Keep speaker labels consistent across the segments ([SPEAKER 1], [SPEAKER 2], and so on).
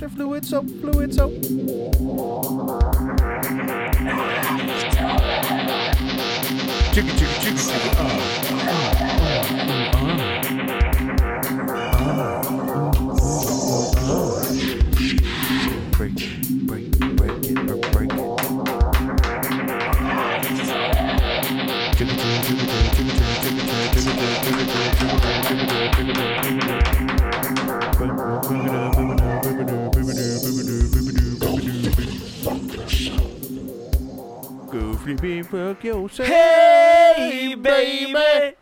[SPEAKER 1] Your fluid soap, fluid soap.
[SPEAKER 2] Chicka chicka chicka chicka. Uh,
[SPEAKER 1] Break it, break, break it, or break it.
[SPEAKER 2] chicka chicka chicka chicka chicka chicka chicka chicka chicka chicka chicka chicka chicka chicka chicka chicka.
[SPEAKER 1] Go flipping, fuck yourself.
[SPEAKER 2] Hey, baby.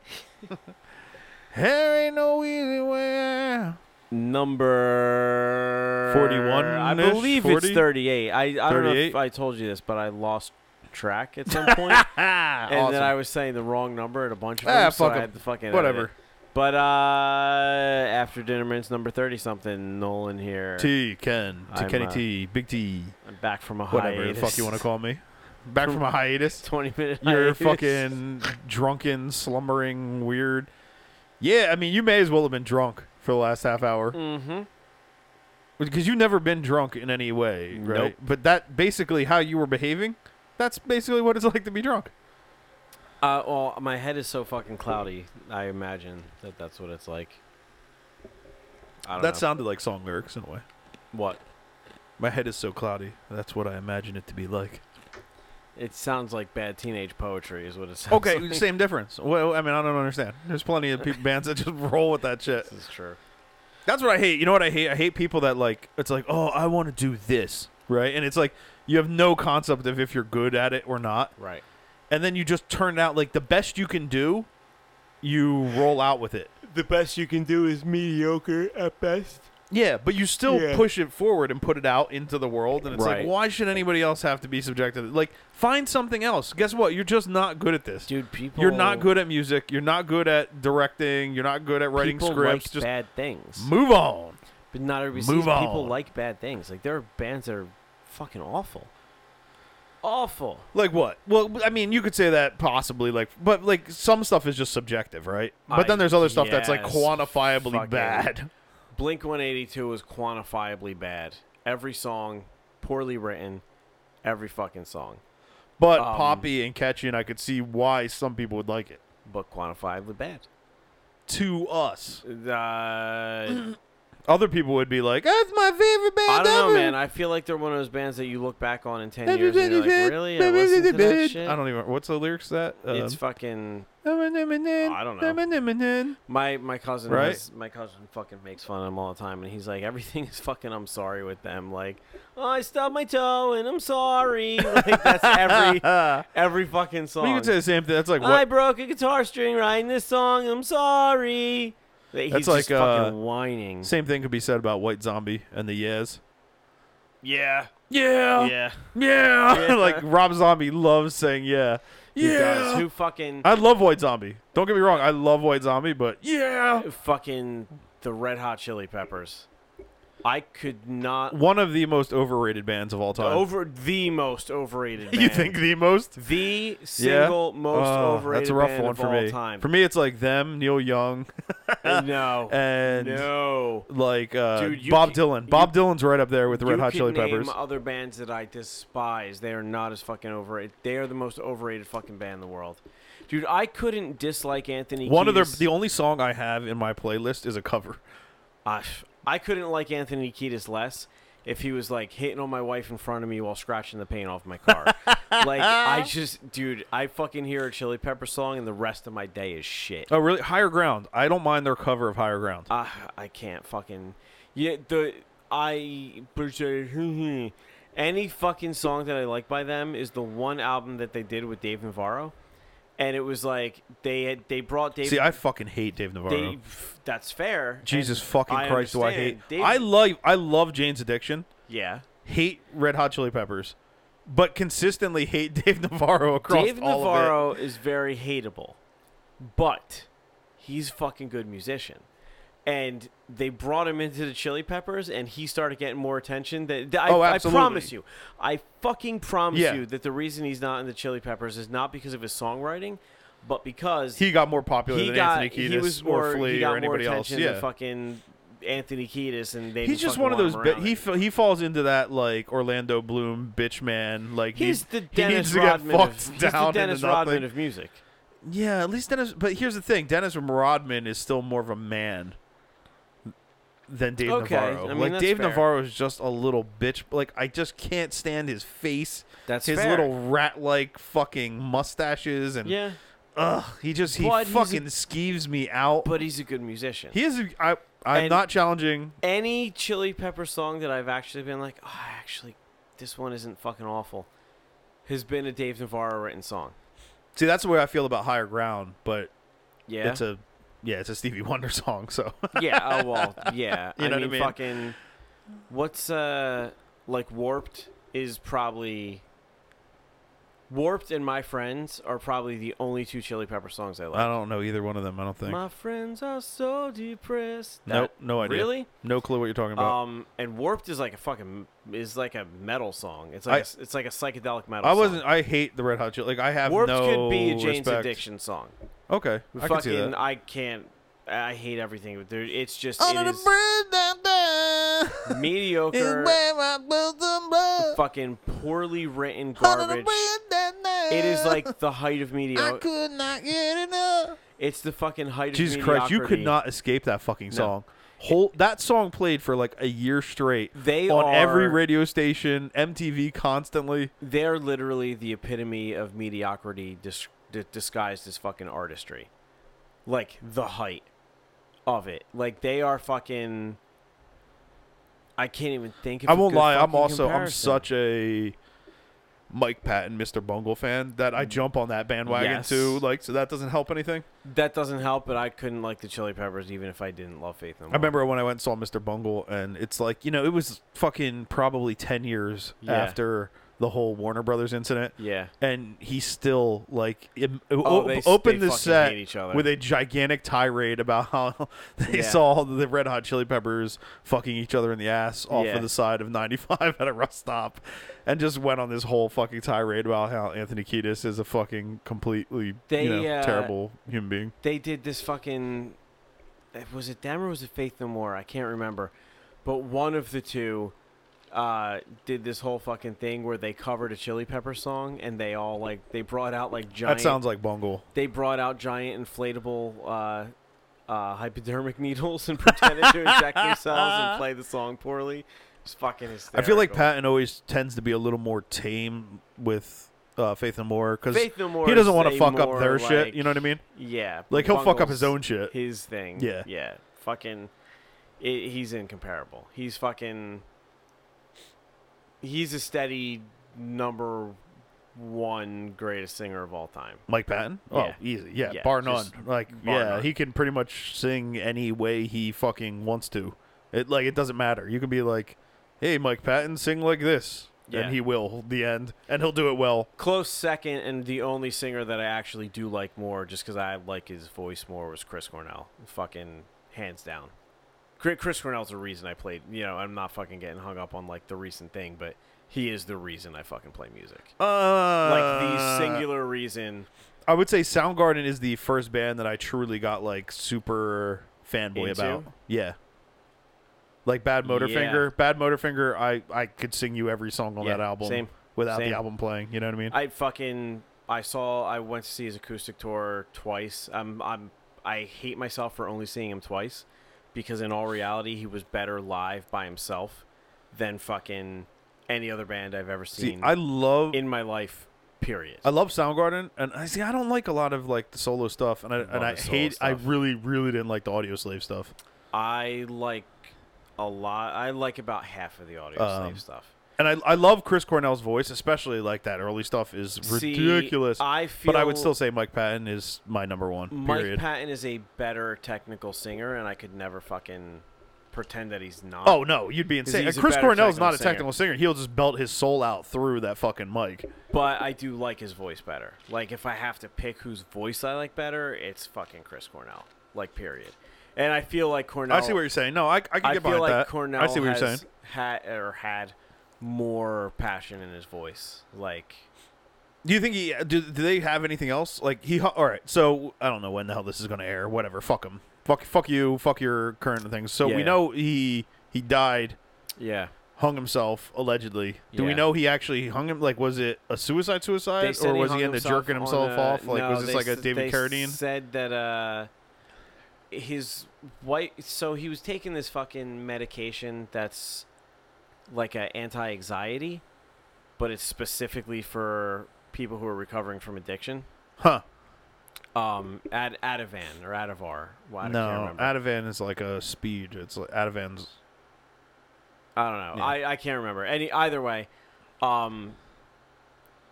[SPEAKER 1] There ain't no easy way out.
[SPEAKER 3] Number
[SPEAKER 2] 41
[SPEAKER 3] I
[SPEAKER 2] -ish,
[SPEAKER 3] believe
[SPEAKER 2] 40?
[SPEAKER 3] it's 38. I, I don't know
[SPEAKER 2] 38?
[SPEAKER 3] if I told you this, but I lost track at some point.
[SPEAKER 2] Ah,
[SPEAKER 3] and
[SPEAKER 2] awesome.
[SPEAKER 3] then I was saying the wrong number at a bunch of
[SPEAKER 2] Ah,
[SPEAKER 3] them, so
[SPEAKER 2] fuck
[SPEAKER 3] I
[SPEAKER 2] 'em.
[SPEAKER 3] had to fucking edit
[SPEAKER 2] Whatever.
[SPEAKER 3] it. But uh, after dinner mints number 30 something, Nolan here.
[SPEAKER 2] T Ken T
[SPEAKER 3] I'm,
[SPEAKER 2] Kenny
[SPEAKER 3] uh,
[SPEAKER 2] T Big T
[SPEAKER 3] I'm back from a hiatus.
[SPEAKER 2] whatever the fuck you want to call me. Back from a hiatus.
[SPEAKER 3] 20 minute
[SPEAKER 2] You're
[SPEAKER 3] hiatus.
[SPEAKER 2] fucking drunken, slumbering, weird. Yeah, I mean, you may as well have been drunk for the last half hour
[SPEAKER 3] Mhm.
[SPEAKER 2] because you've never been drunk in any way, right?
[SPEAKER 3] Nope.
[SPEAKER 2] But that basically how you were behaving. That's basically what it's like to be drunk.
[SPEAKER 3] Uh, well, my head is so fucking cloudy. I imagine that that's what it's like. I don't
[SPEAKER 2] That
[SPEAKER 3] know.
[SPEAKER 2] sounded like song lyrics in a way.
[SPEAKER 3] what?
[SPEAKER 2] My head is so cloudy. That's what I imagine it to be like.
[SPEAKER 3] It sounds like bad teenage poetry is what it sounds
[SPEAKER 2] Okay,
[SPEAKER 3] like.
[SPEAKER 2] same difference. Well, I mean, I don't understand. There's plenty of peop bands that just roll with that shit.
[SPEAKER 3] This is true.
[SPEAKER 2] That's what I hate. You know what I hate? I hate people that like it's like, "Oh, I want to do this." Right? And it's like you have no concept of if you're good at it or not.
[SPEAKER 3] Right.
[SPEAKER 2] And then you just turn out like the best you can do, you roll out with it.
[SPEAKER 3] The best you can do is mediocre at best.
[SPEAKER 2] Yeah, but you still
[SPEAKER 3] Yeah.
[SPEAKER 2] push it forward and put it out into the world and it's
[SPEAKER 3] Right.
[SPEAKER 2] like, "Why should anybody else have to be subjected?" Like, find something else. Guess what? You're just not good at this.
[SPEAKER 3] Dude, people.
[SPEAKER 2] You're not good at music. You're not good at directing. You're not good at writing
[SPEAKER 3] people
[SPEAKER 2] scripts.
[SPEAKER 3] Like
[SPEAKER 2] just
[SPEAKER 3] bad things.
[SPEAKER 2] move on.
[SPEAKER 3] But not everybody
[SPEAKER 2] Move
[SPEAKER 3] sees people
[SPEAKER 2] on.
[SPEAKER 3] like bad things. Like there are bands that are fucking awful. Awful.
[SPEAKER 2] Like what? Well, I mean, you could say that possibly, like, but like some stuff is just subjective, right? But
[SPEAKER 3] I-
[SPEAKER 2] then there's other stuff that's like
[SPEAKER 3] yes,
[SPEAKER 2] quantifiably
[SPEAKER 3] fucking-
[SPEAKER 2] bad.
[SPEAKER 3] Blink 182 is quantifiably bad. Every song poorly written. Every fucking song,
[SPEAKER 2] But
[SPEAKER 3] Um,
[SPEAKER 2] poppy and catchy, and I could see why some people would like it.
[SPEAKER 3] but quantifiably bad.
[SPEAKER 2] To us,
[SPEAKER 3] Uh,
[SPEAKER 2] other people would be like, "That's my favorite band
[SPEAKER 3] I don't know,
[SPEAKER 2] ever."
[SPEAKER 3] man. I feel like they're one of those bands that you look back on in ten years and you're like, really? I listened to that shit.
[SPEAKER 2] I don't even. What's the lyrics to that? Um,
[SPEAKER 3] It's fucking I don't know.
[SPEAKER 2] know.
[SPEAKER 3] my my cousin
[SPEAKER 2] Right?
[SPEAKER 3] has, my cousin fucking makes fun of them all the time, and he's like, everything is fucking. I'm sorry with them. Like, oh, I stubbed my toe, and I'm sorry. Like that's every every fucking song.
[SPEAKER 2] you could say the same thing. That's like
[SPEAKER 3] I
[SPEAKER 2] what?
[SPEAKER 3] broke a guitar string writing this song. I'm sorry. Like, He's
[SPEAKER 2] That's
[SPEAKER 3] just
[SPEAKER 2] like,
[SPEAKER 3] fucking
[SPEAKER 2] uh,
[SPEAKER 3] whining.
[SPEAKER 2] Same thing could be said about White Zombie and the Yes.
[SPEAKER 3] Yeah.
[SPEAKER 2] Yeah.
[SPEAKER 3] Yeah.
[SPEAKER 2] Yeah.
[SPEAKER 3] Yeah.
[SPEAKER 2] like Rob Zombie loves saying yeah.
[SPEAKER 3] He
[SPEAKER 2] yeah.
[SPEAKER 3] does. Who fucking
[SPEAKER 2] I love White Zombie. Don't get me wrong, I love White Zombie, but yeah.
[SPEAKER 3] fucking the Red Hot Chili Peppers? I could not
[SPEAKER 2] One of the most overrated bands of all time.
[SPEAKER 3] over the most overrated.
[SPEAKER 2] You
[SPEAKER 3] band.
[SPEAKER 2] think the most?
[SPEAKER 3] The single
[SPEAKER 2] yeah.
[SPEAKER 3] most
[SPEAKER 2] Oh,
[SPEAKER 3] overrated
[SPEAKER 2] That's a rough
[SPEAKER 3] band
[SPEAKER 2] one
[SPEAKER 3] of
[SPEAKER 2] for
[SPEAKER 3] all
[SPEAKER 2] me.
[SPEAKER 3] time.
[SPEAKER 2] For me, it's like them, Neil Young,
[SPEAKER 3] no,
[SPEAKER 2] and
[SPEAKER 3] no.
[SPEAKER 2] like uh,
[SPEAKER 3] Dude, you
[SPEAKER 2] Bob
[SPEAKER 3] can-
[SPEAKER 2] Dylan.
[SPEAKER 3] you-
[SPEAKER 2] Bob Dylan's right up there with the Red
[SPEAKER 3] You
[SPEAKER 2] Hot
[SPEAKER 3] could
[SPEAKER 2] Chili
[SPEAKER 3] name
[SPEAKER 2] Peppers.
[SPEAKER 3] Other bands that I despise, they are not as fucking overrated. They are the most overrated fucking band in the world, dude. I couldn't dislike Anthony.
[SPEAKER 2] One of their
[SPEAKER 3] Kiedis.
[SPEAKER 2] the only song I have in my playlist is a cover.
[SPEAKER 3] I, Ah, I couldn't like Anthony Kiedis less if he was like hitting on my wife in front of me while scratching the paint off my car. like I just, dude, I fucking hear a Chili Pepper song and the rest of my day is shit.
[SPEAKER 2] Oh, really? Higher Ground. I don't mind their cover of Higher Ground.
[SPEAKER 3] I Ah, I can't fucking yeah the I any fucking song that I like by them is the one album that they did with Dave Navarro, and it was like they had, they brought Dave.
[SPEAKER 2] See, I fucking hate Dave Navarro.
[SPEAKER 3] they, that's fair. and
[SPEAKER 2] Jesus fucking
[SPEAKER 3] I
[SPEAKER 2] Christ, do I hate?
[SPEAKER 3] understand. Dave-
[SPEAKER 2] I like I love Jane's Addiction,
[SPEAKER 3] yeah.
[SPEAKER 2] hate Red Hot Chili Peppers, but consistently hate Dave Navarro across
[SPEAKER 3] Dave
[SPEAKER 2] all of it.
[SPEAKER 3] Navarro is very hateable, but he's a fucking good musician. And they brought him into the Chili Peppers, and he started getting more attention. That I,
[SPEAKER 2] Oh,
[SPEAKER 3] I
[SPEAKER 2] absolutely.
[SPEAKER 3] promise you, I fucking promise
[SPEAKER 2] Yeah.
[SPEAKER 3] you that the reason he's not in the Chili Peppers is not because of his songwriting, but because
[SPEAKER 2] He got more popular
[SPEAKER 3] he
[SPEAKER 2] than
[SPEAKER 3] got
[SPEAKER 2] Anthony Kiedis
[SPEAKER 3] he was
[SPEAKER 2] or
[SPEAKER 3] more
[SPEAKER 2] Flea
[SPEAKER 3] he got
[SPEAKER 2] or
[SPEAKER 3] more
[SPEAKER 2] anybody else.
[SPEAKER 3] attention
[SPEAKER 2] Yeah,
[SPEAKER 3] than fucking Anthony Kiedis, and they.
[SPEAKER 2] He's just one of those. Bi- he fa- he falls into that like Orlando Bloom bitch man. Like
[SPEAKER 3] He's the
[SPEAKER 2] needs-
[SPEAKER 3] Dennis
[SPEAKER 2] he needs
[SPEAKER 3] Rodman.
[SPEAKER 2] to get
[SPEAKER 3] Of,
[SPEAKER 2] fucked
[SPEAKER 3] he's
[SPEAKER 2] down
[SPEAKER 3] the Dennis
[SPEAKER 2] into nothing.
[SPEAKER 3] Rodman of music.
[SPEAKER 2] yeah, at least Dennis. But here's the thing: Dennis Rodman is still more of a man than Dave
[SPEAKER 3] Okay,
[SPEAKER 2] Navarro.
[SPEAKER 3] I mean,
[SPEAKER 2] like
[SPEAKER 3] that's
[SPEAKER 2] Dave
[SPEAKER 3] fair.
[SPEAKER 2] Navarro is just a little bitch. Like I just can't stand his face,
[SPEAKER 3] That's
[SPEAKER 2] his little rat-like fucking mustaches, and
[SPEAKER 3] Yeah,
[SPEAKER 2] ugh, he just he
[SPEAKER 3] But he's a-
[SPEAKER 2] fucking skeeves me out.
[SPEAKER 3] but he's a good musician.
[SPEAKER 2] He is. a- I I'm
[SPEAKER 3] And-
[SPEAKER 2] not challenging.
[SPEAKER 3] Any Chili Pepper song that I've actually been like, oh, actually, this one isn't fucking awful, has been a Dave Navarro written song.
[SPEAKER 2] See, that's the way I feel about Higher Ground, but
[SPEAKER 3] Yeah.
[SPEAKER 2] it's a yeah, it's a Stevie Wonder song. So
[SPEAKER 3] yeah. Oh well. Yeah.
[SPEAKER 2] You
[SPEAKER 3] I,
[SPEAKER 2] know what I
[SPEAKER 3] mean,
[SPEAKER 2] mean?
[SPEAKER 3] fucking. What's uh like warped is probably. Warped and My Friends are probably the only two Chili Pepper songs I
[SPEAKER 2] I
[SPEAKER 3] like.
[SPEAKER 2] don't know either one of them. I don't think.
[SPEAKER 3] My friends are so depressed.
[SPEAKER 2] Nope, no idea.
[SPEAKER 3] Really?
[SPEAKER 2] No clue what you're talking about.
[SPEAKER 3] Um, and Warped is like a fucking is like a metal song. It's like
[SPEAKER 2] I-
[SPEAKER 3] a s it's like a psychedelic metal.
[SPEAKER 2] I
[SPEAKER 3] song.
[SPEAKER 2] wasn't. I hate the Red Hot Chili. Like I have
[SPEAKER 3] Warped
[SPEAKER 2] no
[SPEAKER 3] could be a Jane's
[SPEAKER 2] respect.
[SPEAKER 3] Addiction song.
[SPEAKER 2] Okay, I
[SPEAKER 3] fucking,
[SPEAKER 2] can see that.
[SPEAKER 3] I can't. I hate everything. Dude, it's just
[SPEAKER 2] Under the
[SPEAKER 3] it is
[SPEAKER 2] bridge down there is
[SPEAKER 3] mediocre,
[SPEAKER 2] where I built the love.
[SPEAKER 3] fucking poorly written
[SPEAKER 2] Under the
[SPEAKER 3] garbage.
[SPEAKER 2] bridge down there.
[SPEAKER 3] It is like the height of
[SPEAKER 2] I
[SPEAKER 3] mediocre.
[SPEAKER 2] could not get enough.
[SPEAKER 3] It's the fucking height of
[SPEAKER 2] Jesus
[SPEAKER 3] mediocrity.
[SPEAKER 2] Christ, you could not escape that fucking song. Whole that song played for like a year straight.
[SPEAKER 3] They
[SPEAKER 2] on every
[SPEAKER 3] are-
[SPEAKER 2] radio station, MTV constantly.
[SPEAKER 3] They're literally the epitome of mediocrity dis- di- disguised as fucking artistry. Like the height of it. Like they are fucking. I can't even think of.
[SPEAKER 2] I
[SPEAKER 3] a
[SPEAKER 2] won't
[SPEAKER 3] good
[SPEAKER 2] lie. I'm
[SPEAKER 3] fucking
[SPEAKER 2] also I'm
[SPEAKER 3] comparison.
[SPEAKER 2] such a Mike Patton, Mr. Bungle fan that I jump on that bandwagon
[SPEAKER 3] Mm. Yes.
[SPEAKER 2] too. Like, so that doesn't help anything.
[SPEAKER 3] That doesn't help, but I couldn't like the Chili Peppers even if I didn't love Faith No More.
[SPEAKER 2] I remember when I went and saw Mr. Bungle, and it's like you know it was fucking probably ten years
[SPEAKER 3] Yeah.
[SPEAKER 2] after the whole Warner Brothers incident.
[SPEAKER 3] Yeah.
[SPEAKER 2] And he still like im- o-
[SPEAKER 3] Oh, they s-
[SPEAKER 2] opened
[SPEAKER 3] they
[SPEAKER 2] the
[SPEAKER 3] fucking
[SPEAKER 2] set
[SPEAKER 3] hate each other.
[SPEAKER 2] with a gigantic tirade about how they
[SPEAKER 3] Yeah.
[SPEAKER 2] saw the Red Hot Chili Peppers fucking each other in the ass off
[SPEAKER 3] Yeah.
[SPEAKER 2] of the side of 95 at a rest stop, and just went on this whole fucking tirade about how Anthony Kiedis is a fucking completely
[SPEAKER 3] They,
[SPEAKER 2] you know,
[SPEAKER 3] uh,
[SPEAKER 2] terrible human being.
[SPEAKER 3] they did this fucking eh, was it them or was it faith no more i can't remember but one of the two uh, did this whole fucking thing where they covered a chili pepper song and they all like they brought out like giant
[SPEAKER 2] That sounds like Bungle.
[SPEAKER 3] they brought out giant inflatable uh, uh, hypodermic needles and pretended to inject themselves and play the song poorly it's fucking
[SPEAKER 2] I feel like
[SPEAKER 3] hysterical.
[SPEAKER 2] Patton always tends to be a little more tame with uh, Faith No More because
[SPEAKER 3] Faith No More
[SPEAKER 2] he doesn't
[SPEAKER 3] is
[SPEAKER 2] want
[SPEAKER 3] a
[SPEAKER 2] to fuck up
[SPEAKER 3] more,
[SPEAKER 2] their shit.
[SPEAKER 3] like-
[SPEAKER 2] You know what I mean?
[SPEAKER 3] yeah
[SPEAKER 2] Like he'll fuck up
[SPEAKER 3] Bungle's-
[SPEAKER 2] his own shit.
[SPEAKER 3] his thing.
[SPEAKER 2] Uh, Yeah.
[SPEAKER 3] Yeah. Fucking. i he's incomparable. He's fucking. He's a steady number one greatest singer of all time.
[SPEAKER 2] Mike Patton? Oh,
[SPEAKER 3] Yeah.
[SPEAKER 2] easy. Yeah,
[SPEAKER 3] Yeah,
[SPEAKER 2] bar none.
[SPEAKER 3] just
[SPEAKER 2] Like,
[SPEAKER 3] bar
[SPEAKER 2] yeah,
[SPEAKER 3] none.
[SPEAKER 2] he can pretty much sing any way he fucking wants to. It like it doesn't matter. You can be like, "Hey, Mike Patton, sing like this,"
[SPEAKER 3] Yeah.
[SPEAKER 2] and he will. The end, and he'll do it well.
[SPEAKER 3] Close second, and the only singer that I actually do like more, just because I like his voice more, was Chris Cornell. Fucking hands down. Chri- Chris Cornell's the reason I played. You know, I'm not fucking getting hung up on like the recent thing, but he is the reason I fucking play music.
[SPEAKER 2] Uh,
[SPEAKER 3] Like the singular reason
[SPEAKER 2] I would say Soundgarden is the first band that I truly got like super fanboy
[SPEAKER 3] Into?
[SPEAKER 2] about. Yeah. Like Bad Motorfinger.
[SPEAKER 3] Yeah.
[SPEAKER 2] Bad Motorfinger, I I could sing you every song on
[SPEAKER 3] Yeah,
[SPEAKER 2] that album
[SPEAKER 3] same,
[SPEAKER 2] without
[SPEAKER 3] same.
[SPEAKER 2] the album playing. You know what I mean?
[SPEAKER 3] I fucking I saw I went to see his acoustic tour twice. I'm I'm I hate myself for only seeing him twice because in all reality he was better live by himself than fucking any other band I've ever
[SPEAKER 2] See,
[SPEAKER 3] seen
[SPEAKER 2] I love
[SPEAKER 3] in my life. Period.
[SPEAKER 2] I love Soundgarden, and I see. I don't like a lot of like the solo stuff, and I and
[SPEAKER 3] the
[SPEAKER 2] I
[SPEAKER 3] solo
[SPEAKER 2] hate. I
[SPEAKER 3] stuff.
[SPEAKER 2] really, really didn't like the Audio Slave stuff.
[SPEAKER 3] I like a lot. I like about half of the audio
[SPEAKER 2] Um,
[SPEAKER 3] slave stuff.
[SPEAKER 2] And I, I love Chris Cornell's voice, especially like that early stuff is
[SPEAKER 3] See,
[SPEAKER 2] ridiculous.
[SPEAKER 3] I
[SPEAKER 2] but I would
[SPEAKER 3] feel-
[SPEAKER 2] still say Mike Patton is my number one.
[SPEAKER 3] Mike
[SPEAKER 2] Period.
[SPEAKER 3] Patton is a better technical singer, and I could never fucking pretend that he's not.
[SPEAKER 2] oh no, you'd be insane.
[SPEAKER 3] he's a
[SPEAKER 2] Chris
[SPEAKER 3] better
[SPEAKER 2] Cornell's
[SPEAKER 3] technical
[SPEAKER 2] not a
[SPEAKER 3] singer.
[SPEAKER 2] technical singer. He'll just belt his soul out through that fucking mic.
[SPEAKER 3] But I do like his voice better. Like if I have to pick whose voice I like better, it's fucking Chris Cornell. Like period. And I feel like Cornell.
[SPEAKER 2] I see what you're saying. No, I, I can get
[SPEAKER 3] I feel
[SPEAKER 2] behind
[SPEAKER 3] like
[SPEAKER 2] that.
[SPEAKER 3] Cornell
[SPEAKER 2] I see what
[SPEAKER 3] has
[SPEAKER 2] you're saying.
[SPEAKER 3] had or had more passion in his voice. Like
[SPEAKER 2] Do you think he do, do they have anything else? Like he all right. So I don't know when the hell this is going to air. Whatever, fuck him. fuck fuck you, fuck your current things. So we
[SPEAKER 3] Yeah.
[SPEAKER 2] know he he died,
[SPEAKER 3] Yeah.
[SPEAKER 2] hung himself allegedly. Do we
[SPEAKER 3] Yeah.
[SPEAKER 2] know he actually hung him? Like, was it a suicide
[SPEAKER 3] They
[SPEAKER 2] suicide,
[SPEAKER 3] said
[SPEAKER 2] or
[SPEAKER 3] he
[SPEAKER 2] was
[SPEAKER 3] hung
[SPEAKER 2] he into jerking
[SPEAKER 3] himself on
[SPEAKER 2] himself
[SPEAKER 3] a-
[SPEAKER 2] off? Like,
[SPEAKER 3] no,
[SPEAKER 2] was this
[SPEAKER 3] they
[SPEAKER 2] like a
[SPEAKER 3] s-
[SPEAKER 2] David
[SPEAKER 3] they
[SPEAKER 2] Carradine?
[SPEAKER 3] Said that uh, his wife. So he was taking this fucking medication that's like a anti-anxiety, but it's specifically for people who are recovering from addiction.
[SPEAKER 2] huh?
[SPEAKER 3] Um, Ad Ativan or Ativar. Well, I can't
[SPEAKER 2] No,
[SPEAKER 3] remember.
[SPEAKER 2] Ativan is like a speed. It's like Ativan's.
[SPEAKER 3] I don't know.
[SPEAKER 2] Yeah.
[SPEAKER 3] I, I can't remember. Any either way, um,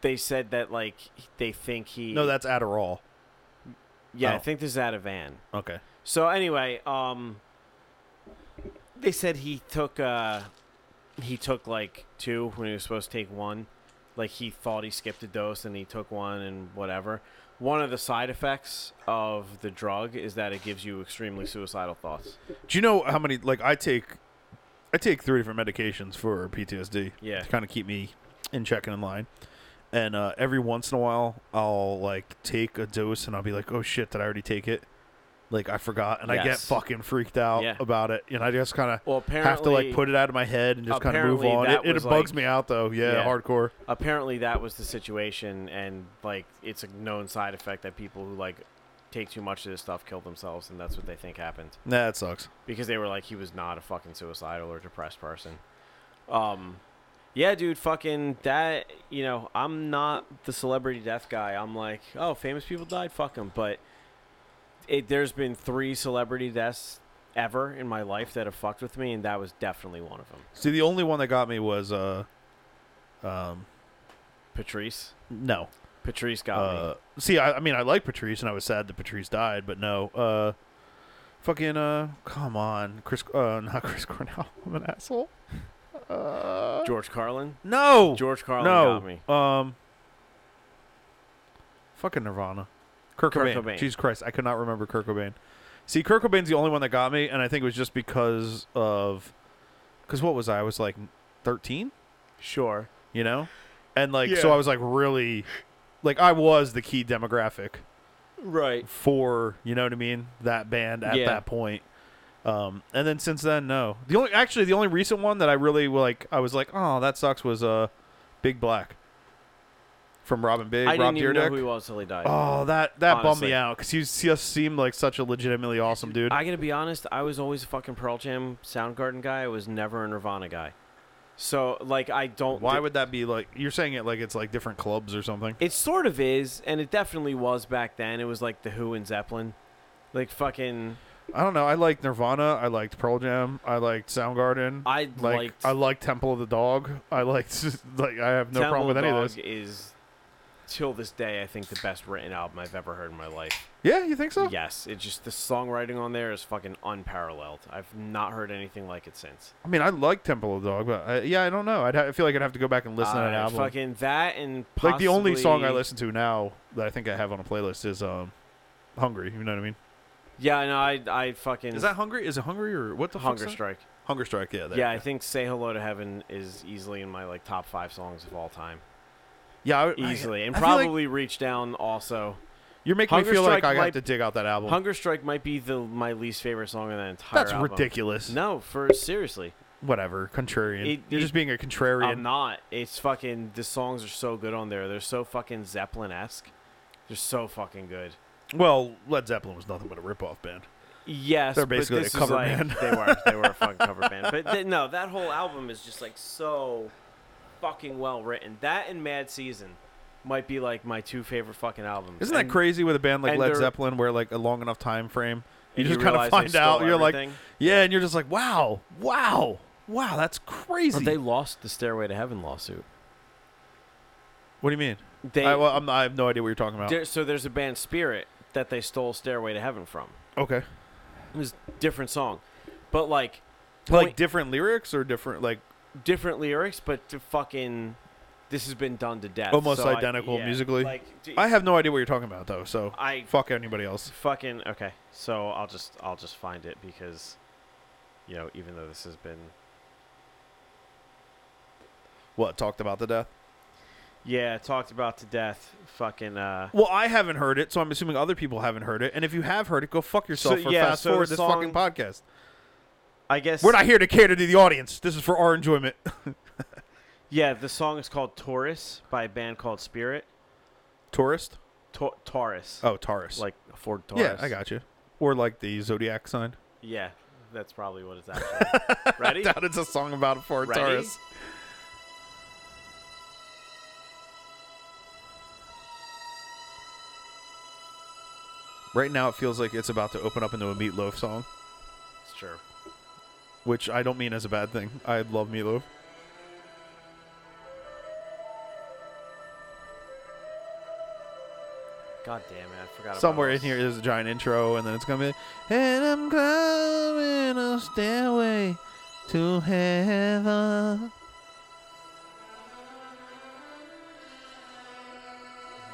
[SPEAKER 3] they said that like they think he.
[SPEAKER 2] No, that's Adderall.
[SPEAKER 3] yeah.
[SPEAKER 2] oh.
[SPEAKER 3] I think this is Ativan.
[SPEAKER 2] Okay.
[SPEAKER 3] So anyway, um, they said he took uh, he took like two when he was supposed to take one. Like he thought he skipped a dose and he took one and whatever. One of the side effects of the drug is that it gives you extremely suicidal thoughts.
[SPEAKER 2] Do you know how many? Like, I take, I take three different medications for PTSD.
[SPEAKER 3] Yeah.
[SPEAKER 2] to kind of keep me in check and in line. And uh, every once in a while, I'll like take a dose and I'll be like, "Oh shit, did I already take it?" Like I forgot, and I get
[SPEAKER 3] Yes.
[SPEAKER 2] fucking freaked out
[SPEAKER 3] Yeah.
[SPEAKER 2] about it, and I just kind of
[SPEAKER 3] Well, apparently,
[SPEAKER 2] have to like put it out of my head and just kind of move
[SPEAKER 3] Apparently
[SPEAKER 2] on. It,
[SPEAKER 3] that
[SPEAKER 2] it
[SPEAKER 3] was,
[SPEAKER 2] bugs
[SPEAKER 3] like-
[SPEAKER 2] me out though. Yeah,
[SPEAKER 3] Yeah.
[SPEAKER 2] hardcore.
[SPEAKER 3] apparently that was the situation, and like it's a known side effect that people who like take too much of this stuff kill themselves, and that's what they think happened.
[SPEAKER 2] Nah, it sucks.
[SPEAKER 3] because they were like he was not a fucking suicidal or depressed person. Um, yeah, dude, fucking that. You know, I'm not the celebrity death guy. I'm like, oh, famous people died, fuck them. But it, there's been three celebrity deaths ever in my life that have fucked with me, and that was definitely one of them.
[SPEAKER 2] See, the only one that got me was uh, um,
[SPEAKER 3] Patrice,
[SPEAKER 2] no.
[SPEAKER 3] Patrice got
[SPEAKER 2] Uh, see, I, I mean, I like Patrice, and I was sad that Patrice died, but no. Uh, fucking, uh, come on, Chris, uh, not Chris Cornell. I'm an asshole. Uh,
[SPEAKER 3] me. George Carlin,
[SPEAKER 2] no,
[SPEAKER 3] George Carlin got
[SPEAKER 2] no.
[SPEAKER 3] me.
[SPEAKER 2] Um, fucking Nirvana. Kirk,
[SPEAKER 3] Kurt
[SPEAKER 2] Cobain.
[SPEAKER 3] Cobain.
[SPEAKER 2] Jesus Christ, I could not remember Kirk Cobain. See, Kirk Cobain's the only one that got me, and I think it was just because of, because what was I? I was like 13
[SPEAKER 3] Sure.
[SPEAKER 2] you know and like so
[SPEAKER 3] Yeah.
[SPEAKER 2] i was like really like i was the key demographic
[SPEAKER 3] Right.
[SPEAKER 2] for you know what i mean that band at
[SPEAKER 3] Yeah.
[SPEAKER 2] that point um and then since then no the only actually the only recent one that i really like i was like oh that sucks was uh big black from robin big
[SPEAKER 3] I
[SPEAKER 2] rob
[SPEAKER 3] didn't even know who he
[SPEAKER 2] Dyrdek.
[SPEAKER 3] was till he died.
[SPEAKER 2] oh that that bummed
[SPEAKER 3] Honestly.
[SPEAKER 2] me out because he was- just seemed like such a legitimately awesome dude
[SPEAKER 3] I gotta be honest, I was always a fucking Pearl Jam Soundgarden guy. I was never a Nirvana guy. So like I don't
[SPEAKER 2] why would that be like you're saying it like it's like different clubs or something
[SPEAKER 3] it sort of is, and it definitely was back then. It was like the Who and Zeppelin. Like fucking
[SPEAKER 2] i don't know i liked nirvana i liked pearl jam i liked soundgarden
[SPEAKER 3] I
[SPEAKER 2] like
[SPEAKER 3] liked
[SPEAKER 2] I like Temple of the Dog. I like like I have no
[SPEAKER 3] Temple
[SPEAKER 2] problem with
[SPEAKER 3] of
[SPEAKER 2] any
[SPEAKER 3] Dog
[SPEAKER 2] of this.
[SPEAKER 3] Is till this day I think the best written album I've ever heard in my life.
[SPEAKER 2] Yeah, you think so?
[SPEAKER 3] Yes. It just the songwriting on there is fucking unparalleled. I've not heard anything like it since.
[SPEAKER 2] I mean, I like Temple of the Dog, but I, yeah, I don't know. I'd ha- I feel like I'd have to go back and listen to
[SPEAKER 3] Uh,
[SPEAKER 2] an album.
[SPEAKER 3] Fucking that and
[SPEAKER 2] like the only song I
[SPEAKER 3] possibly-
[SPEAKER 2] listen to now that I think I have on a playlist is um, "Hungry." You know what I mean?
[SPEAKER 3] Yeah, no, I I fucking
[SPEAKER 2] "Hungry"? Is it "Hungry" or what the
[SPEAKER 3] Hunger Strike.
[SPEAKER 2] Hunger Strike. Yeah.
[SPEAKER 3] yeah, I think "Say Hello to Heaven" is easily in my like top five songs of all time,
[SPEAKER 2] Yeah. I- I-
[SPEAKER 3] easily, and
[SPEAKER 2] I feel like-
[SPEAKER 3] probably "Reach Down" also.
[SPEAKER 2] you're making
[SPEAKER 3] Hunger
[SPEAKER 2] me feel like
[SPEAKER 3] Strike
[SPEAKER 2] I have
[SPEAKER 3] might-
[SPEAKER 2] to dig out that album.
[SPEAKER 3] "Hunger Strike" might be the my least favorite song in the entire.
[SPEAKER 2] That's
[SPEAKER 3] album.
[SPEAKER 2] ridiculous.
[SPEAKER 3] No, for seriously,
[SPEAKER 2] Whatever. Contrarian.
[SPEAKER 3] It-
[SPEAKER 2] you're
[SPEAKER 3] it-
[SPEAKER 2] just being a contrarian.
[SPEAKER 3] I'm not. It's fucking. The songs are so good on there. They're so fucking Zeppelin esque. They're so fucking good.
[SPEAKER 2] well, Led Zeppelin was nothing but a rip-off band.
[SPEAKER 3] Yes,
[SPEAKER 2] They're
[SPEAKER 3] but
[SPEAKER 2] basically a
[SPEAKER 3] this is
[SPEAKER 2] cover
[SPEAKER 3] like-
[SPEAKER 2] band.
[SPEAKER 3] they were. They were a fucking cover band. But th- no, that whole album is just like so fucking well written. That and Mad Season might be like my two favorite fucking albums.
[SPEAKER 2] Isn't that
[SPEAKER 3] And-
[SPEAKER 2] crazy with a band like
[SPEAKER 3] and
[SPEAKER 2] Led
[SPEAKER 3] they're-
[SPEAKER 2] Zeppelin, where like a long enough time frame, you
[SPEAKER 3] and
[SPEAKER 2] just kind of
[SPEAKER 3] realize they
[SPEAKER 2] find
[SPEAKER 3] stole
[SPEAKER 2] out. You're like,
[SPEAKER 3] everything?
[SPEAKER 2] yeah, and you're just like, wow, wow, wow, that's crazy.
[SPEAKER 3] Well, they lost the Stairway to Heaven lawsuit.
[SPEAKER 2] what do you mean?
[SPEAKER 3] They
[SPEAKER 2] I, well, I'm, I have no idea what you're talking about.
[SPEAKER 3] there- so there's a band Spirit that they stole Stairway to Heaven from.
[SPEAKER 2] Okay,
[SPEAKER 3] It was a different song, but like
[SPEAKER 2] like
[SPEAKER 3] point-
[SPEAKER 2] different lyrics or different, like
[SPEAKER 3] different lyrics, but to fucking this has been done to death.
[SPEAKER 2] almost
[SPEAKER 3] So I-
[SPEAKER 2] identical
[SPEAKER 3] yeah,
[SPEAKER 2] musically.
[SPEAKER 3] Like, d-
[SPEAKER 2] I have no idea what you're talking about though. So
[SPEAKER 3] I
[SPEAKER 2] fuck anybody else.
[SPEAKER 3] fucking okay. So I'll just I'll just find it because, you know, even though this has been
[SPEAKER 2] What talked about the death?
[SPEAKER 3] Yeah, talked about to death. Fucking. Uh,
[SPEAKER 2] Well, I haven't heard it, so I'm assuming other people haven't heard it. And if you have heard it, go fuck yourself
[SPEAKER 3] So,
[SPEAKER 2] or
[SPEAKER 3] yeah,
[SPEAKER 2] fast
[SPEAKER 3] so
[SPEAKER 2] forward
[SPEAKER 3] the
[SPEAKER 2] this fucking
[SPEAKER 3] song-
[SPEAKER 2] podcast.
[SPEAKER 3] I guess.
[SPEAKER 2] We're not here to cater to the audience. This is for our enjoyment.
[SPEAKER 3] Yeah, the song is called Taurus by a band called Spirit.
[SPEAKER 2] Tourist?
[SPEAKER 3] Ta- Taurus.
[SPEAKER 2] Oh, Taurus.
[SPEAKER 3] Like a Ford Taurus.
[SPEAKER 2] yeah, I got you. Or like the zodiac sign.
[SPEAKER 3] Yeah, that's probably what it's actually. Ready?
[SPEAKER 2] doubt it's a song about a Ford
[SPEAKER 3] Ready?
[SPEAKER 2] Taurus. Right now, it feels like it's about to open up into a Meatloaf song,
[SPEAKER 3] It's true.
[SPEAKER 2] which I don't mean as a bad thing. I love Meatloaf.
[SPEAKER 3] God damn it, I forgot. about
[SPEAKER 2] Somewhere in
[SPEAKER 3] this.
[SPEAKER 2] here, there's a giant intro, and then it's gonna be, and I'm climbing a stairway to heaven.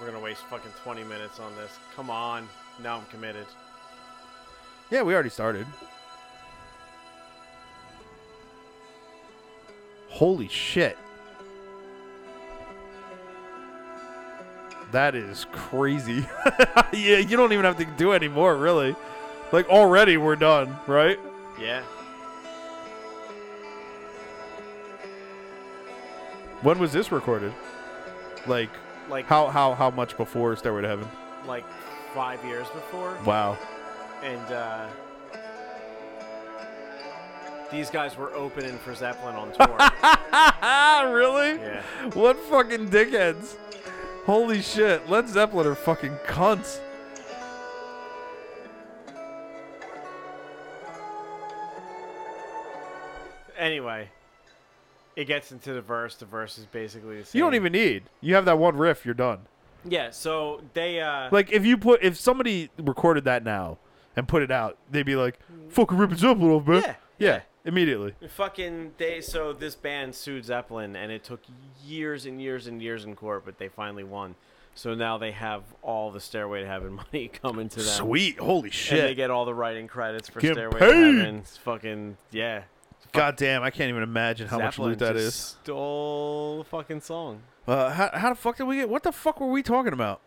[SPEAKER 3] We're gonna waste fucking 20 minutes on this. Come on. Now I'm committed.
[SPEAKER 2] Yeah, we already started. Holy shit. That is crazy. yeah, you don't even have to do any more, really. Like, already we're done, right?
[SPEAKER 3] Yeah.
[SPEAKER 2] When was this recorded? Like,
[SPEAKER 3] Like
[SPEAKER 2] how, how, how much before Stairway to Heaven?
[SPEAKER 3] like five years before,
[SPEAKER 2] Wow.
[SPEAKER 3] and uh, these guys were opening for Zeppelin on tour.
[SPEAKER 2] Ah, really?
[SPEAKER 3] yeah.
[SPEAKER 2] What fucking dickheads? Holy shit, Led Zeppelin are fucking cunts.
[SPEAKER 3] Anyway, it gets into the verse. The verse is basically the same.
[SPEAKER 2] You don't even need. You have that one riff, you're done.
[SPEAKER 3] Yeah. So they. Uh,
[SPEAKER 2] Like if you put if somebody recorded that now and put it out, they'd be like, "Fucking rip it up a little bit."
[SPEAKER 3] Yeah, yeah.
[SPEAKER 2] immediately.
[SPEAKER 3] Fucking they so this band sued Zeppelin and it took years and years and years in court, but they finally won. So now they have all the Stairway to Heaven money coming to them.
[SPEAKER 2] Sweet, holy
[SPEAKER 3] And they
[SPEAKER 2] shit!
[SPEAKER 3] get all the writing credits for
[SPEAKER 2] Get
[SPEAKER 3] Stairway
[SPEAKER 2] paid.
[SPEAKER 3] to Heaven. It's fucking yeah.
[SPEAKER 2] God damn, I can't even imagine how
[SPEAKER 3] Zeppelin
[SPEAKER 2] much loot that
[SPEAKER 3] just
[SPEAKER 2] is.
[SPEAKER 3] Stole the fucking song.
[SPEAKER 2] Uh, how, how the fuck did we get? What the fuck were we talking about?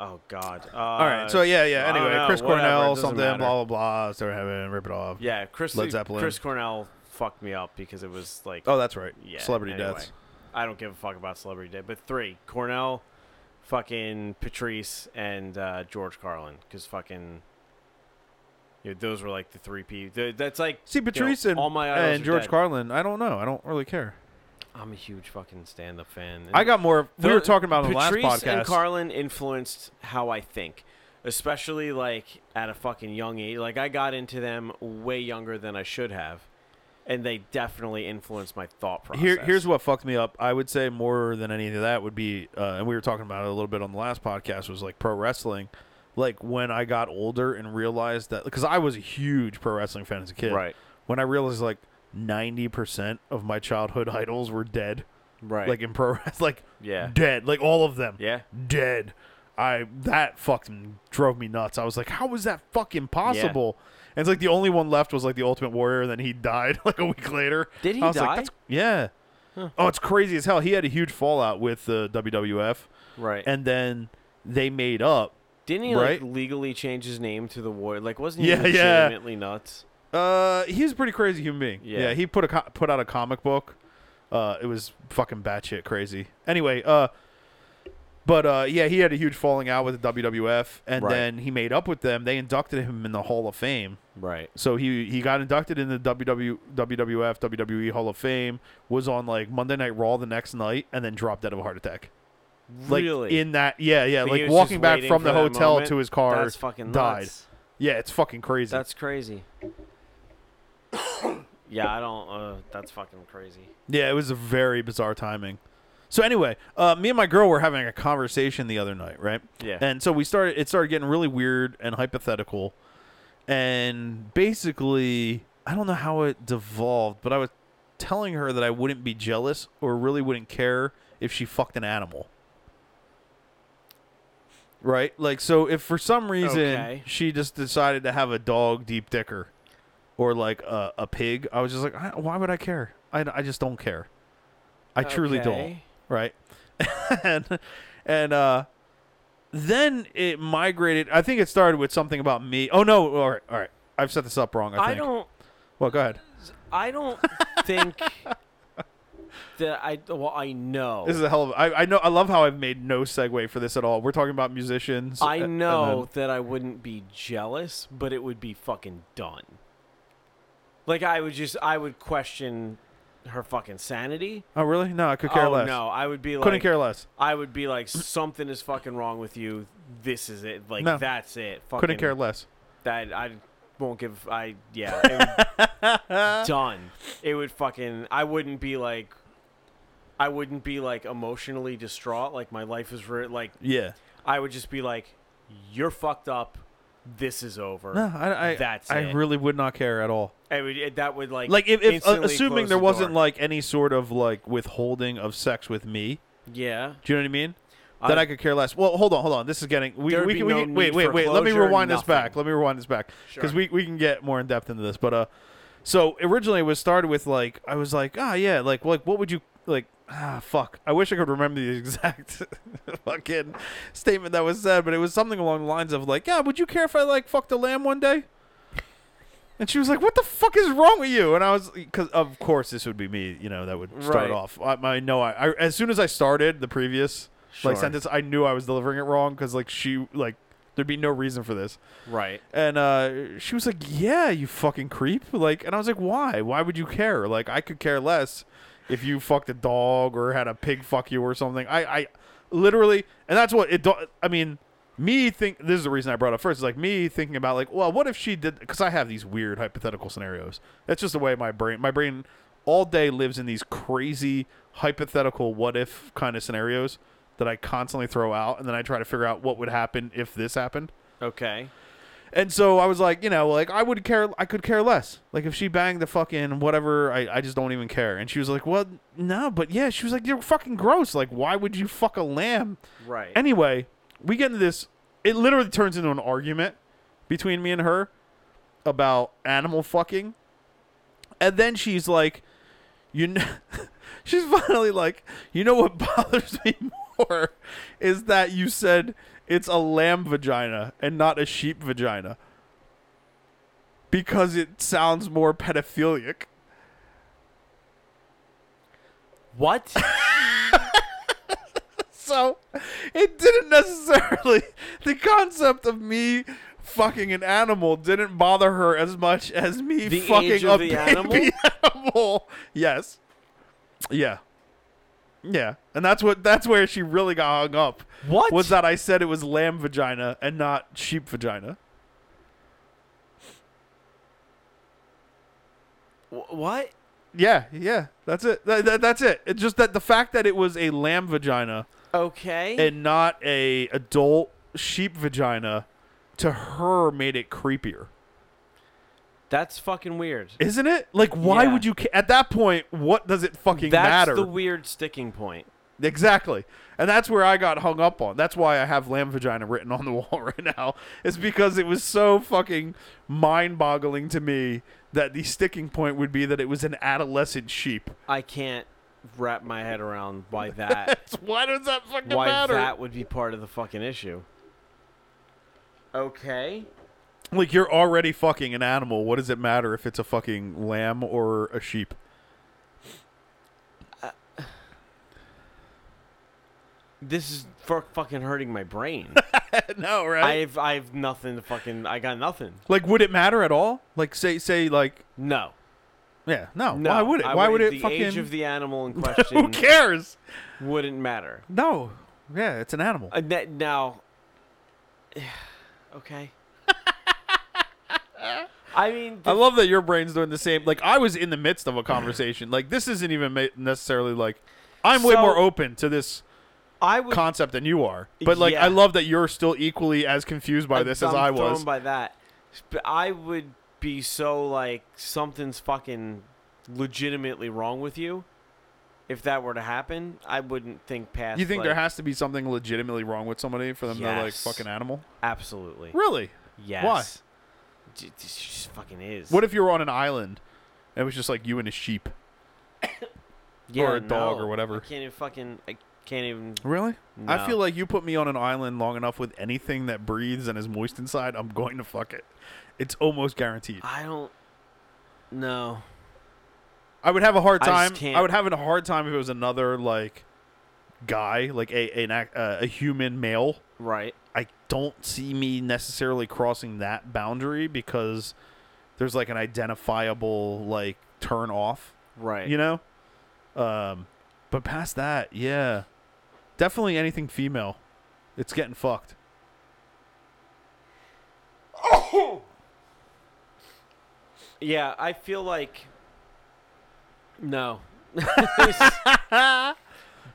[SPEAKER 3] Oh God. Uh,
[SPEAKER 2] All right, so yeah, yeah.
[SPEAKER 3] I don't
[SPEAKER 2] Anyway,
[SPEAKER 3] know,
[SPEAKER 2] Chris
[SPEAKER 3] whatever, it
[SPEAKER 2] Cornell,
[SPEAKER 3] doesn't
[SPEAKER 2] something,
[SPEAKER 3] matter.
[SPEAKER 2] blah blah blah. Start having rip it off.
[SPEAKER 3] yeah, Chris
[SPEAKER 2] Led Zeppelin.
[SPEAKER 3] Chris Cornell fucked me up because it was like
[SPEAKER 2] Oh, that's right.
[SPEAKER 3] yeah,
[SPEAKER 2] Celebrity
[SPEAKER 3] anyway.
[SPEAKER 2] deaths.
[SPEAKER 3] I don't give a fuck about celebrity death. But three, Cornell, fucking Patrice, and uh, George Carlin, because fucking. You know, those were like the three people. That's like
[SPEAKER 2] See, Patrice and,
[SPEAKER 3] all my idols
[SPEAKER 2] and
[SPEAKER 3] are
[SPEAKER 2] George
[SPEAKER 3] dead.
[SPEAKER 2] Carlin. I don't know. I don't really care.
[SPEAKER 3] I'm a huge fucking stand-up fan.
[SPEAKER 2] I got more. We
[SPEAKER 3] Tho-
[SPEAKER 2] were talking about it on the last
[SPEAKER 3] Patrice
[SPEAKER 2] podcast.
[SPEAKER 3] and Carlin influenced how I think, especially like at a fucking young age. Like I got into them way younger than I should have, and they definitely influenced my thought process.
[SPEAKER 2] Here, here's what fucked me up. I would say more than any of that would be, uh, and we were talking about it a little bit on the last podcast, was like pro wrestling. Like when I got older and realized that, because I was a huge pro wrestling fan as a kid.
[SPEAKER 3] Right.
[SPEAKER 2] When I realized like 90% of my childhood idols were dead,
[SPEAKER 3] right.
[SPEAKER 2] like in pro wrestling, like
[SPEAKER 3] Yeah.
[SPEAKER 2] dead, like all of them
[SPEAKER 3] yeah.
[SPEAKER 2] dead. I that fucking drove me nuts. I was like, how was that fucking possible? And it's like the only one left was like the Ultimate Warrior, and then he died like a week later.
[SPEAKER 3] Did he
[SPEAKER 2] I was
[SPEAKER 3] die?
[SPEAKER 2] Like, That's, yeah. Oh, it's crazy as hell. He had a huge fallout with the WWF,
[SPEAKER 3] Right.
[SPEAKER 2] and then they made up.
[SPEAKER 3] Didn't he
[SPEAKER 2] Right?
[SPEAKER 3] like legally change his name to the war? Like, wasn't he
[SPEAKER 2] Yeah, yeah.
[SPEAKER 3] legitimately nuts?
[SPEAKER 2] Uh, he's a pretty crazy human being.
[SPEAKER 3] Yeah.
[SPEAKER 2] he put a co- put out a comic book. Uh, it was fucking batshit crazy. Anyway, uh, but uh, yeah, he had a huge falling out with the WWF, and
[SPEAKER 3] Right.
[SPEAKER 2] then he made up with them. They inducted him in the Hall of Fame.
[SPEAKER 3] Right.
[SPEAKER 2] So he he got inducted in the WW, WWF WWE E Hall of Fame. Was on like Monday Night Raw the next night, and then dropped dead of a heart attack. Like
[SPEAKER 3] really?
[SPEAKER 2] in that, yeah, yeah,
[SPEAKER 3] But he
[SPEAKER 2] like
[SPEAKER 3] was
[SPEAKER 2] walking
[SPEAKER 3] just
[SPEAKER 2] back
[SPEAKER 3] waiting
[SPEAKER 2] from
[SPEAKER 3] for
[SPEAKER 2] the
[SPEAKER 3] that
[SPEAKER 2] hotel
[SPEAKER 3] moment?
[SPEAKER 2] to his car.
[SPEAKER 3] That's fucking
[SPEAKER 2] died.
[SPEAKER 3] nuts.
[SPEAKER 2] Yeah, it's fucking crazy.
[SPEAKER 3] That's crazy. yeah, I don't. Uh, that's fucking crazy.
[SPEAKER 2] Yeah, it was a very bizarre timing. So anyway, uh, me and my girl were having a conversation the other night, right?
[SPEAKER 3] Yeah.
[SPEAKER 2] And so we started. It started getting really weird and hypothetical, and basically, I don't know how it devolved, but I was telling her that I wouldn't be jealous or really wouldn't care if she fucked an animal. Right? Like, so if for some reason
[SPEAKER 3] Okay.
[SPEAKER 2] she just decided to have a dog deep dicker or like a, a pig, I was just like, I, why would I care? I, I just don't care. I truly don't.
[SPEAKER 3] Okay.
[SPEAKER 2] Right? and and uh, then it migrated. I think it started with something about me. Oh no! All right, all right. I've set this up wrong. I,
[SPEAKER 3] I
[SPEAKER 2] think.
[SPEAKER 3] don't.
[SPEAKER 2] Well, go ahead.
[SPEAKER 3] I don't think that I. Well, I know.
[SPEAKER 2] This is a hell of. I, I know. I love how I've made no segue for this at all. We're talking about musicians. a-
[SPEAKER 3] I
[SPEAKER 2] and
[SPEAKER 3] know
[SPEAKER 2] then-
[SPEAKER 3] that I wouldn't be jealous, but it would be fucking done. Like I would just, I would question her fucking sanity.
[SPEAKER 2] oh really? No, I could care
[SPEAKER 3] oh
[SPEAKER 2] less.
[SPEAKER 3] no, I would be like,
[SPEAKER 2] Couldn't care less.
[SPEAKER 3] I would be like, something is fucking wrong with you. This is it. Like
[SPEAKER 2] No.
[SPEAKER 3] that's it. Fucking,
[SPEAKER 2] Couldn't care less.
[SPEAKER 3] That I won't give. I yeah. It would, done. It would fucking. I wouldn't be like. I wouldn't be like emotionally distraught. Like my life is ru- like
[SPEAKER 2] Yeah.
[SPEAKER 3] I would just be like, "You're fucked up. This is over."
[SPEAKER 2] No, I. I
[SPEAKER 3] That's
[SPEAKER 2] I
[SPEAKER 3] it.
[SPEAKER 2] really would not care at all.
[SPEAKER 3] I would- it- that would like
[SPEAKER 2] Like if, if uh,
[SPEAKER 3] instantly
[SPEAKER 2] assuming
[SPEAKER 3] close
[SPEAKER 2] there
[SPEAKER 3] the
[SPEAKER 2] wasn't
[SPEAKER 3] door.
[SPEAKER 2] like any sort of like withholding of sex with me.
[SPEAKER 3] yeah,
[SPEAKER 2] Do you know what I mean? Then I,
[SPEAKER 3] I-
[SPEAKER 2] could care less. Well, hold on, hold on. This is getting we
[SPEAKER 3] There would
[SPEAKER 2] we
[SPEAKER 3] be
[SPEAKER 2] can,
[SPEAKER 3] no
[SPEAKER 2] we can wait
[SPEAKER 3] need
[SPEAKER 2] wait
[SPEAKER 3] for
[SPEAKER 2] wait. Let me
[SPEAKER 3] closure,
[SPEAKER 2] rewind this back.
[SPEAKER 3] nothing.
[SPEAKER 2] Let me rewind this back because
[SPEAKER 3] Sure.
[SPEAKER 2] we we can get more in depth into this. But uh, so originally it was started with like I was like ah yeah like like what would you like ah fuck I wish I could remember the exact fucking statement that was said, but it was something along the lines of like yeah would you care if I like fucked a lamb one day? And she was like, "What the fuck is wrong with you?" And I was, because of course this would be me, you know, that would start
[SPEAKER 3] Right.
[SPEAKER 2] off. I, I know. I, I as soon as I started the previous
[SPEAKER 3] Sure.
[SPEAKER 2] like sentence, I knew I was delivering it wrong because like she like there'd be no reason for this.
[SPEAKER 3] right.
[SPEAKER 2] And uh, she was like, "Yeah, you fucking creep." Like, and I was like, "Why? Why would you care? Like, I could care less if you fucked a dog or had a pig fuck you or something." I, I literally, and that's what it. do- I mean, me think this is the reason I brought up first. Is like me thinking about like, well, what if she did? Because I have these weird hypothetical scenarios. That's just the way my brain. My brain all day lives in these crazy hypothetical what if kind of scenarios that I constantly throw out, and then I try to figure out what would happen if this happened.
[SPEAKER 3] Okay,
[SPEAKER 2] And so I was like, you know, like I would care, I could care less. Like if she banged the fucking whatever, I, I just don't even care. And she was like, well, no, but yeah, she was like, you're fucking gross. Like, why would you fuck a lamb?
[SPEAKER 3] right.
[SPEAKER 2] Anyway, we get into this. It literally turns into an argument between me and her about animal fucking. And then she's like, you know, she's finally like, you know what bothers me more is that you said it's a lamb vagina and not a sheep vagina because it sounds more pedophilic.
[SPEAKER 3] what?
[SPEAKER 2] So it didn't necessarily the concept of me fucking an animal didn't bother her as much as me
[SPEAKER 3] The
[SPEAKER 2] fucking
[SPEAKER 3] age
[SPEAKER 2] a
[SPEAKER 3] of the
[SPEAKER 2] baby
[SPEAKER 3] animal?
[SPEAKER 2] animal. Yes. Yeah. Yeah. And that's what that's where she really got hung up.
[SPEAKER 3] What?
[SPEAKER 2] Was that I said it was lamb vagina and not sheep vagina.
[SPEAKER 3] Wh- What?
[SPEAKER 2] Yeah, yeah. That's it. That, that- that's it. It's just that the fact that it was a lamb vagina
[SPEAKER 3] Okay.
[SPEAKER 2] and not a adult sheep vagina to her made it creepier
[SPEAKER 3] That's fucking weird.
[SPEAKER 2] isn't it like why
[SPEAKER 3] Yeah.
[SPEAKER 2] would you ca- at that point what does it fucking
[SPEAKER 3] That's
[SPEAKER 2] matter
[SPEAKER 3] the weird sticking point.
[SPEAKER 2] exactly and that's where i got hung up on that's why i have lamb vagina written on the wall right now is because it was so fucking mind-boggling to me that the sticking point would be that it was an adolescent sheep
[SPEAKER 3] I can't wrap my head around why that
[SPEAKER 2] So why does that fucking
[SPEAKER 3] why
[SPEAKER 2] matter
[SPEAKER 3] that would be part of the fucking issue. Okay.
[SPEAKER 2] like you're already fucking an animal what does it matter if it's a fucking lamb or a sheep
[SPEAKER 3] This is for fucking hurting my brain.
[SPEAKER 2] no right
[SPEAKER 3] I've I've nothing to fucking I got nothing.
[SPEAKER 2] Like, would it matter at all? Like, say, say, like,
[SPEAKER 3] No.
[SPEAKER 2] yeah, no.
[SPEAKER 3] No.
[SPEAKER 2] why would it?
[SPEAKER 3] I
[SPEAKER 2] Why would it
[SPEAKER 3] the
[SPEAKER 2] fucking?
[SPEAKER 3] age of the animal in
[SPEAKER 2] who
[SPEAKER 3] question
[SPEAKER 2] cares?
[SPEAKER 3] wouldn't matter.
[SPEAKER 2] No. Yeah, it's an animal.
[SPEAKER 3] Uh, that- now Okay. I mean
[SPEAKER 2] I love that your brain's doing the same. Like, I was in the midst of a conversation. Like, this isn't even ma- necessarily like. I'm way
[SPEAKER 3] So-
[SPEAKER 2] more open to this
[SPEAKER 3] I would
[SPEAKER 2] concept than you are, but like,
[SPEAKER 3] Yeah.
[SPEAKER 2] I love that you're still equally as confused by
[SPEAKER 3] I'm-
[SPEAKER 2] this as
[SPEAKER 3] I'm
[SPEAKER 2] I
[SPEAKER 3] thrown
[SPEAKER 2] was.
[SPEAKER 3] by that. But I would be so like something's fucking legitimately wrong with you. If that were to happen, I wouldn't think past.
[SPEAKER 2] you think
[SPEAKER 3] like,
[SPEAKER 2] there has to be something legitimately wrong with somebody for them to like
[SPEAKER 3] Yes.
[SPEAKER 2] fucking animal?
[SPEAKER 3] absolutely
[SPEAKER 2] Really?
[SPEAKER 3] yes.
[SPEAKER 2] Why?
[SPEAKER 3] J- It just fucking is.
[SPEAKER 2] What if you were on an island and it was just like you and a sheep?
[SPEAKER 3] yeah,
[SPEAKER 2] or a dog
[SPEAKER 3] no.
[SPEAKER 2] or whatever?
[SPEAKER 3] I can't even fucking. I can't even.
[SPEAKER 2] Really?
[SPEAKER 3] No.
[SPEAKER 2] I feel like you put me on an island long enough with anything that breathes and is moist inside, I'm going to fuck it. It's almost guaranteed.
[SPEAKER 3] I don't. No.
[SPEAKER 2] I would have a hard
[SPEAKER 3] I just
[SPEAKER 2] time. I,
[SPEAKER 3] can't-
[SPEAKER 2] would have a hard time if it was another like guy, like a an, ac- uh, a human male.
[SPEAKER 3] Right.
[SPEAKER 2] I don't see me necessarily crossing that boundary because there's like an identifiable like turn off,
[SPEAKER 3] Right.
[SPEAKER 2] you know. Um, but past that, yeah, definitely anything female, it's getting fucked.
[SPEAKER 3] Yeah, I feel like no. doesn't
[SPEAKER 2] Yeah,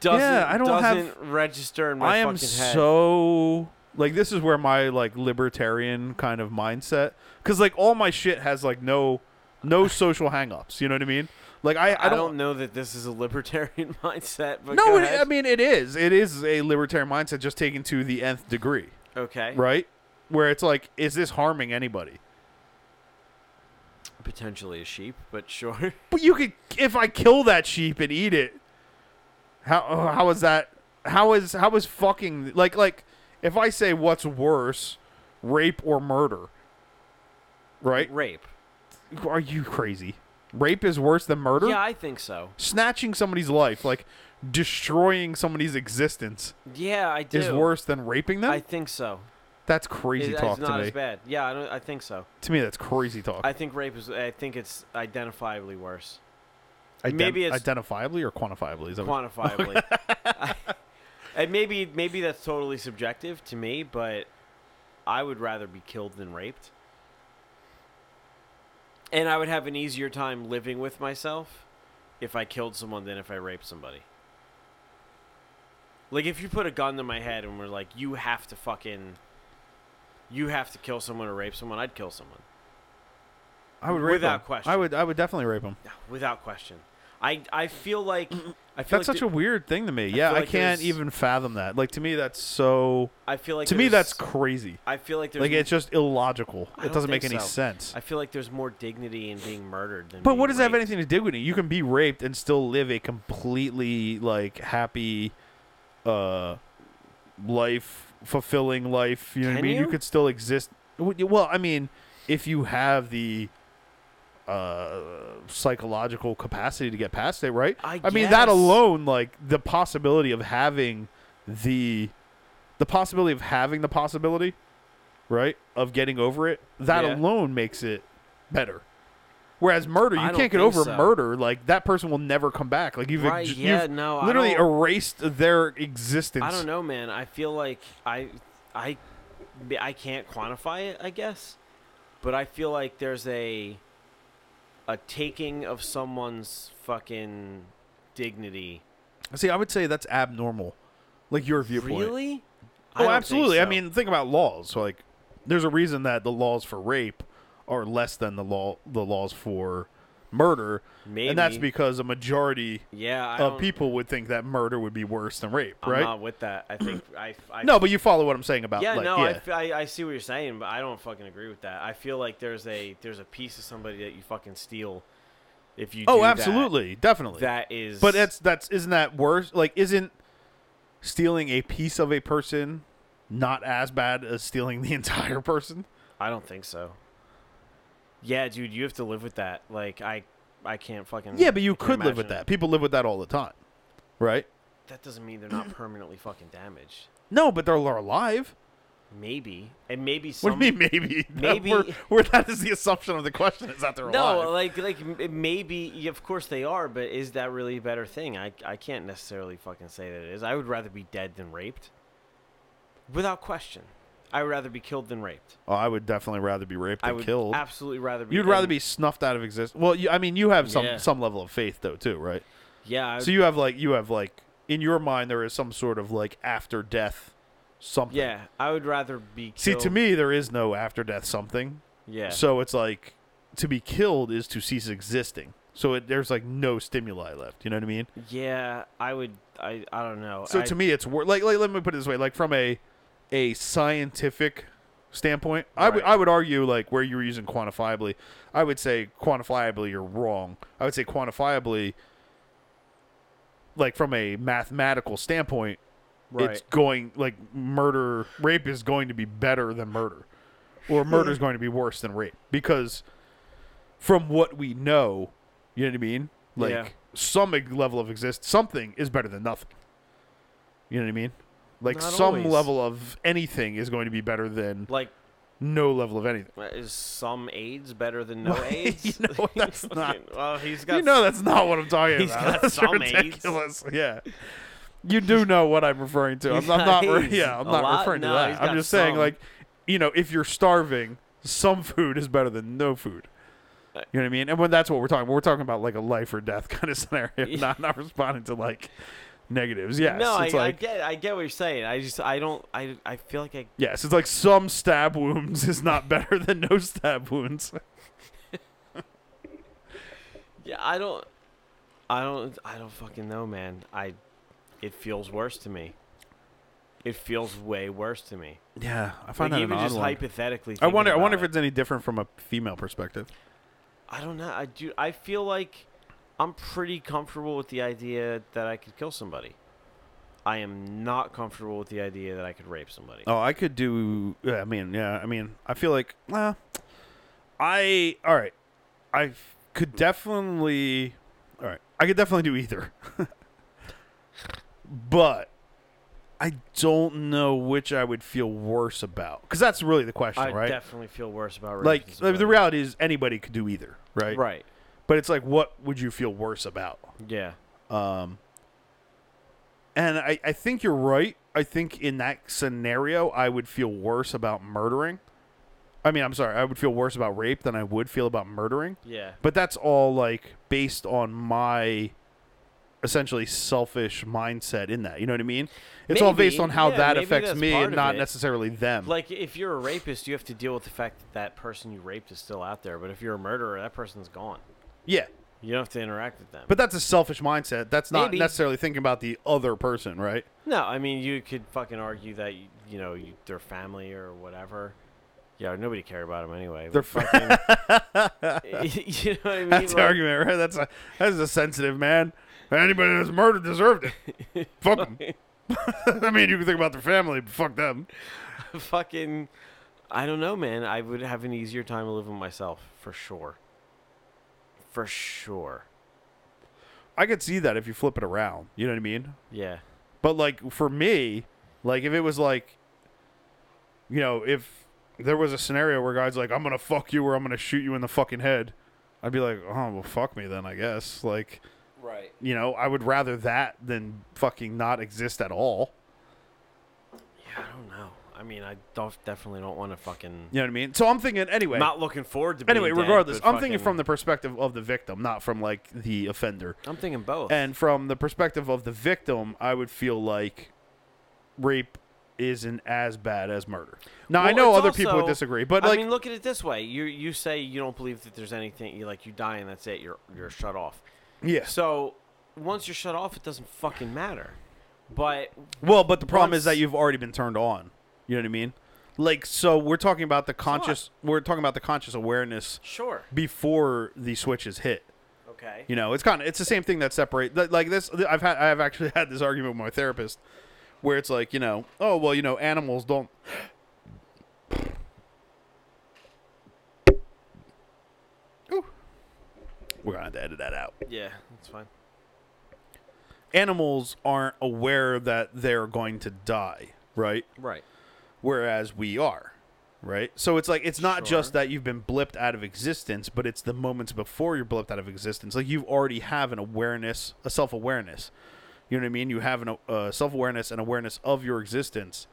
[SPEAKER 2] I don't have-
[SPEAKER 3] doesn't register in my
[SPEAKER 2] I am
[SPEAKER 3] fucking head.
[SPEAKER 2] so like this is where my like libertarian kind of mindset cuz like all my shit has like no no social hangups, you know what I mean? Like I
[SPEAKER 3] I,
[SPEAKER 2] I
[SPEAKER 3] don't,
[SPEAKER 2] don't,
[SPEAKER 3] know that this is a libertarian mindset, but
[SPEAKER 2] No,
[SPEAKER 3] go
[SPEAKER 2] it,
[SPEAKER 3] ahead.
[SPEAKER 2] I mean it is. It is a libertarian mindset just taken to the nth degree,
[SPEAKER 3] okay,
[SPEAKER 2] right? Where it's like is this harming anybody?
[SPEAKER 3] potentially a sheep, but sure.
[SPEAKER 2] But you could if I kill that sheep and eat it. How oh, how is that? How is how is fucking like like if I say what's worse, rape or murder? Right?
[SPEAKER 3] Rape.
[SPEAKER 2] Are you crazy? Rape is worse than murder?
[SPEAKER 3] Yeah, I think so.
[SPEAKER 2] Snatching somebody's life, like destroying somebody's existence
[SPEAKER 3] Yeah, I do.
[SPEAKER 2] is worse than raping them?
[SPEAKER 3] I think so.
[SPEAKER 2] that's
[SPEAKER 3] It-
[SPEAKER 2] crazy
[SPEAKER 3] it's
[SPEAKER 2] talk
[SPEAKER 3] not
[SPEAKER 2] to
[SPEAKER 3] as
[SPEAKER 2] me.
[SPEAKER 3] bad. Yeah, I don't. I think so.
[SPEAKER 2] To me that's crazy talk.
[SPEAKER 3] I think rape is. I think it's identifiably worse,
[SPEAKER 2] Ident-
[SPEAKER 3] maybe it's-
[SPEAKER 2] identifiably or quantifiably is that what-
[SPEAKER 3] quantifiably. and maybe maybe that's totally subjective to me, but I would rather be killed than raped. And I would have an easier time living with myself if I killed someone than if I raped somebody. Like if you put a gun to my head and were like, "You have to fucking, you have to kill someone or rape someone," I'd kill someone.
[SPEAKER 2] I would rape
[SPEAKER 3] without
[SPEAKER 2] 'em.
[SPEAKER 3] question.
[SPEAKER 2] I would I would definitely rape him.
[SPEAKER 3] without question. I I feel like I feel
[SPEAKER 2] That's
[SPEAKER 3] like
[SPEAKER 2] such a weird thing to me. yeah,
[SPEAKER 3] feel
[SPEAKER 2] I
[SPEAKER 3] like
[SPEAKER 2] can't
[SPEAKER 3] there's-
[SPEAKER 2] even fathom that. Like to me that's so
[SPEAKER 3] a I feel like
[SPEAKER 2] to me
[SPEAKER 3] there's-
[SPEAKER 2] that's crazy.
[SPEAKER 3] I feel like there's
[SPEAKER 2] Like it's just illogical.
[SPEAKER 3] I
[SPEAKER 2] It
[SPEAKER 3] don't
[SPEAKER 2] doesn't make
[SPEAKER 3] think
[SPEAKER 2] any
[SPEAKER 3] so.
[SPEAKER 2] sense.
[SPEAKER 3] I feel like there's more dignity in being murdered than.
[SPEAKER 2] But
[SPEAKER 3] being
[SPEAKER 2] what does that have
[SPEAKER 3] raped.
[SPEAKER 2] anything to do with it? You can be raped and still live a completely like happy, uh, life fulfilling life. You know what I
[SPEAKER 3] Can
[SPEAKER 2] mean? You?
[SPEAKER 3] you?
[SPEAKER 2] could still exist. w- you- Well, I mean, if you have the uh psychological capacity to get past it, right?
[SPEAKER 3] I
[SPEAKER 2] mean, that
[SPEAKER 3] guess.
[SPEAKER 2] alone, like the possibility of having the the possibility of having the possibility, right, of getting over it. That
[SPEAKER 3] Yeah.
[SPEAKER 2] alone makes it better. Whereas murder, you
[SPEAKER 3] I don't
[SPEAKER 2] can't get
[SPEAKER 3] think
[SPEAKER 2] over
[SPEAKER 3] so.
[SPEAKER 2] murder. Like that person will never come back. Like you've,
[SPEAKER 3] Right,
[SPEAKER 2] ex-
[SPEAKER 3] yeah,
[SPEAKER 2] you've
[SPEAKER 3] no, I
[SPEAKER 2] literally
[SPEAKER 3] don't-
[SPEAKER 2] erased their existence.
[SPEAKER 3] I don't know, man. I feel like I, I, I can't quantify it. I guess, but I feel like there's a, a taking of someone's fucking dignity.
[SPEAKER 2] See, I would say that's abnormal. Like your viewpoint.
[SPEAKER 3] Really? I
[SPEAKER 2] Oh,
[SPEAKER 3] don't think
[SPEAKER 2] absolutely. I
[SPEAKER 3] so.
[SPEAKER 2] mean, think about laws. So, like, there's a reason that the laws for rape are less than the law the laws for murder, and that's
[SPEAKER 3] Maybe.
[SPEAKER 2] because a majority
[SPEAKER 3] yeah, I
[SPEAKER 2] of
[SPEAKER 3] don't-
[SPEAKER 2] people would think that murder would be worse than rape,
[SPEAKER 3] I'm
[SPEAKER 2] right?
[SPEAKER 3] not with that. I think I. I
[SPEAKER 2] No, but you follow what I'm saying about
[SPEAKER 3] Yeah,
[SPEAKER 2] Uh, like,
[SPEAKER 3] no,
[SPEAKER 2] yeah.
[SPEAKER 3] I f I I I, see what you're saying, but I don't fucking agree with that. I feel like there's a there's a piece of somebody that you fucking steal if you. do
[SPEAKER 2] oh,
[SPEAKER 3] that.
[SPEAKER 2] absolutely, definitely.
[SPEAKER 3] That is.
[SPEAKER 2] But that's that's isn't that worse? Like, isn't stealing a piece of a person not as bad as stealing the entire person?
[SPEAKER 3] I don't think so. Yeah, dude, you have to live with that. Like I, I can't fucking.
[SPEAKER 2] Yeah, but you
[SPEAKER 3] I can't
[SPEAKER 2] could live with
[SPEAKER 3] imagine.
[SPEAKER 2] that. People live with that all the time, right?
[SPEAKER 3] That doesn't mean they're not permanently fucking damaged.
[SPEAKER 2] No, but they're they're alive.
[SPEAKER 3] Maybe and maybe some.
[SPEAKER 2] What do you mean, maybe? No,
[SPEAKER 3] maybe-
[SPEAKER 2] we're, we're- that is the assumption of the question is that they're
[SPEAKER 3] No,
[SPEAKER 2] alive.
[SPEAKER 3] like like m- maybe yeah, of course they are, but is that really a better thing? I I can't necessarily fucking say that it is. I would rather be dead than raped. Without question. I would rather be killed than raped.
[SPEAKER 2] Oh, I would definitely rather be raped
[SPEAKER 3] I
[SPEAKER 2] than
[SPEAKER 3] would
[SPEAKER 2] killed.
[SPEAKER 3] absolutely rather be
[SPEAKER 2] You'd rather
[SPEAKER 3] and-
[SPEAKER 2] be snuffed out of existence. Well, you, I mean, you have some
[SPEAKER 3] Yeah.
[SPEAKER 2] some level of faith though, too, right?
[SPEAKER 3] Yeah, I,
[SPEAKER 2] So you have like you have like in your mind there is some sort of like after death something.
[SPEAKER 3] yeah, I would rather be
[SPEAKER 2] See,
[SPEAKER 3] killed.
[SPEAKER 2] to me, there is no after death something.
[SPEAKER 3] Yeah.
[SPEAKER 2] So it's like to be killed is to cease existing. So it, there's like no stimuli left. You know what I mean?
[SPEAKER 3] yeah, I would I I don't know.
[SPEAKER 2] So
[SPEAKER 3] I-
[SPEAKER 2] to me, it's wor- like, like let me put it this way: like from a a scientific standpoint, I would
[SPEAKER 3] Right.
[SPEAKER 2] I would argue like where you were using quantifiably, I would say quantifiably you're wrong. I would say quantifiably like from a mathematical standpoint,
[SPEAKER 3] Right.
[SPEAKER 2] it's going like murder, rape is going to be better than murder, or
[SPEAKER 3] Hmm.
[SPEAKER 2] murder is going to be worse than rape because from what we know, you know what I mean. Like
[SPEAKER 3] Yeah.
[SPEAKER 2] some eg- level of exist, something is better than nothing. You know what I mean? Like
[SPEAKER 3] Not
[SPEAKER 2] some
[SPEAKER 3] always.
[SPEAKER 2] level of anything is going to be better than
[SPEAKER 3] like,
[SPEAKER 2] no level of anything.
[SPEAKER 3] is some AIDS better than no
[SPEAKER 2] Well, you
[SPEAKER 3] AIDS?
[SPEAKER 2] know, that's not-
[SPEAKER 3] Well, he's got.
[SPEAKER 2] you know that's not what I'm talking
[SPEAKER 3] he's
[SPEAKER 2] about.
[SPEAKER 3] got
[SPEAKER 2] That's
[SPEAKER 3] some AIDS.
[SPEAKER 2] ridiculous. Yeah. You do know what I'm referring to. I'm,
[SPEAKER 3] He's
[SPEAKER 2] I'm
[SPEAKER 3] got
[SPEAKER 2] not. Re-
[SPEAKER 3] AIDS.
[SPEAKER 2] yeah, I'm
[SPEAKER 3] A
[SPEAKER 2] not
[SPEAKER 3] lot?
[SPEAKER 2] referring to
[SPEAKER 3] No, he's
[SPEAKER 2] that. I'm
[SPEAKER 3] got
[SPEAKER 2] just saying,
[SPEAKER 3] some.
[SPEAKER 2] like, you know, if you're starving, some food is better than no food. You know what I mean? And when that's what we're talking, about. we're talking about like a life or death kind of scenario,
[SPEAKER 3] Yeah.
[SPEAKER 2] not not responding to like negatives. Yes,
[SPEAKER 3] no, I,
[SPEAKER 2] it's
[SPEAKER 3] I
[SPEAKER 2] like
[SPEAKER 3] get, I get what you're saying. I just, I don't, I, I feel like I.
[SPEAKER 2] yes, it's like some stab wounds is not better than no stab wounds.
[SPEAKER 3] Yeah, I don't, I don't, I don't fucking know, man. I, it feels worse to me. It feels way worse to me.
[SPEAKER 2] Yeah, I
[SPEAKER 3] Like
[SPEAKER 2] find that
[SPEAKER 3] even
[SPEAKER 2] an odd
[SPEAKER 3] just
[SPEAKER 2] one.
[SPEAKER 3] hypothetically.
[SPEAKER 2] I
[SPEAKER 3] thinking
[SPEAKER 2] wonder. I
[SPEAKER 3] about
[SPEAKER 2] wonder if
[SPEAKER 3] it.
[SPEAKER 2] it's any different from a female perspective.
[SPEAKER 3] I don't know. I do. I feel like I'm pretty comfortable with the idea that I could kill somebody. I am not comfortable with the idea that I could rape somebody.
[SPEAKER 2] Oh, I could do. Yeah, I mean, yeah. I mean, I feel like. Well, I all right. I f- could definitely. All right, I could definitely do either. but I don't know which I would feel worse about because that's really the question,
[SPEAKER 3] I
[SPEAKER 2] right?
[SPEAKER 3] definitely feel worse about rape.
[SPEAKER 2] like, like, the reality is anybody could do either, right?
[SPEAKER 3] Right.
[SPEAKER 2] But it's like, what would you feel worse about?
[SPEAKER 3] Yeah.
[SPEAKER 2] Um, and I, I think you're right. I think in that scenario, I would feel worse about murdering. I mean, I'm sorry, I would feel worse about rape than I would feel about murdering.
[SPEAKER 3] Yeah.
[SPEAKER 2] But that's all like based on my essentially selfish mindset in that. You know what I mean? It's all based
[SPEAKER 3] Maybe,
[SPEAKER 2] on how
[SPEAKER 3] yeah,
[SPEAKER 2] that
[SPEAKER 3] maybe
[SPEAKER 2] affects
[SPEAKER 3] that's
[SPEAKER 2] me
[SPEAKER 3] part
[SPEAKER 2] and
[SPEAKER 3] of
[SPEAKER 2] not
[SPEAKER 3] it.
[SPEAKER 2] necessarily them.
[SPEAKER 3] Like if you're a rapist, you have to deal with the fact that that person you raped is still out there. But if you're a murderer, that person's gone.
[SPEAKER 2] yeah.
[SPEAKER 3] You don't have to interact with them.
[SPEAKER 2] But that's a selfish mindset. That's not
[SPEAKER 3] Maybe.
[SPEAKER 2] necessarily thinking about the other person, right?
[SPEAKER 3] no, I mean you could fucking argue that you, you know you, their family or whatever. Yeah, nobody cared about them anyway.
[SPEAKER 2] They're
[SPEAKER 3] but fucking. you know what I mean?
[SPEAKER 2] That's the
[SPEAKER 3] Like-
[SPEAKER 2] argument, right? That's a that's a sensitive man. Anybody that's murdered deserved it. fuck them. I mean, you can think about their family, but fuck them.
[SPEAKER 3] fucking I don't know, man. I would have an easier time living with myself for sure. For sure.
[SPEAKER 2] I could see that if you flip it around. You know what I mean?
[SPEAKER 3] Yeah.
[SPEAKER 2] But like for me, like if it was like, you know, if there was a scenario where guys like I'm gonna fuck you or I'm gonna shoot you in the fucking head, I'd be like, oh well, fuck me then, I guess. Like,
[SPEAKER 3] Right.
[SPEAKER 2] you know, I would rather that than fucking not exist at all.
[SPEAKER 3] Yeah, I don't know. I mean, I don't, definitely don't want to fucking
[SPEAKER 2] You know what I mean? So I'm thinking anyway.
[SPEAKER 3] not looking forward to being
[SPEAKER 2] anyway,
[SPEAKER 3] dead,
[SPEAKER 2] regardless,
[SPEAKER 3] but
[SPEAKER 2] I'm thinking
[SPEAKER 3] fucking-
[SPEAKER 2] from the perspective of the victim, not from like the offender.
[SPEAKER 3] I'm thinking both.
[SPEAKER 2] And from the perspective of the victim, I would feel like rape isn't as bad as murder. Now I
[SPEAKER 3] Well,
[SPEAKER 2] know
[SPEAKER 3] it's
[SPEAKER 2] other people would
[SPEAKER 3] also-
[SPEAKER 2] disagree, but like
[SPEAKER 3] I mean, look at it this way: you you say you don't believe that there's anything. You like you die and that's it. You're you're shut off.
[SPEAKER 2] yeah.
[SPEAKER 3] So once you're shut off, it doesn't fucking matter. But
[SPEAKER 2] Well, but the problem is that
[SPEAKER 3] once-
[SPEAKER 2] you've already been turned on. You know what I mean? Like so we're talking about the conscious we're talking about the conscious awareness
[SPEAKER 3] sure,
[SPEAKER 2] before the switch is hit.
[SPEAKER 3] okay,
[SPEAKER 2] You know, it's kind of it's the same thing that separate that- like this. I've had I've actually had this argument with my therapist, where it's like you know, oh well, you know, animals don't. Ooh. We're gonna have to edit that out.
[SPEAKER 3] yeah, that's fine.
[SPEAKER 2] Animals aren't aware that they're going to die, right?
[SPEAKER 3] Right.
[SPEAKER 2] Whereas we are, right? So it's like it's not
[SPEAKER 3] Sure.
[SPEAKER 2] just that you've been blipped out of existence, but it's the moments before you're blipped out of existence. Like you already have an awareness, a self awareness. You know what I mean? You have an uh, self awareness and awareness of your existence,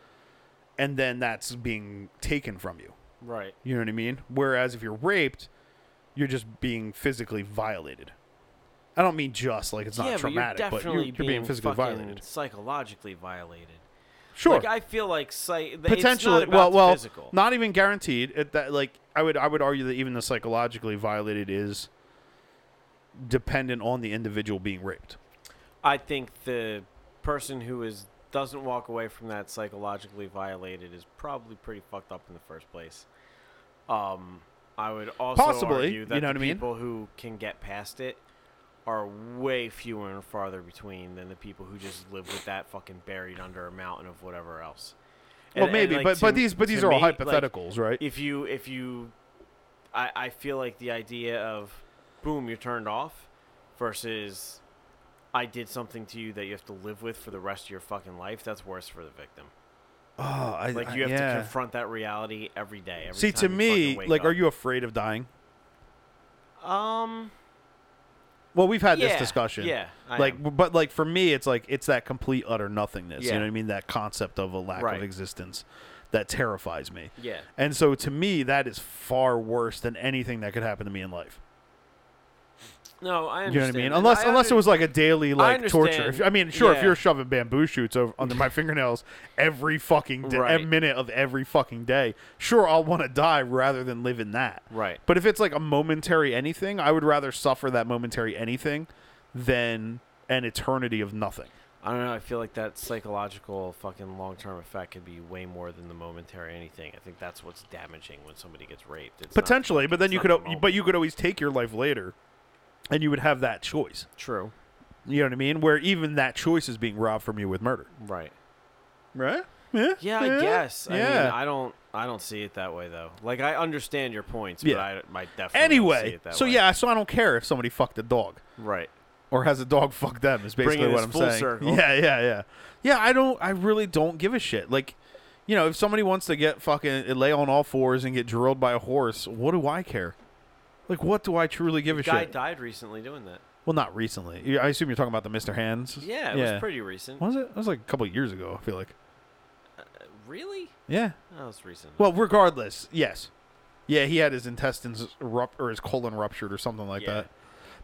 [SPEAKER 2] and then that's being taken from you.
[SPEAKER 3] Right.
[SPEAKER 2] You know what I mean? Whereas if you're raped, you're just being physically violated. I don't mean just like it's not traumatic,
[SPEAKER 3] but you're
[SPEAKER 2] but you're,
[SPEAKER 3] definitely
[SPEAKER 2] you're being, physically
[SPEAKER 3] fucking
[SPEAKER 2] violated.
[SPEAKER 3] psychologically violated.
[SPEAKER 2] Sure,
[SPEAKER 3] Like I feel like psych-
[SPEAKER 2] potentially.
[SPEAKER 3] It's not
[SPEAKER 2] well,
[SPEAKER 3] about the
[SPEAKER 2] well,
[SPEAKER 3] physical.
[SPEAKER 2] not even guaranteed. It, that like I would I would argue that even the psychologically violated is dependent on the individual being raped.
[SPEAKER 3] I think the person who is doesn't walk away from that psychologically violated is probably pretty fucked up in the first place. Um, I would also
[SPEAKER 2] Possibly,
[SPEAKER 3] argue that
[SPEAKER 2] you know
[SPEAKER 3] the
[SPEAKER 2] what I mean?
[SPEAKER 3] people who can get past it are way fewer and farther between than the people who just live with that fucking buried under a mountain of whatever else.
[SPEAKER 2] Well,
[SPEAKER 3] And- and,
[SPEAKER 2] maybe,
[SPEAKER 3] like,
[SPEAKER 2] but, but
[SPEAKER 3] to-
[SPEAKER 2] these but
[SPEAKER 3] to
[SPEAKER 2] these are all
[SPEAKER 3] me, like,
[SPEAKER 2] hypotheticals, right?
[SPEAKER 3] if you if you I, I feel like the idea of boom you're turned off versus I did something to you that you have to live with for the rest of your fucking life that's worse for the victim.
[SPEAKER 2] oh, I,
[SPEAKER 3] Like
[SPEAKER 2] I-
[SPEAKER 3] you have
[SPEAKER 2] yeah.
[SPEAKER 3] to confront that reality every day. Every
[SPEAKER 2] See, to
[SPEAKER 3] time you fucking
[SPEAKER 2] me,
[SPEAKER 3] wake
[SPEAKER 2] like, are
[SPEAKER 3] up.
[SPEAKER 2] you afraid of dying?
[SPEAKER 3] um
[SPEAKER 2] Well, we've had
[SPEAKER 3] yeah,
[SPEAKER 2] this discussion.
[SPEAKER 3] Yeah. I
[SPEAKER 2] like,
[SPEAKER 3] am.
[SPEAKER 2] w- but like for me, it's like it's that complete utter nothingness. You
[SPEAKER 3] Yeah.
[SPEAKER 2] know what I mean? That concept of a lack
[SPEAKER 3] Right.
[SPEAKER 2] of existence that terrifies me.
[SPEAKER 3] yeah.
[SPEAKER 2] And so, to me, that is far worse than anything that could happen to me in life.
[SPEAKER 3] No, I understand.
[SPEAKER 2] You know what I mean?
[SPEAKER 3] And
[SPEAKER 2] Unless,
[SPEAKER 3] I
[SPEAKER 2] unless it
[SPEAKER 3] under-
[SPEAKER 2] was like a daily like torture.
[SPEAKER 3] understand.
[SPEAKER 2] If, I mean, sure, if
[SPEAKER 3] Yeah.
[SPEAKER 2] you're shoving bamboo shoots over, under my fingernails every fucking day,
[SPEAKER 3] Right.
[SPEAKER 2] minute of every fucking day, sure, I'll want to die rather than live in that.
[SPEAKER 3] Right.
[SPEAKER 2] But if it's like a momentary anything, I would rather suffer that momentary anything than an eternity of nothing.
[SPEAKER 3] I don't know. I feel like that psychological fucking long term effect could be way more than the momentary anything. I think that's what's damaging when somebody gets raped. It's not-
[SPEAKER 2] Potentially, but then
[SPEAKER 3] it's
[SPEAKER 2] you
[SPEAKER 3] not
[SPEAKER 2] could,
[SPEAKER 3] the
[SPEAKER 2] al-
[SPEAKER 3] moment.
[SPEAKER 2] but you could always take your life later, and you would have that choice.
[SPEAKER 3] true.
[SPEAKER 2] You know what I mean? Where even that choice is being robbed from you with murder.
[SPEAKER 3] Right.
[SPEAKER 2] Right? Yeah.
[SPEAKER 3] Yeah, I guess. I
[SPEAKER 2] Yeah.
[SPEAKER 3] mean, I don't. I don't see it that way though. Like I understand your points,
[SPEAKER 2] Yeah.
[SPEAKER 3] but I, I definitely don't see
[SPEAKER 2] Anyway,
[SPEAKER 3] it that
[SPEAKER 2] so
[SPEAKER 3] way.
[SPEAKER 2] yeah, so I don't care if somebody fucked a dog
[SPEAKER 3] right.
[SPEAKER 2] or has a dog fuck them. Is basically
[SPEAKER 3] Bringing
[SPEAKER 2] what
[SPEAKER 3] this
[SPEAKER 2] I'm
[SPEAKER 3] full
[SPEAKER 2] saying.
[SPEAKER 3] circle.
[SPEAKER 2] Yeah, yeah, yeah, yeah. I don't. I really don't give a shit. Like, you know, if somebody wants to get fucking lay on all fours and get drilled by a horse, what do I care? Like, what do I truly give a
[SPEAKER 3] Guy
[SPEAKER 2] shit?
[SPEAKER 3] died recently doing that.
[SPEAKER 2] well, not recently. You- I assume you're talking about the Mister Hands.
[SPEAKER 3] Yeah, it was pretty recent.
[SPEAKER 2] Was it? That was like a couple of years ago. I feel like.
[SPEAKER 3] Uh, Really?
[SPEAKER 2] Yeah.
[SPEAKER 3] That was recent.
[SPEAKER 2] Well, regardless, yes. Yeah, he had his intestines rupt or his colon ruptured or something like
[SPEAKER 3] Yeah.
[SPEAKER 2] that.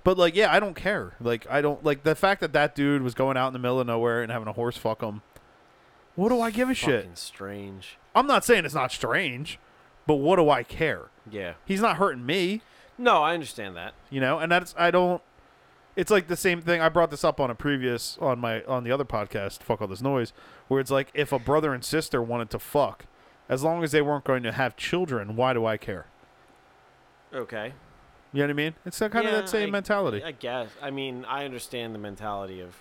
[SPEAKER 2] But like, yeah, I don't care. Like, I don't like the fact that that dude was going out in the middle of nowhere and having a horse fuck him. What do Oh, I give a shit?
[SPEAKER 3] Fucking strange.
[SPEAKER 2] I'm not saying it's not strange, but what do I care?
[SPEAKER 3] Yeah.
[SPEAKER 2] He's not hurting me,
[SPEAKER 3] No, I understand that.
[SPEAKER 2] you know. And that's I don't. It's like the same thing. I brought this up on a previous on my on the other podcast. Fuck all this noise. Where it's like if a brother and sister wanted to fuck, as long as they weren't going to have children, why do I care?
[SPEAKER 3] Okay.
[SPEAKER 2] You know what I mean? It's that kind of
[SPEAKER 3] Yeah,
[SPEAKER 2] that same
[SPEAKER 3] I-
[SPEAKER 2] mentality.
[SPEAKER 3] I guess. I mean, I understand the mentality of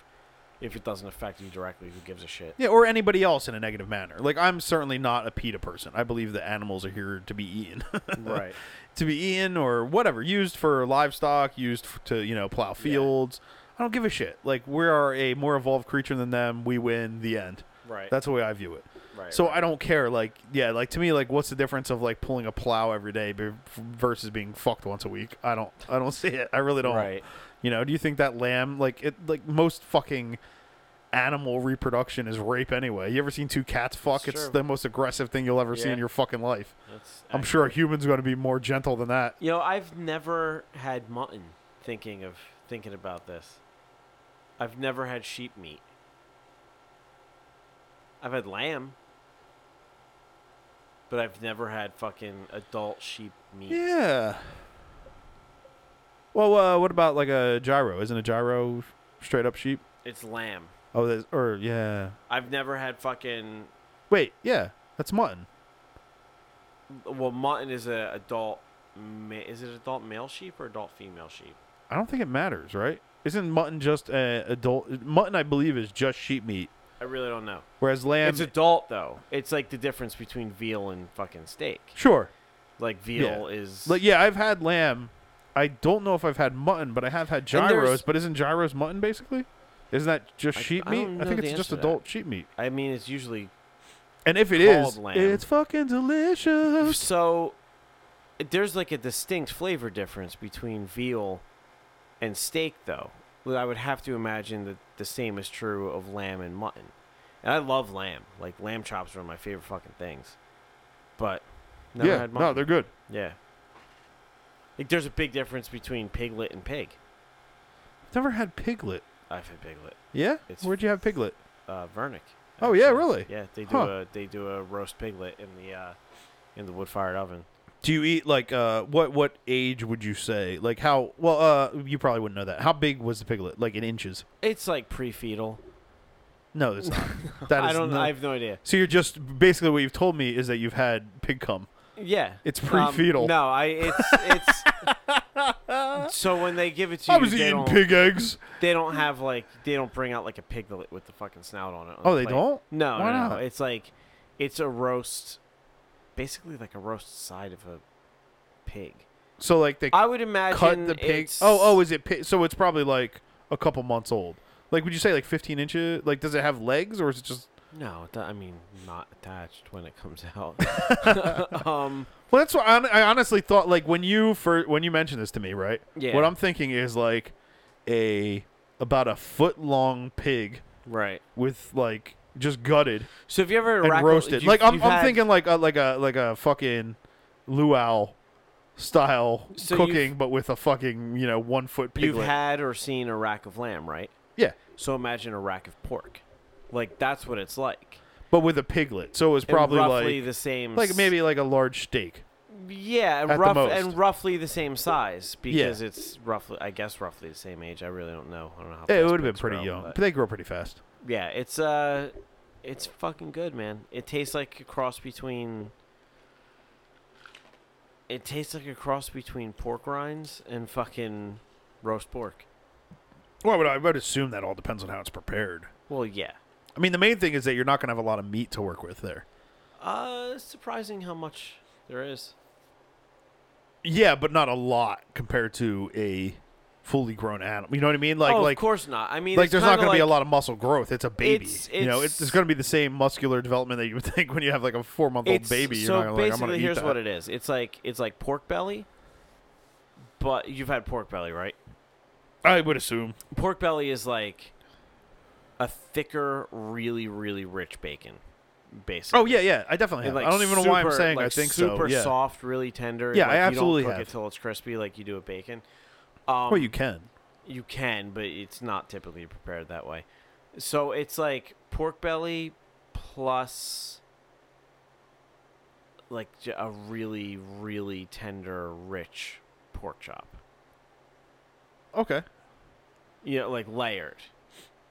[SPEAKER 3] if it doesn't affect you directly, who gives a shit?
[SPEAKER 2] yeah, or anybody else in a negative manner. Like I'm certainly not a PETA person. I believe that animals are here to be eaten,
[SPEAKER 3] right.
[SPEAKER 2] to be eaten or whatever, used for livestock, used f- to you know plow fields. I don't give a shit. Like we are a more evolved creature than them. We win. The end.
[SPEAKER 3] Right.
[SPEAKER 2] That's the way I view it.
[SPEAKER 3] right.
[SPEAKER 2] So
[SPEAKER 3] right.
[SPEAKER 2] I don't care. Like yeah, like to me, like what's the difference of like pulling a plow every day be- versus being fucked once a week? I don't. I don't see it. I really don't.
[SPEAKER 3] Right.
[SPEAKER 2] You know, do you think that lamb like it like most fucking animal reproduction is rape anyway? You ever seen two cats fuck?
[SPEAKER 3] It's
[SPEAKER 2] it's
[SPEAKER 3] true.
[SPEAKER 2] the most aggressive thing you'll ever see
[SPEAKER 3] Yeah.
[SPEAKER 2] in your fucking life.
[SPEAKER 3] That's
[SPEAKER 2] I'm sure a human's going to be more gentle than that.
[SPEAKER 3] You know, I've never had mutton. Thinking of thinking about this, I've never had sheep meat. I've had lamb, but I've never had fucking adult sheep meat.
[SPEAKER 2] Yeah. Well, uh, what about like a gyro? Isn't a gyro straight up sheep?
[SPEAKER 3] It's lamb.
[SPEAKER 2] Oh, that's, or yeah.
[SPEAKER 3] I've never had fucking
[SPEAKER 2] Wait, yeah, that's mutton.
[SPEAKER 3] well mutton is a adult. Ma- is it adult male sheep or adult female sheep?
[SPEAKER 2] I don't think it matters, right? Isn't mutton just uh, adult? Mutton, I believe, is just sheep meat,
[SPEAKER 3] I really don't know.
[SPEAKER 2] whereas lamb.
[SPEAKER 3] it's adult though. It's like the difference between veal and fucking steak.
[SPEAKER 2] sure.
[SPEAKER 3] Like veal is
[SPEAKER 2] Like yeah, I've had lamb. I don't know if I've had mutton, but I have had
[SPEAKER 3] And there's-
[SPEAKER 2] gyros. But isn't gyros mutton basically? Isn't that just
[SPEAKER 3] I-
[SPEAKER 2] sheep
[SPEAKER 3] I
[SPEAKER 2] meat?
[SPEAKER 3] don't
[SPEAKER 2] I
[SPEAKER 3] know
[SPEAKER 2] think
[SPEAKER 3] the
[SPEAKER 2] it's just
[SPEAKER 3] answer to that.
[SPEAKER 2] adult sheep meat.
[SPEAKER 3] I mean, it's usually
[SPEAKER 2] And if it is,
[SPEAKER 3] Called lamb.
[SPEAKER 2] it's fucking delicious.
[SPEAKER 3] so. There's like a distinct flavor difference between veal and steak, though. Well, I would have to imagine that the same is true of lamb and mutton. And I love lamb. Like lamb chops are one of my favorite fucking things. But never
[SPEAKER 2] yeah,
[SPEAKER 3] had mutton.
[SPEAKER 2] no, they're good.
[SPEAKER 3] yeah. Like there's a big difference between piglet and pig.
[SPEAKER 2] Never had piglet.
[SPEAKER 3] I've had piglet.
[SPEAKER 2] Yeah,
[SPEAKER 3] It's-
[SPEAKER 2] where'd you have piglet?
[SPEAKER 3] uh, Vernick.
[SPEAKER 2] Oh, yeah,
[SPEAKER 3] actually.
[SPEAKER 2] really?
[SPEAKER 3] Yeah, they do
[SPEAKER 2] Huh.
[SPEAKER 3] a they do a roast piglet in the uh, in the wood fired oven.
[SPEAKER 2] Do you eat like uh what what age would you say like how well uh you probably wouldn't know that how big was the piglet like in inches?
[SPEAKER 3] It's like pre fetal.
[SPEAKER 2] No, it's not. That is
[SPEAKER 3] I don't.
[SPEAKER 2] not-
[SPEAKER 3] I have no idea.
[SPEAKER 2] so you're just basically what you've told me is that you've had pig cum.
[SPEAKER 3] Yeah,
[SPEAKER 2] It's
[SPEAKER 3] Um,
[SPEAKER 2] pre-fetal.
[SPEAKER 3] no, I it's it's So when they give it to
[SPEAKER 2] I
[SPEAKER 3] you,
[SPEAKER 2] was
[SPEAKER 3] they
[SPEAKER 2] eating
[SPEAKER 3] don't,
[SPEAKER 2] pig eggs.
[SPEAKER 3] they don't have like they don't bring out like a piglet with the fucking snout on it. on
[SPEAKER 2] Oh,
[SPEAKER 3] the
[SPEAKER 2] they
[SPEAKER 3] plate.
[SPEAKER 2] don't?
[SPEAKER 3] No,
[SPEAKER 2] Why
[SPEAKER 3] no, no.
[SPEAKER 2] not?
[SPEAKER 3] It's like it's a roast, basically like a roast side of a pig.
[SPEAKER 2] So like they
[SPEAKER 3] I would imagine
[SPEAKER 2] cut the pig.
[SPEAKER 3] it's-
[SPEAKER 2] Oh, oh, is it? Pig? So it's probably like a couple months old. Like, would you say like 15 inches? Like, does it have legs or is it just?
[SPEAKER 3] No, it do- I mean not attached when it comes out. um,
[SPEAKER 2] Well, that's what I, I honestly thought. Like when you for when you mentioned this to me, right?
[SPEAKER 3] yeah.
[SPEAKER 2] What I'm thinking is like a about a foot long pig
[SPEAKER 3] right.
[SPEAKER 2] with like just gutted
[SPEAKER 3] So if you ever
[SPEAKER 2] and
[SPEAKER 3] rack-
[SPEAKER 2] roasted.
[SPEAKER 3] you-
[SPEAKER 2] Like I'm,
[SPEAKER 3] you've
[SPEAKER 2] I'm
[SPEAKER 3] had-
[SPEAKER 2] thinking like a, like a like a fucking luau style
[SPEAKER 3] So you've-
[SPEAKER 2] cooking, but with a fucking you know one foot piglet.
[SPEAKER 3] you've had or seen a rack of lamb, right?
[SPEAKER 2] yeah,
[SPEAKER 3] So imagine a rack of pork, like that's what it's like.
[SPEAKER 2] but with a piglet. So it was probably
[SPEAKER 3] and roughly
[SPEAKER 2] like
[SPEAKER 3] the same,
[SPEAKER 2] like
[SPEAKER 3] s-
[SPEAKER 2] maybe like a large steak.
[SPEAKER 3] yeah,
[SPEAKER 2] the
[SPEAKER 3] rough
[SPEAKER 2] most.
[SPEAKER 3] and roughly the same size because it's roughly, I guess, roughly the same age. I really don't know. I don't know how.
[SPEAKER 2] it
[SPEAKER 3] fast
[SPEAKER 2] would have been
[SPEAKER 3] pigs
[SPEAKER 2] pretty
[SPEAKER 3] grow,
[SPEAKER 2] young,
[SPEAKER 3] but-
[SPEAKER 2] but they grow pretty fast.
[SPEAKER 3] yeah, it's uh, it's fucking good, man. It tastes like a cross between. It tastes like a cross between pork rinds and fucking roast pork.
[SPEAKER 2] Well, I would, I would assume that all depends on how it's prepared.
[SPEAKER 3] Well, yeah.
[SPEAKER 2] I mean, the main thing is that you're not going to have a lot of meat to work with there.
[SPEAKER 3] Uh, it's surprising how much there is.
[SPEAKER 2] Yeah, but not a lot compared to a fully grown animal. You know what I mean? Like,
[SPEAKER 3] oh,
[SPEAKER 2] like,
[SPEAKER 3] of course not. I mean,
[SPEAKER 2] like
[SPEAKER 3] it's
[SPEAKER 2] there's not
[SPEAKER 3] kinda
[SPEAKER 2] going to be a
[SPEAKER 3] like-
[SPEAKER 2] lot of muscle growth. It's a baby.
[SPEAKER 3] It's-
[SPEAKER 2] you know,
[SPEAKER 3] it's-
[SPEAKER 2] it's, it's going to be the same muscular development that you would think when you have like a four month old
[SPEAKER 3] It's-
[SPEAKER 2] baby. You're
[SPEAKER 3] so
[SPEAKER 2] not gonna, like, I'm
[SPEAKER 3] basically,
[SPEAKER 2] going to eat
[SPEAKER 3] here's
[SPEAKER 2] that.
[SPEAKER 3] what it is. It's like it's like pork belly, but you've had pork belly, right?
[SPEAKER 2] I would assume.
[SPEAKER 3] Pork belly is like a thicker, really, really rich bacon, basically.
[SPEAKER 2] Oh yeah, yeah. I definitely.
[SPEAKER 3] And,
[SPEAKER 2] Have.
[SPEAKER 3] like,
[SPEAKER 2] I don't even know why I'm
[SPEAKER 3] super-
[SPEAKER 2] saying.
[SPEAKER 3] like,
[SPEAKER 2] I think
[SPEAKER 3] super
[SPEAKER 2] so. Yeah.
[SPEAKER 3] soft, really tender.
[SPEAKER 2] Yeah,
[SPEAKER 3] like,
[SPEAKER 2] I absolutely
[SPEAKER 3] you don't cook
[SPEAKER 2] have.
[SPEAKER 3] it till it's crispy, like you do with bacon. Um,
[SPEAKER 2] Well, you can.
[SPEAKER 3] you can, but it's not typically prepared that way. So it's like pork belly plus like j- a really really tender rich pork chop.
[SPEAKER 2] Okay.
[SPEAKER 3] You know, like layered.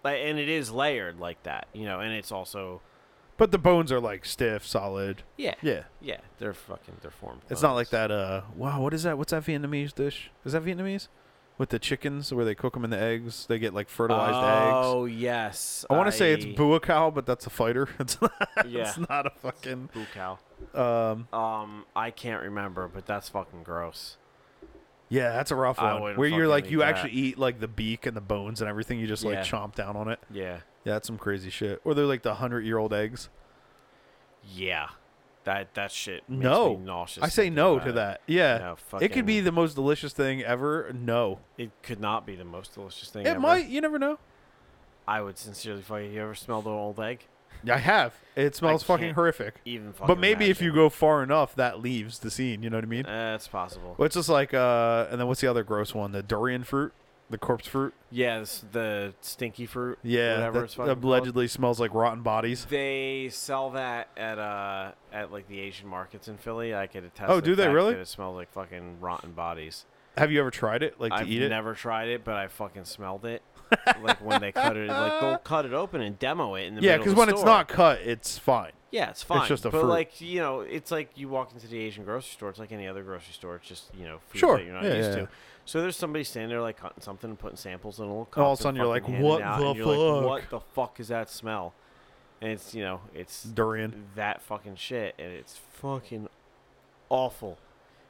[SPEAKER 3] Like and it is layered like that, you know, and it's also
[SPEAKER 2] But the bones are like stiff, solid.
[SPEAKER 3] yeah. Yeah,
[SPEAKER 2] Yeah.
[SPEAKER 3] they're fucking they're formed.
[SPEAKER 2] It's not like
[SPEAKER 3] bones.
[SPEAKER 2] that. Uh, wow, what is that? What's that Vietnamese dish? Is that Vietnamese? With the chickens, where they cook them in the eggs, they get like fertilized eggs.
[SPEAKER 3] Oh, yes.
[SPEAKER 2] I want to say it's
[SPEAKER 3] I-
[SPEAKER 2] bua cow, but that's a fighter. It's not,
[SPEAKER 3] Yeah.
[SPEAKER 2] it's not a fucking.
[SPEAKER 3] Boo cow.
[SPEAKER 2] Um,
[SPEAKER 3] Um I can't remember, but that's fucking gross.
[SPEAKER 2] yeah, that's a rough
[SPEAKER 3] I
[SPEAKER 2] one.
[SPEAKER 3] wouldn't
[SPEAKER 2] Where you're
[SPEAKER 3] fucking
[SPEAKER 2] like,
[SPEAKER 3] eat
[SPEAKER 2] you
[SPEAKER 3] that.
[SPEAKER 2] actually eat like the beak and the bones and everything. You just like
[SPEAKER 3] Yeah.
[SPEAKER 2] chomp down on it.
[SPEAKER 3] Yeah.
[SPEAKER 2] Yeah, that's some crazy shit. Or they're like the hundred year old eggs.
[SPEAKER 3] Yeah, that that shit makes
[SPEAKER 2] No.
[SPEAKER 3] me nauseous.
[SPEAKER 2] I say
[SPEAKER 3] thinking
[SPEAKER 2] no
[SPEAKER 3] about
[SPEAKER 2] to
[SPEAKER 3] it.
[SPEAKER 2] that. Yeah,
[SPEAKER 3] No,
[SPEAKER 2] it could be
[SPEAKER 3] fucking-
[SPEAKER 2] the most delicious thing ever. No,
[SPEAKER 3] It could not be the most delicious thing.
[SPEAKER 2] it
[SPEAKER 3] ever.
[SPEAKER 2] might. You never know.
[SPEAKER 3] I would sincerely fucking. You ever smelled an old egg?
[SPEAKER 2] I have. It smells fucking
[SPEAKER 3] can't
[SPEAKER 2] horrific.
[SPEAKER 3] Even fucking.
[SPEAKER 2] but maybe if you go far enough, that leaves the scene. You know what I mean?
[SPEAKER 3] that's Eh, possible.
[SPEAKER 2] Well, it's just like, uh, and then what's the other gross one? The durian fruit, the corpse fruit.
[SPEAKER 3] Yeah, this, the stinky fruit.
[SPEAKER 2] Yeah,
[SPEAKER 3] whatever
[SPEAKER 2] that
[SPEAKER 3] it's fucking called.
[SPEAKER 2] allegedly smells like rotten bodies.
[SPEAKER 3] They sell that at uh at like the Asian markets in Philly. I could attest.
[SPEAKER 2] Oh,
[SPEAKER 3] to the
[SPEAKER 2] do they
[SPEAKER 3] fact
[SPEAKER 2] really?
[SPEAKER 3] that it smells like fucking rotten bodies.
[SPEAKER 2] Have you ever tried it? Like to
[SPEAKER 3] I've
[SPEAKER 2] eat it?
[SPEAKER 3] never tried it, but I fucking smelled it. like when they cut it, like they'll cut it open and demo it in the
[SPEAKER 2] yeah,
[SPEAKER 3] because
[SPEAKER 2] because when it's not cut, it's fine.
[SPEAKER 3] Yeah, it's fine.
[SPEAKER 2] just a
[SPEAKER 3] but
[SPEAKER 2] fruit.
[SPEAKER 3] like you know, it's like you walk into the Asian grocery store. It's like any other grocery store. It's just you know, food
[SPEAKER 2] Sure.
[SPEAKER 3] that you're not
[SPEAKER 2] Yeah,
[SPEAKER 3] used
[SPEAKER 2] yeah,
[SPEAKER 3] to.
[SPEAKER 2] yeah.
[SPEAKER 3] So there's somebody standing there like cutting something and putting samples in a little cup.
[SPEAKER 2] And all of a sudden you're like, "What the
[SPEAKER 3] Like,
[SPEAKER 2] fuck?"
[SPEAKER 3] what the fuck is that smell? And it's you know, it's
[SPEAKER 2] Durian.
[SPEAKER 3] that fucking shit, and it's fucking awful.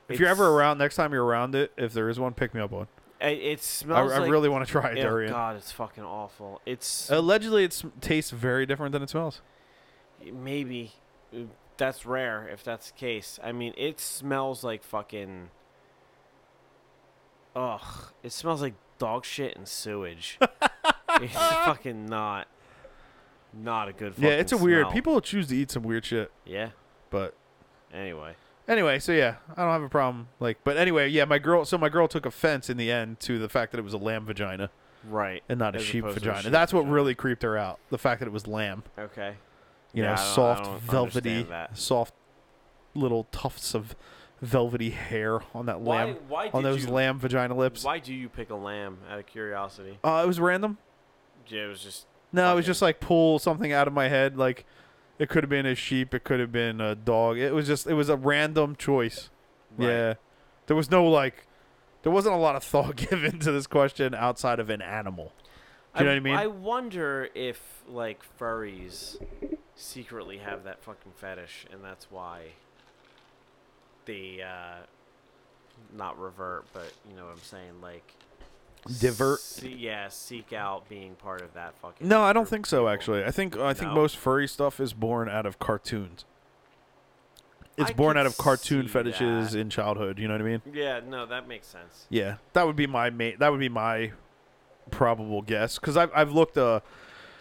[SPEAKER 2] If you're
[SPEAKER 3] It's-
[SPEAKER 2] ever around, next time you're around it, if there is one, pick me up one.
[SPEAKER 3] it, it
[SPEAKER 2] I,
[SPEAKER 3] smells.
[SPEAKER 2] I
[SPEAKER 3] like,
[SPEAKER 2] really want to Uh, try a
[SPEAKER 3] oh,
[SPEAKER 2] durian.
[SPEAKER 3] God, it's fucking awful. It's
[SPEAKER 2] Allegedly, it sm- tastes very different than it smells.
[SPEAKER 3] maybe uh, that's rare if that's the case. I mean, it smells like fucking. Ugh! It smells like dog shit and sewage. it's fucking not, not a good. Fucking
[SPEAKER 2] Yeah, it's a weird.
[SPEAKER 3] smell.
[SPEAKER 2] People choose to eat some weird shit,
[SPEAKER 3] Yeah.
[SPEAKER 2] but
[SPEAKER 3] Anyway.
[SPEAKER 2] Anyway, so yeah, I don't have a problem. Like, but anyway, yeah, my girl. So my girl took offense in the end to the fact that it was a lamb vagina
[SPEAKER 3] Right.
[SPEAKER 2] and not a
[SPEAKER 3] As
[SPEAKER 2] sheep
[SPEAKER 3] opposed to a
[SPEAKER 2] vagina.
[SPEAKER 3] sheep
[SPEAKER 2] That's what
[SPEAKER 3] vagina.
[SPEAKER 2] really creeped her out. The fact that it was lamb.
[SPEAKER 3] Okay.
[SPEAKER 2] You
[SPEAKER 3] Yeah,
[SPEAKER 2] know,
[SPEAKER 3] I don't- I
[SPEAKER 2] soft,
[SPEAKER 3] don't
[SPEAKER 2] velvety,
[SPEAKER 3] understand that.
[SPEAKER 2] soft little tufts of velvety hair on that
[SPEAKER 3] Why?
[SPEAKER 2] lamb
[SPEAKER 3] Why did
[SPEAKER 2] on those
[SPEAKER 3] you?
[SPEAKER 2] lamb vagina lips.
[SPEAKER 3] Why do you pick a lamb? Out of curiosity.
[SPEAKER 2] Uh, it was random.
[SPEAKER 3] Yeah, it was just.
[SPEAKER 2] No, it was
[SPEAKER 3] Okay.
[SPEAKER 2] just like pull something out of my head. Like, it could have been a sheep. It could have been a dog. It was just it was a random choice.
[SPEAKER 3] Right.
[SPEAKER 2] Yeah. There was no like There wasn't a lot of thought given to this question outside of an animal. Do you know what I mean?
[SPEAKER 3] I wonder if like furries secretly have that fucking fetish, and that's why they uh, not revert, but you know what I'm saying, like
[SPEAKER 2] Divert.
[SPEAKER 3] See, yeah, seek out being part of that fucking.
[SPEAKER 2] No, I don't
[SPEAKER 3] group
[SPEAKER 2] think
[SPEAKER 3] of
[SPEAKER 2] so.
[SPEAKER 3] people.
[SPEAKER 2] Actually, I think I think
[SPEAKER 3] No?
[SPEAKER 2] most furry stuff is born out of cartoons. It's
[SPEAKER 3] I
[SPEAKER 2] born
[SPEAKER 3] could
[SPEAKER 2] out of cartoon
[SPEAKER 3] see
[SPEAKER 2] fetishes
[SPEAKER 3] that.
[SPEAKER 2] in childhood. You know what I mean?
[SPEAKER 3] Yeah, no, that makes sense.
[SPEAKER 2] Yeah, that would be my main. That would be my probable guess because I've I've looked uh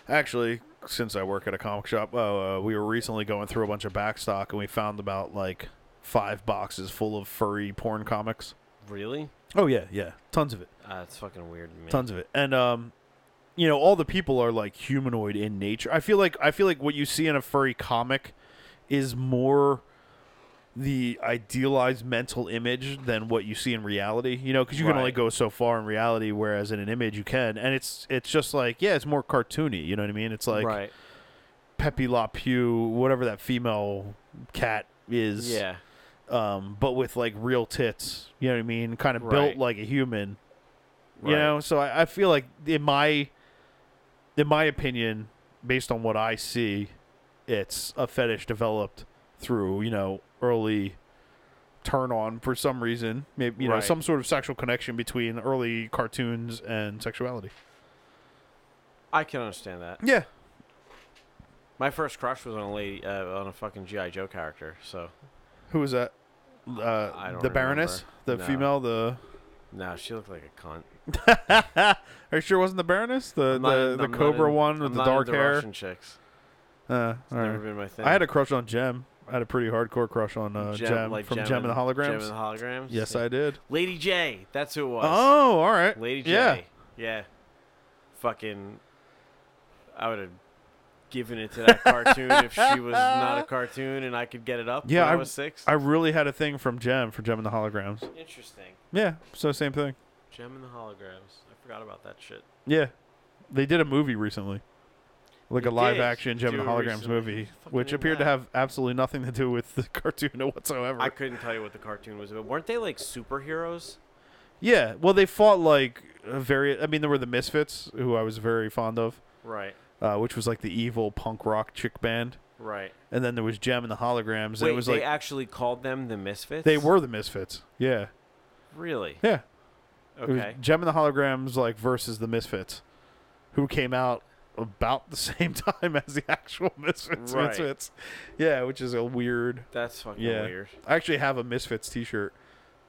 [SPEAKER 2] actually since I work at a comic shop. Uh, we were recently going through a bunch of backstock and we found about like five boxes full of furry porn comics.
[SPEAKER 3] Really?
[SPEAKER 2] Oh yeah, yeah, tons of it.
[SPEAKER 3] Uh, it's fucking weird to me.
[SPEAKER 2] tons of it and um you know all the people are like humanoid in nature i feel like i feel like what you see in a furry comic is more the idealized mental image than what you see in reality you know because you can only
[SPEAKER 3] Right.
[SPEAKER 2] go so far in reality whereas in an image you can and it's it's just like yeah it's more cartoony you know what i mean it's like
[SPEAKER 3] right?
[SPEAKER 2] pepe la pew whatever that female cat is
[SPEAKER 3] Yeah.
[SPEAKER 2] um but with like real tits you know what i mean kind of built
[SPEAKER 3] Right.
[SPEAKER 2] like a human you
[SPEAKER 3] right.
[SPEAKER 2] know so I, I feel like in my in my opinion based on what i see it's a fetish developed through you know early turn on for some reason maybe you know
[SPEAKER 3] Right.
[SPEAKER 2] some sort of sexual connection between early cartoons and sexuality
[SPEAKER 3] I can understand that.
[SPEAKER 2] yeah
[SPEAKER 3] My first crush was on a lady uh, on a fucking GI Joe character. So
[SPEAKER 2] who was that uh,
[SPEAKER 3] I don't
[SPEAKER 2] the baroness the
[SPEAKER 3] remember. No.
[SPEAKER 2] female the
[SPEAKER 3] no, she looked like a cunt.
[SPEAKER 2] are you sure it wasn't the baroness the
[SPEAKER 3] I'm not
[SPEAKER 2] the,
[SPEAKER 3] in-
[SPEAKER 2] the
[SPEAKER 3] I'm not
[SPEAKER 2] cobra
[SPEAKER 3] in-
[SPEAKER 2] one with
[SPEAKER 3] I'm
[SPEAKER 2] the
[SPEAKER 3] not
[SPEAKER 2] dark
[SPEAKER 3] into
[SPEAKER 2] hair
[SPEAKER 3] Russian chicks.
[SPEAKER 2] uh, all
[SPEAKER 3] Never
[SPEAKER 2] right.
[SPEAKER 3] been my thing.
[SPEAKER 2] i had a crush on jem i had a pretty hardcore crush on uh, jem,
[SPEAKER 3] like
[SPEAKER 2] from jem and the holograms
[SPEAKER 3] Gem and the holograms.
[SPEAKER 2] Yes,
[SPEAKER 3] Yeah.
[SPEAKER 2] I did.
[SPEAKER 3] Lady J. That's who it was.
[SPEAKER 2] Oh, all right.
[SPEAKER 3] Lady J.
[SPEAKER 2] yeah.
[SPEAKER 3] Yeah. Fucking. I would have given it to that cartoon if she was not a cartoon and I could get it up
[SPEAKER 2] Yeah,
[SPEAKER 3] when I,
[SPEAKER 2] I-
[SPEAKER 3] was six.
[SPEAKER 2] I really had a thing from Gem for Gem and the Holograms.
[SPEAKER 3] Interesting.
[SPEAKER 2] Yeah, so same thing.
[SPEAKER 3] Gem and the holograms. I forgot about that shit.
[SPEAKER 2] Yeah, they did a movie recently, like
[SPEAKER 3] They
[SPEAKER 2] a live
[SPEAKER 3] did
[SPEAKER 2] action Gem and
[SPEAKER 3] do
[SPEAKER 2] the
[SPEAKER 3] a
[SPEAKER 2] Holograms
[SPEAKER 3] recently.
[SPEAKER 2] movie,
[SPEAKER 3] Fucking
[SPEAKER 2] which
[SPEAKER 3] knew
[SPEAKER 2] appeared to
[SPEAKER 3] that.
[SPEAKER 2] have absolutely nothing to do with the cartoon whatsoever.
[SPEAKER 3] I couldn't tell you what the cartoon was about. Weren't they like superheroes?
[SPEAKER 2] yeah, well, they fought like a very. I mean, there were the Misfits, who I was very fond of,
[SPEAKER 3] Right.
[SPEAKER 2] uh, which was like the evil punk rock chick band,
[SPEAKER 3] Right.
[SPEAKER 2] and then there was Gem and the Holograms. and
[SPEAKER 3] Wait,
[SPEAKER 2] it was
[SPEAKER 3] they
[SPEAKER 2] like
[SPEAKER 3] actually called them the Misfits?
[SPEAKER 2] they were the Misfits. Yeah,
[SPEAKER 3] Really?
[SPEAKER 2] yeah. It was
[SPEAKER 3] Okay.
[SPEAKER 2] Gem and the Holograms like versus the Misfits, who came out about the same time as the actual Misfits.
[SPEAKER 3] Right.
[SPEAKER 2] Misfits, yeah, which is a weird.
[SPEAKER 3] That's fucking
[SPEAKER 2] Yeah.
[SPEAKER 3] weird.
[SPEAKER 2] I actually have a Misfits T-shirt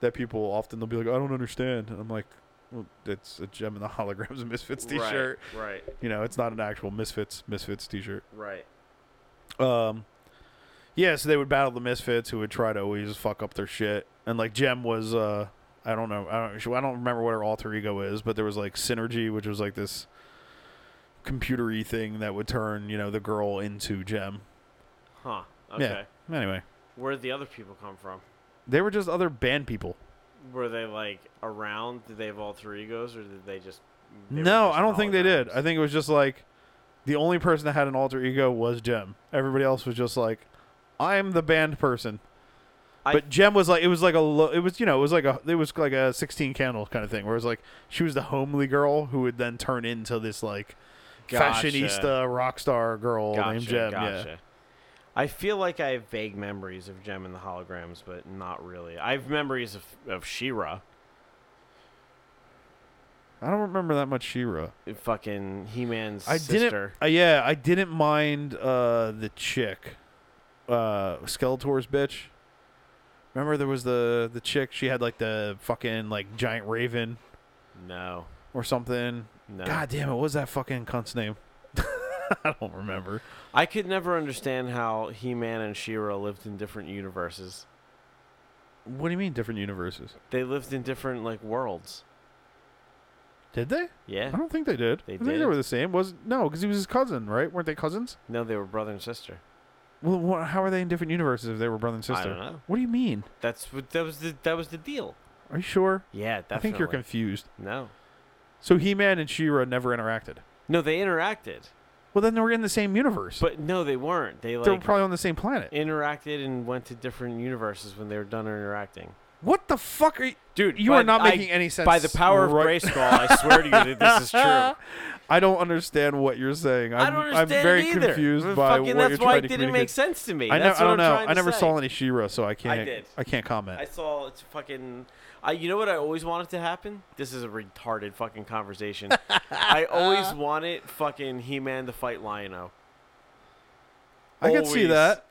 [SPEAKER 2] that people often they'll be like, "I don't understand," and I'm like, well, "It's a Gem and the Holograms Misfits T-shirt.
[SPEAKER 3] Right. Right.
[SPEAKER 2] You know, it's not an actual Misfits Misfits T-shirt."
[SPEAKER 3] Right.
[SPEAKER 2] Um, yeah, so they would battle the misfits who would try to always fuck up their shit. And like Jem was, uh, I don't know, I don't, I don't remember what her alter ego is, but there was like Synergy, which was like this computery thing that would turn you know the girl into Jem.
[SPEAKER 3] Huh. Okay.
[SPEAKER 2] Yeah. Anyway,
[SPEAKER 3] Where did the other people come from?
[SPEAKER 2] they were just other band people.
[SPEAKER 3] Were they like around? Did they have alter egos, or did they just? they were
[SPEAKER 2] no,
[SPEAKER 3] just
[SPEAKER 2] I don't think they did.
[SPEAKER 3] holograms?
[SPEAKER 2] I think it was just like the only person that had an alter ego was Jem. Everybody else was just like, I'm the band person.
[SPEAKER 3] I-
[SPEAKER 2] but Jem was like, it was like a, lo- it was you know, it was like a, it was like a sixteen candle kind of thing, where it was like she was the homely girl who would then turn into this like
[SPEAKER 3] Gotcha.
[SPEAKER 2] fashionista rock star girl
[SPEAKER 3] Gotcha,
[SPEAKER 2] named Jem.
[SPEAKER 3] gotcha.
[SPEAKER 2] Yeah,
[SPEAKER 3] I feel like I have vague memories of Gem and the holograms, but not really. I have memories of of Shira.
[SPEAKER 2] I don't remember that much Shira.
[SPEAKER 3] Fucking He Man's
[SPEAKER 2] I didn't-
[SPEAKER 3] sister.
[SPEAKER 2] Uh, yeah, I didn't mind uh, the chick, uh, Skeletor's bitch. Remember there was the the chick. She had like the fucking like giant raven
[SPEAKER 3] No,
[SPEAKER 2] or something.
[SPEAKER 3] no.
[SPEAKER 2] God damn it! What was that fucking cunt's name? I don't remember.
[SPEAKER 3] I could never understand how He Man and Shira lived in different universes.
[SPEAKER 2] What do you mean different universes?
[SPEAKER 3] They lived in different like worlds.
[SPEAKER 2] Did they? I
[SPEAKER 3] Yeah.
[SPEAKER 2] don't think they did.
[SPEAKER 3] They
[SPEAKER 2] I think they
[SPEAKER 3] did.
[SPEAKER 2] were the same. Was no, because he was his cousin, right? Weren't they cousins?
[SPEAKER 3] No, they were brother and sister.
[SPEAKER 2] Well, wha- how are they in different universes if they were brother and sister?
[SPEAKER 3] I don't know.
[SPEAKER 2] What do you mean?
[SPEAKER 3] That's what that was the that was the deal.
[SPEAKER 2] Are you sure?
[SPEAKER 3] Yeah, definitely.
[SPEAKER 2] I think you're confused.
[SPEAKER 3] No.
[SPEAKER 2] So He-Man and She-Ra never interacted.
[SPEAKER 3] No, they interacted.
[SPEAKER 2] Well, then they were in the same universe.
[SPEAKER 3] But no, they weren't. They
[SPEAKER 2] they
[SPEAKER 3] like
[SPEAKER 2] were probably on the same planet.
[SPEAKER 3] interacted and went to different universes when they were done interacting.
[SPEAKER 2] What the fuck are you?
[SPEAKER 3] Dude,
[SPEAKER 2] you
[SPEAKER 3] by
[SPEAKER 2] are not
[SPEAKER 3] th- I-
[SPEAKER 2] making any sense.
[SPEAKER 3] By the power of
[SPEAKER 2] right-
[SPEAKER 3] Grayskull, I swear to you that this is true. I
[SPEAKER 2] I don't understand what you're saying. I'm,
[SPEAKER 3] don't understand
[SPEAKER 2] am very
[SPEAKER 3] it either.
[SPEAKER 2] confused
[SPEAKER 3] Fucking
[SPEAKER 2] by what
[SPEAKER 3] that's
[SPEAKER 2] you're
[SPEAKER 3] why
[SPEAKER 2] trying
[SPEAKER 3] it
[SPEAKER 2] to
[SPEAKER 3] didn't
[SPEAKER 2] communicate.
[SPEAKER 3] make sense to me.
[SPEAKER 2] I, know,
[SPEAKER 3] That's
[SPEAKER 2] I
[SPEAKER 3] what
[SPEAKER 2] don't
[SPEAKER 3] I'm
[SPEAKER 2] know.
[SPEAKER 3] trying
[SPEAKER 2] I
[SPEAKER 3] to
[SPEAKER 2] never
[SPEAKER 3] say.
[SPEAKER 2] saw any Shira, so I can't.
[SPEAKER 3] did.
[SPEAKER 2] I can't comment.
[SPEAKER 3] I saw it's fucking. I you know what I always wanted to happen. This is a retarded fucking conversation. I always wanted fucking He-Man to fight Lion-O.
[SPEAKER 2] I, could see
[SPEAKER 3] always-
[SPEAKER 2] that.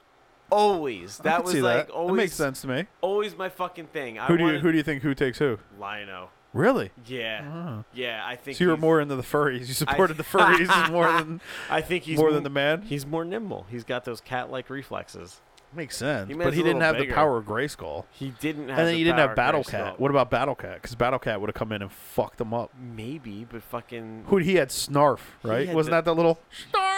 [SPEAKER 3] Always.
[SPEAKER 2] I
[SPEAKER 3] That
[SPEAKER 2] could
[SPEAKER 3] was
[SPEAKER 2] see
[SPEAKER 3] like
[SPEAKER 2] that.
[SPEAKER 3] always.
[SPEAKER 2] That makes sense to me.
[SPEAKER 3] Always my fucking thing. I
[SPEAKER 2] Who do you
[SPEAKER 3] wanted
[SPEAKER 2] who do you think who takes who?
[SPEAKER 3] Lion-O.
[SPEAKER 2] Really?
[SPEAKER 3] Yeah. Yeah. I think.
[SPEAKER 2] So you were
[SPEAKER 3] he's-
[SPEAKER 2] more into the furries. You supported the furries more than
[SPEAKER 3] I think he's
[SPEAKER 2] more
[SPEAKER 3] m-
[SPEAKER 2] than the man.
[SPEAKER 3] He's more nimble. He's got those cat-like reflexes.
[SPEAKER 2] Makes sense.
[SPEAKER 3] He
[SPEAKER 2] but
[SPEAKER 3] man's
[SPEAKER 2] he
[SPEAKER 3] a
[SPEAKER 2] didn't
[SPEAKER 3] little
[SPEAKER 2] have the
[SPEAKER 3] bigger.
[SPEAKER 2] power of Grayskull.
[SPEAKER 3] He didn't have.
[SPEAKER 2] And then
[SPEAKER 3] the
[SPEAKER 2] you didn't
[SPEAKER 3] power
[SPEAKER 2] have
[SPEAKER 3] of
[SPEAKER 2] Battle
[SPEAKER 3] Grayskull.
[SPEAKER 2] Cat. What about Battle Cat? Because Battle Cat would have come in and fucked them up.
[SPEAKER 3] Maybe, but fucking.
[SPEAKER 2] Who he had Snarf, right?
[SPEAKER 3] had
[SPEAKER 2] Wasn't
[SPEAKER 3] the-
[SPEAKER 2] that the little Snarf?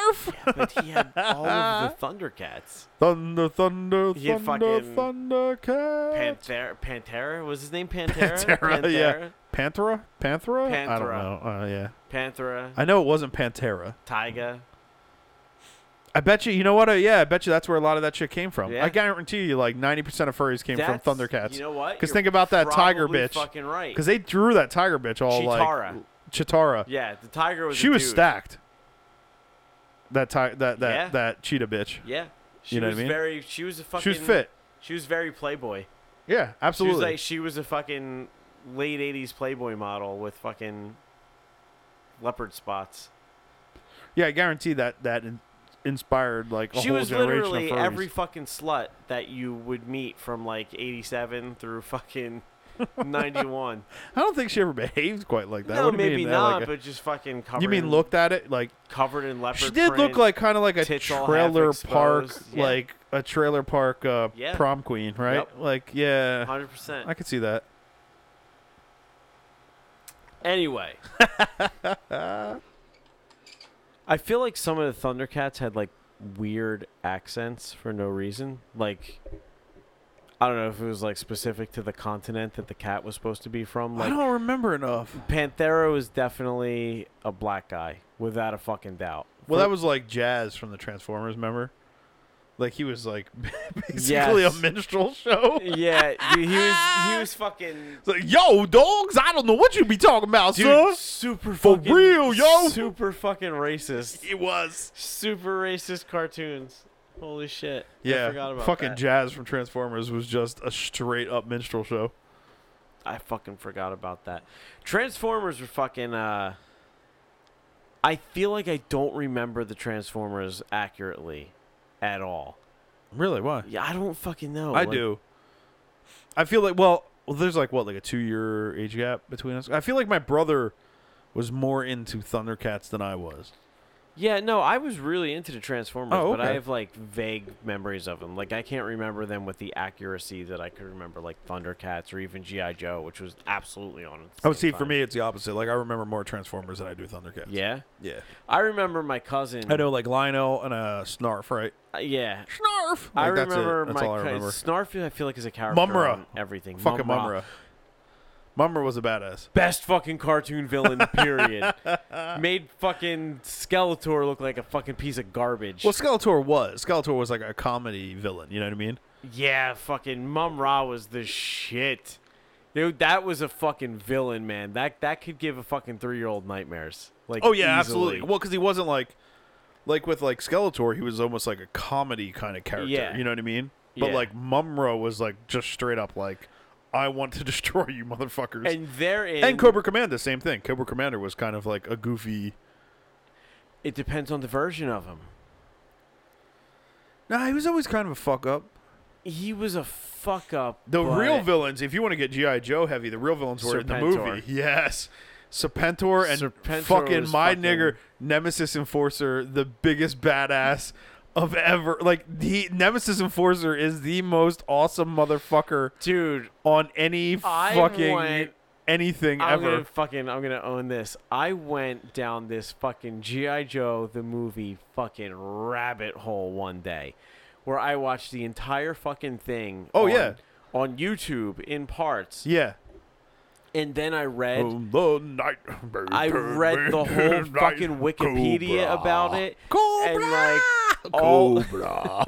[SPEAKER 3] but he had all of the Thundercats.
[SPEAKER 2] Thunder, thunder,
[SPEAKER 3] He had
[SPEAKER 2] thunder,
[SPEAKER 3] fucking
[SPEAKER 2] thunder cat.
[SPEAKER 3] Pantera, Pantera was his name. Pantera,
[SPEAKER 2] Pantera, yeah. Panthera, Panthera. I don't
[SPEAKER 3] Panthera. Mm-hmm.
[SPEAKER 2] know. Uh, yeah,
[SPEAKER 3] Panthera,
[SPEAKER 2] I know it wasn't Pantera.
[SPEAKER 3] Tyga.
[SPEAKER 2] I bet you. You know what? Uh, yeah, I bet you that's where a lot of that shit came from.
[SPEAKER 3] Yeah.
[SPEAKER 2] I guarantee you, like ninety percent of furries came
[SPEAKER 3] That's-
[SPEAKER 2] from Thundercats.
[SPEAKER 3] You know what?
[SPEAKER 2] 'Cause
[SPEAKER 3] You're
[SPEAKER 2] think about that tiger
[SPEAKER 3] probably
[SPEAKER 2] bitch.
[SPEAKER 3] Fucking right.
[SPEAKER 2] Because they drew that tiger bitch all like
[SPEAKER 3] Chitara.
[SPEAKER 2] Chitara.
[SPEAKER 3] yeah, the tiger was.
[SPEAKER 2] she
[SPEAKER 3] a
[SPEAKER 2] was
[SPEAKER 3] dude.
[SPEAKER 2] stacked. That ti- that that
[SPEAKER 3] Yeah.
[SPEAKER 2] that cheetah bitch.
[SPEAKER 3] Yeah, she
[SPEAKER 2] know what I
[SPEAKER 3] was
[SPEAKER 2] mean?
[SPEAKER 3] very. She was a fucking.
[SPEAKER 2] She was fit.
[SPEAKER 3] She was very Playboy.
[SPEAKER 2] Yeah,
[SPEAKER 3] She was
[SPEAKER 2] absolutely.
[SPEAKER 3] like she was a fucking late '80s Playboy model with fucking leopard spots.
[SPEAKER 2] yeah, I guarantee that that in- inspired like a
[SPEAKER 3] she
[SPEAKER 2] whole
[SPEAKER 3] was
[SPEAKER 2] generation
[SPEAKER 3] literally
[SPEAKER 2] of furries.
[SPEAKER 3] every fucking slut that you would meet from like '87 through fucking '91.
[SPEAKER 2] I don't think she ever behaved quite like that.
[SPEAKER 3] No,
[SPEAKER 2] What do you
[SPEAKER 3] maybe
[SPEAKER 2] mean, uh,
[SPEAKER 3] not,
[SPEAKER 2] like a-
[SPEAKER 3] but just fucking covered.
[SPEAKER 2] you
[SPEAKER 3] in,
[SPEAKER 2] mean looked at it like
[SPEAKER 3] covered in leopard?
[SPEAKER 2] she did
[SPEAKER 3] print.
[SPEAKER 2] look like kind of like a
[SPEAKER 3] tits all half
[SPEAKER 2] trailer park,
[SPEAKER 3] exposed, yeah.
[SPEAKER 2] like a trailer park uh,
[SPEAKER 3] Yeah.
[SPEAKER 2] prom queen, right?
[SPEAKER 3] Yep.
[SPEAKER 2] Like, yeah,
[SPEAKER 3] hundred percent.
[SPEAKER 2] I could see that.
[SPEAKER 3] Anyway, I feel like some of the Thundercats had like weird accents for no reason. Like, I don't know if it was like specific to the continent that the cat was supposed to be from.
[SPEAKER 2] I
[SPEAKER 3] Like,
[SPEAKER 2] don't remember enough.
[SPEAKER 3] Panthera was definitely a black guy, without a fucking doubt.
[SPEAKER 2] Well,
[SPEAKER 3] For-
[SPEAKER 2] that was like Jazz from the Transformers, remember? Like he was like basically a
[SPEAKER 3] Yes.
[SPEAKER 2] minstrel show. It's
[SPEAKER 3] Yeah, dude, he was he was fucking
[SPEAKER 2] like, yo, dogs, I don't know what you be talking about,
[SPEAKER 3] dude,
[SPEAKER 2] son.
[SPEAKER 3] super
[SPEAKER 2] For
[SPEAKER 3] fucking-
[SPEAKER 2] real, yo.
[SPEAKER 3] super fucking racist.
[SPEAKER 2] He was.
[SPEAKER 3] super racist cartoons. Holy shit! I forgot
[SPEAKER 2] Yeah,
[SPEAKER 3] about
[SPEAKER 2] fucking
[SPEAKER 3] that.
[SPEAKER 2] Jazz from Transformers was just a straight up minstrel show.
[SPEAKER 3] I fucking forgot about that. Transformers were fucking. uh I feel like I don't remember the Transformers accurately, at all.
[SPEAKER 2] Really? Why?
[SPEAKER 3] Yeah, I don't fucking know.
[SPEAKER 2] I
[SPEAKER 3] Like,
[SPEAKER 2] do. I feel like well, well, there's like what, like a two year age gap between us. I feel like my brother was more into Thundercats than I was.
[SPEAKER 3] Yeah, no, I was really into the Transformers,
[SPEAKER 2] Oh,
[SPEAKER 3] but I
[SPEAKER 2] okay.
[SPEAKER 3] have like vague memories of them. Like I can't remember them with the accuracy that I could remember like Thundercats or even GI Joe, which was absolutely on. At the
[SPEAKER 2] Oh, see,
[SPEAKER 3] same
[SPEAKER 2] for
[SPEAKER 3] time.
[SPEAKER 2] me, it's the opposite. Like I remember more Transformers than I do Thundercats.
[SPEAKER 3] Yeah,
[SPEAKER 2] yeah.
[SPEAKER 3] I remember my cousin.
[SPEAKER 2] I know, like Lionel and a Snarf, right?
[SPEAKER 3] uh, Yeah,
[SPEAKER 2] Snarf.
[SPEAKER 3] I
[SPEAKER 2] Like, that's it.
[SPEAKER 3] remember
[SPEAKER 2] That's
[SPEAKER 3] my
[SPEAKER 2] all I
[SPEAKER 3] cou-
[SPEAKER 2] remember.
[SPEAKER 3] Snarf. I feel like is a character.
[SPEAKER 2] Mumra.
[SPEAKER 3] on everything.
[SPEAKER 2] Fucking Mumra. Mumra was a badass.
[SPEAKER 3] Best fucking cartoon villain. Period. Made fucking Skeletor look like a fucking piece of garbage.
[SPEAKER 2] Well, Skeletor was. Skeletor was like a comedy villain. You know what I mean?
[SPEAKER 3] yeah, fucking Mumra was the shit. Dude, that was a fucking villain, man. That that could give a fucking three year old nightmares. Like,
[SPEAKER 2] Oh yeah, absolutely.
[SPEAKER 3] easily.
[SPEAKER 2] Well, because he wasn't like, like with like Skeletor, he was almost like a comedy kind of character.
[SPEAKER 3] Yeah.
[SPEAKER 2] You know what I mean? But
[SPEAKER 3] Yeah.
[SPEAKER 2] like Mumra was like just straight up like, I want to destroy you, motherfuckers. And,
[SPEAKER 3] And therein,
[SPEAKER 2] Cobra Commander, same thing. Cobra Commander was kind of like a goofy.
[SPEAKER 3] it depends on the version of him.
[SPEAKER 2] Nah, he was always kind of a fuck up.
[SPEAKER 3] He was a fuck up.
[SPEAKER 2] The
[SPEAKER 3] but-
[SPEAKER 2] real villains, if you want to get GI Joe heavy, the real villains were in the
[SPEAKER 3] Serpentor.
[SPEAKER 2] movie. Yes, Serpentor and
[SPEAKER 3] Serpentor
[SPEAKER 2] fucking
[SPEAKER 3] was
[SPEAKER 2] my
[SPEAKER 3] fucking-
[SPEAKER 2] nigger Nemesis Enforcer, the biggest badass of ever. Like the Nemesis Enforcer is the most awesome motherfucker
[SPEAKER 3] dude.
[SPEAKER 2] on any
[SPEAKER 3] I
[SPEAKER 2] fucking
[SPEAKER 3] went-
[SPEAKER 2] anything
[SPEAKER 3] I'm
[SPEAKER 2] ever.
[SPEAKER 3] gonna fucking I'm gonna own this. I went down this fucking GI Joe the movie fucking rabbit hole one day, where I watched the entire fucking thing.
[SPEAKER 2] Oh,
[SPEAKER 3] on-
[SPEAKER 2] yeah.
[SPEAKER 3] on YouTube in parts,
[SPEAKER 2] Yeah. Oh,
[SPEAKER 3] and then I read
[SPEAKER 2] The night
[SPEAKER 3] I read the whole
[SPEAKER 2] night
[SPEAKER 3] fucking Wikipedia about it,
[SPEAKER 2] Cobra!
[SPEAKER 3] and like all
[SPEAKER 2] Cobra.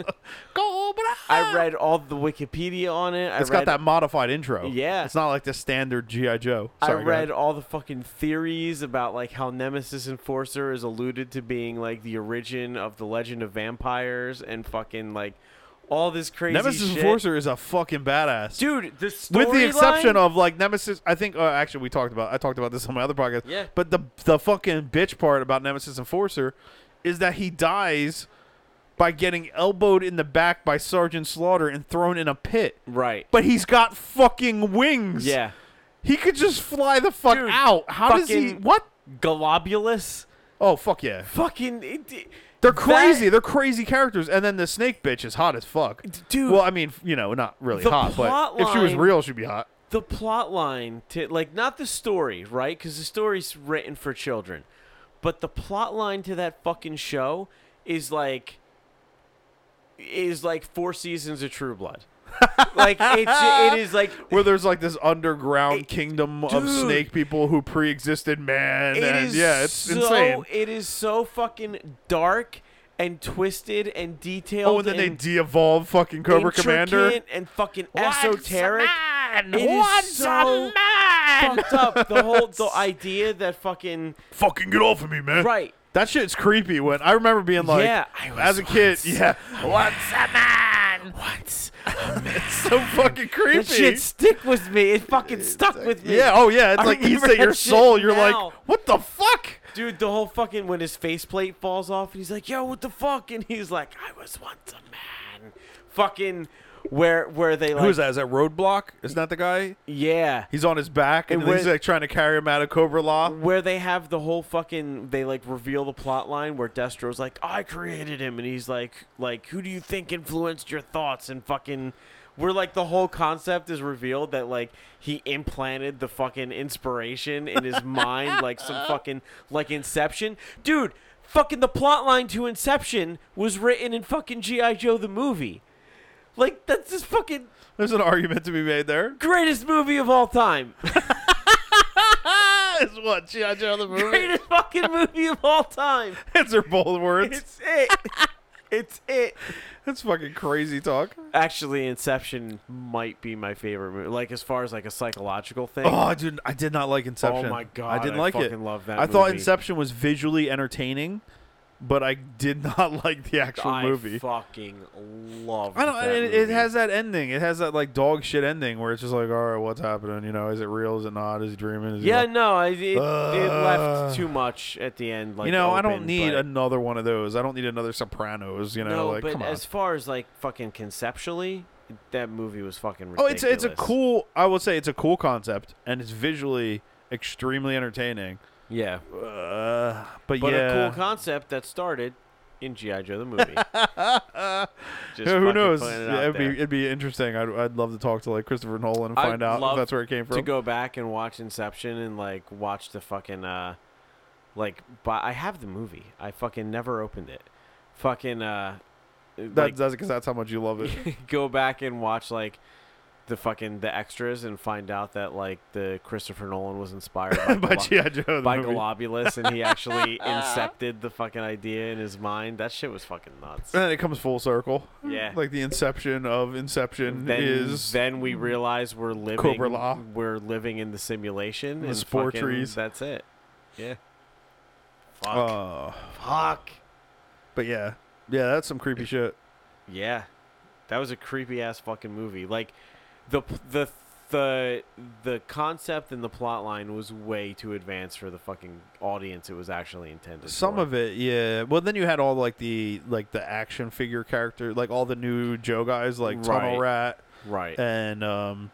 [SPEAKER 2] Cobra. but
[SPEAKER 3] I read all the Wikipedia on it. I
[SPEAKER 2] It's
[SPEAKER 3] read,
[SPEAKER 2] got that modified intro.
[SPEAKER 3] Yeah.
[SPEAKER 2] It's not like the standard GI Joe.
[SPEAKER 3] I
[SPEAKER 2] Sorry, go ahead.
[SPEAKER 3] read all the fucking theories about like how Nemesis Enforcer is alluded to being like the origin of the legend of vampires and fucking like all this crazy
[SPEAKER 2] Nemesis
[SPEAKER 3] shit.
[SPEAKER 2] Enforcer is a fucking badass.
[SPEAKER 3] dude. The story
[SPEAKER 2] with the exception of like Nemesis, I think uh, actually we talked about I talked about this on my other podcast.
[SPEAKER 3] Yeah.
[SPEAKER 2] But the the fucking bitch part about Nemesis Enforcer is that he dies by getting elbowed in the back by Sergeant Slaughter and thrown in a pit.
[SPEAKER 3] right,
[SPEAKER 2] But he's got fucking wings.
[SPEAKER 3] yeah,
[SPEAKER 2] He could just fly the fuck
[SPEAKER 3] Dude,
[SPEAKER 2] out. How does he?
[SPEAKER 3] fucking-
[SPEAKER 2] What?
[SPEAKER 3] Globulus,
[SPEAKER 2] Oh fuck yeah!
[SPEAKER 3] fucking it, it-
[SPEAKER 2] They're
[SPEAKER 3] that-
[SPEAKER 2] crazy. They're crazy characters. And then the snake bitch is hot as fuck.
[SPEAKER 3] dude.
[SPEAKER 2] Well, I mean, you know, not really
[SPEAKER 3] The
[SPEAKER 2] hot, but
[SPEAKER 3] plot
[SPEAKER 2] if she was
[SPEAKER 3] line-
[SPEAKER 2] real, she'd be hot.
[SPEAKER 3] the plot line to like not the story right because the story's written for children but the plot line to that fucking show is like is like four seasons of true blood like it's it is like
[SPEAKER 2] where there's like this underground
[SPEAKER 3] It-
[SPEAKER 2] kingdom of
[SPEAKER 3] dude.
[SPEAKER 2] snake people who pre-existed man
[SPEAKER 3] it
[SPEAKER 2] and
[SPEAKER 3] is
[SPEAKER 2] yeah it's
[SPEAKER 3] so
[SPEAKER 2] insane
[SPEAKER 3] it is so fucking dark and twisted and detailed
[SPEAKER 2] oh and then they
[SPEAKER 3] and
[SPEAKER 2] de-evolve fucking cobra commander
[SPEAKER 3] intricate and fucking esoteric
[SPEAKER 2] man?
[SPEAKER 3] It is
[SPEAKER 2] man
[SPEAKER 3] so fucked up the whole the idea that fucking
[SPEAKER 2] fucking get off of me man
[SPEAKER 3] right
[SPEAKER 2] that shit's creepy when i remember being like
[SPEAKER 3] Yeah, I was
[SPEAKER 2] as a kid
[SPEAKER 3] once-
[SPEAKER 2] yeah what's a man
[SPEAKER 3] what
[SPEAKER 2] it's so fucking creepy
[SPEAKER 3] That shit stick with me. It fucking stuck with me.
[SPEAKER 2] yeah oh yeah it's
[SPEAKER 3] I
[SPEAKER 2] like eats
[SPEAKER 3] remember
[SPEAKER 2] at your
[SPEAKER 3] that shit
[SPEAKER 2] soul you're
[SPEAKER 3] now.
[SPEAKER 2] like what the fuck
[SPEAKER 3] Dude, the whole fucking when his faceplate falls off and he's like, "Yo, what the fuck?" and he's like, "I was once a man." Fucking where where they like
[SPEAKER 2] who's that is that roadblock isn't that the guy
[SPEAKER 3] Yeah.
[SPEAKER 2] He's on his back and
[SPEAKER 3] And
[SPEAKER 2] he's
[SPEAKER 3] when-
[SPEAKER 2] like trying to carry him out of Cobra Law.
[SPEAKER 3] Where they have the whole fucking they like reveal the plot line where Destro's like, "I created him." And he's like, like, "Who do you think influenced your thoughts?" and fucking where like the whole concept is revealed that like he implanted the fucking inspiration in his mind like some fucking like Inception. Dude, fucking the plot line to Inception was written in fucking GI Joe the movie. Like that's just fucking
[SPEAKER 2] There's an argument to be made there.
[SPEAKER 3] greatest movie of all time.
[SPEAKER 2] Ah, It's what G.I. Joe the movie.
[SPEAKER 3] greatest fucking movie of all time.
[SPEAKER 2] Those are bold words.
[SPEAKER 3] It's it. it's it.
[SPEAKER 2] That's fucking crazy talk.
[SPEAKER 3] Actually, Inception might be my favorite movie. Like as far as like a psychological thing. Oh
[SPEAKER 2] Oh, dude, I did not like Inception.
[SPEAKER 3] my God,
[SPEAKER 2] Oh I didn't
[SPEAKER 3] I
[SPEAKER 2] like it.
[SPEAKER 3] fucking love that
[SPEAKER 2] I thought
[SPEAKER 3] movie.
[SPEAKER 2] Inception was visually entertaining, but I did not like the actual
[SPEAKER 3] I
[SPEAKER 2] movie.
[SPEAKER 3] fucking love.
[SPEAKER 2] I don't.
[SPEAKER 3] That
[SPEAKER 2] It, it
[SPEAKER 3] movie.
[SPEAKER 2] has that ending. It has that like dog shit ending where it's just like, all right, what's happening? You know, is it real? Is it not? Is he dreaming? Is he
[SPEAKER 3] Yeah, no, I- it, it,
[SPEAKER 2] Ugh.
[SPEAKER 3] left too much at the end.
[SPEAKER 2] Uh.
[SPEAKER 3] Like
[SPEAKER 2] you know, I don't
[SPEAKER 3] open,
[SPEAKER 2] need
[SPEAKER 3] but-
[SPEAKER 2] another one of those. I don't need another Sopranos. You know,
[SPEAKER 3] no,
[SPEAKER 2] like
[SPEAKER 3] but
[SPEAKER 2] come on.
[SPEAKER 3] as far as like fucking conceptually, that movie was fucking
[SPEAKER 2] Oh,
[SPEAKER 3] ridiculous.
[SPEAKER 2] it's it's a cool. I will say it's a cool concept, and it's visually extremely entertaining.
[SPEAKER 3] yeah,
[SPEAKER 2] Uh, but,
[SPEAKER 3] but
[SPEAKER 2] yeah,
[SPEAKER 3] a cool concept that started in GI Joe the movie. Just
[SPEAKER 2] Yeah, who
[SPEAKER 3] fucking
[SPEAKER 2] knows?
[SPEAKER 3] putting it
[SPEAKER 2] yeah,
[SPEAKER 3] out
[SPEAKER 2] it'd be
[SPEAKER 3] there.
[SPEAKER 2] it'd be interesting. I'd, I'd love to talk to like Christopher Nolan and
[SPEAKER 3] I'd
[SPEAKER 2] find out if
[SPEAKER 3] love
[SPEAKER 2] that's where it came
[SPEAKER 3] to
[SPEAKER 2] from.
[SPEAKER 3] go back and watch Inception and like watch the fucking uh like but I have the movie. I fucking never opened it. Fucking uh
[SPEAKER 2] That,
[SPEAKER 3] like,
[SPEAKER 2] that's because that's how much you love it.
[SPEAKER 3] go back and watch like the fucking the extras and find out that like the Christopher Nolan was inspired by,
[SPEAKER 2] By
[SPEAKER 3] Glo-
[SPEAKER 2] G.I. Joe, the
[SPEAKER 3] by
[SPEAKER 2] movie.
[SPEAKER 3] Globulus and he actually incepted the fucking idea in his mind. That shit was fucking nuts.
[SPEAKER 2] and then it comes full circle.
[SPEAKER 3] Yeah.
[SPEAKER 2] like the inception of Inception
[SPEAKER 3] then,
[SPEAKER 2] is
[SPEAKER 3] then we realize we're living
[SPEAKER 2] Cobra Law.
[SPEAKER 3] we're living in the simulation
[SPEAKER 2] The
[SPEAKER 3] and
[SPEAKER 2] spore
[SPEAKER 3] fucking-
[SPEAKER 2] trees.
[SPEAKER 3] That's it. Yeah. Fuck.
[SPEAKER 2] uh,
[SPEAKER 3] Fuck.
[SPEAKER 2] but yeah, yeah, that's some creepy shit.
[SPEAKER 3] Yeah. That was a creepy ass fucking movie. Like the p- the the the concept and the plot line was way too advanced for the fucking audience it was actually intended.
[SPEAKER 2] Some
[SPEAKER 3] for.
[SPEAKER 2] of it, yeah. Well, then you had all like the like the action figure character, like all the new Joe guys, like Tunnel
[SPEAKER 3] Right.
[SPEAKER 2] Rat
[SPEAKER 3] right.
[SPEAKER 2] and um,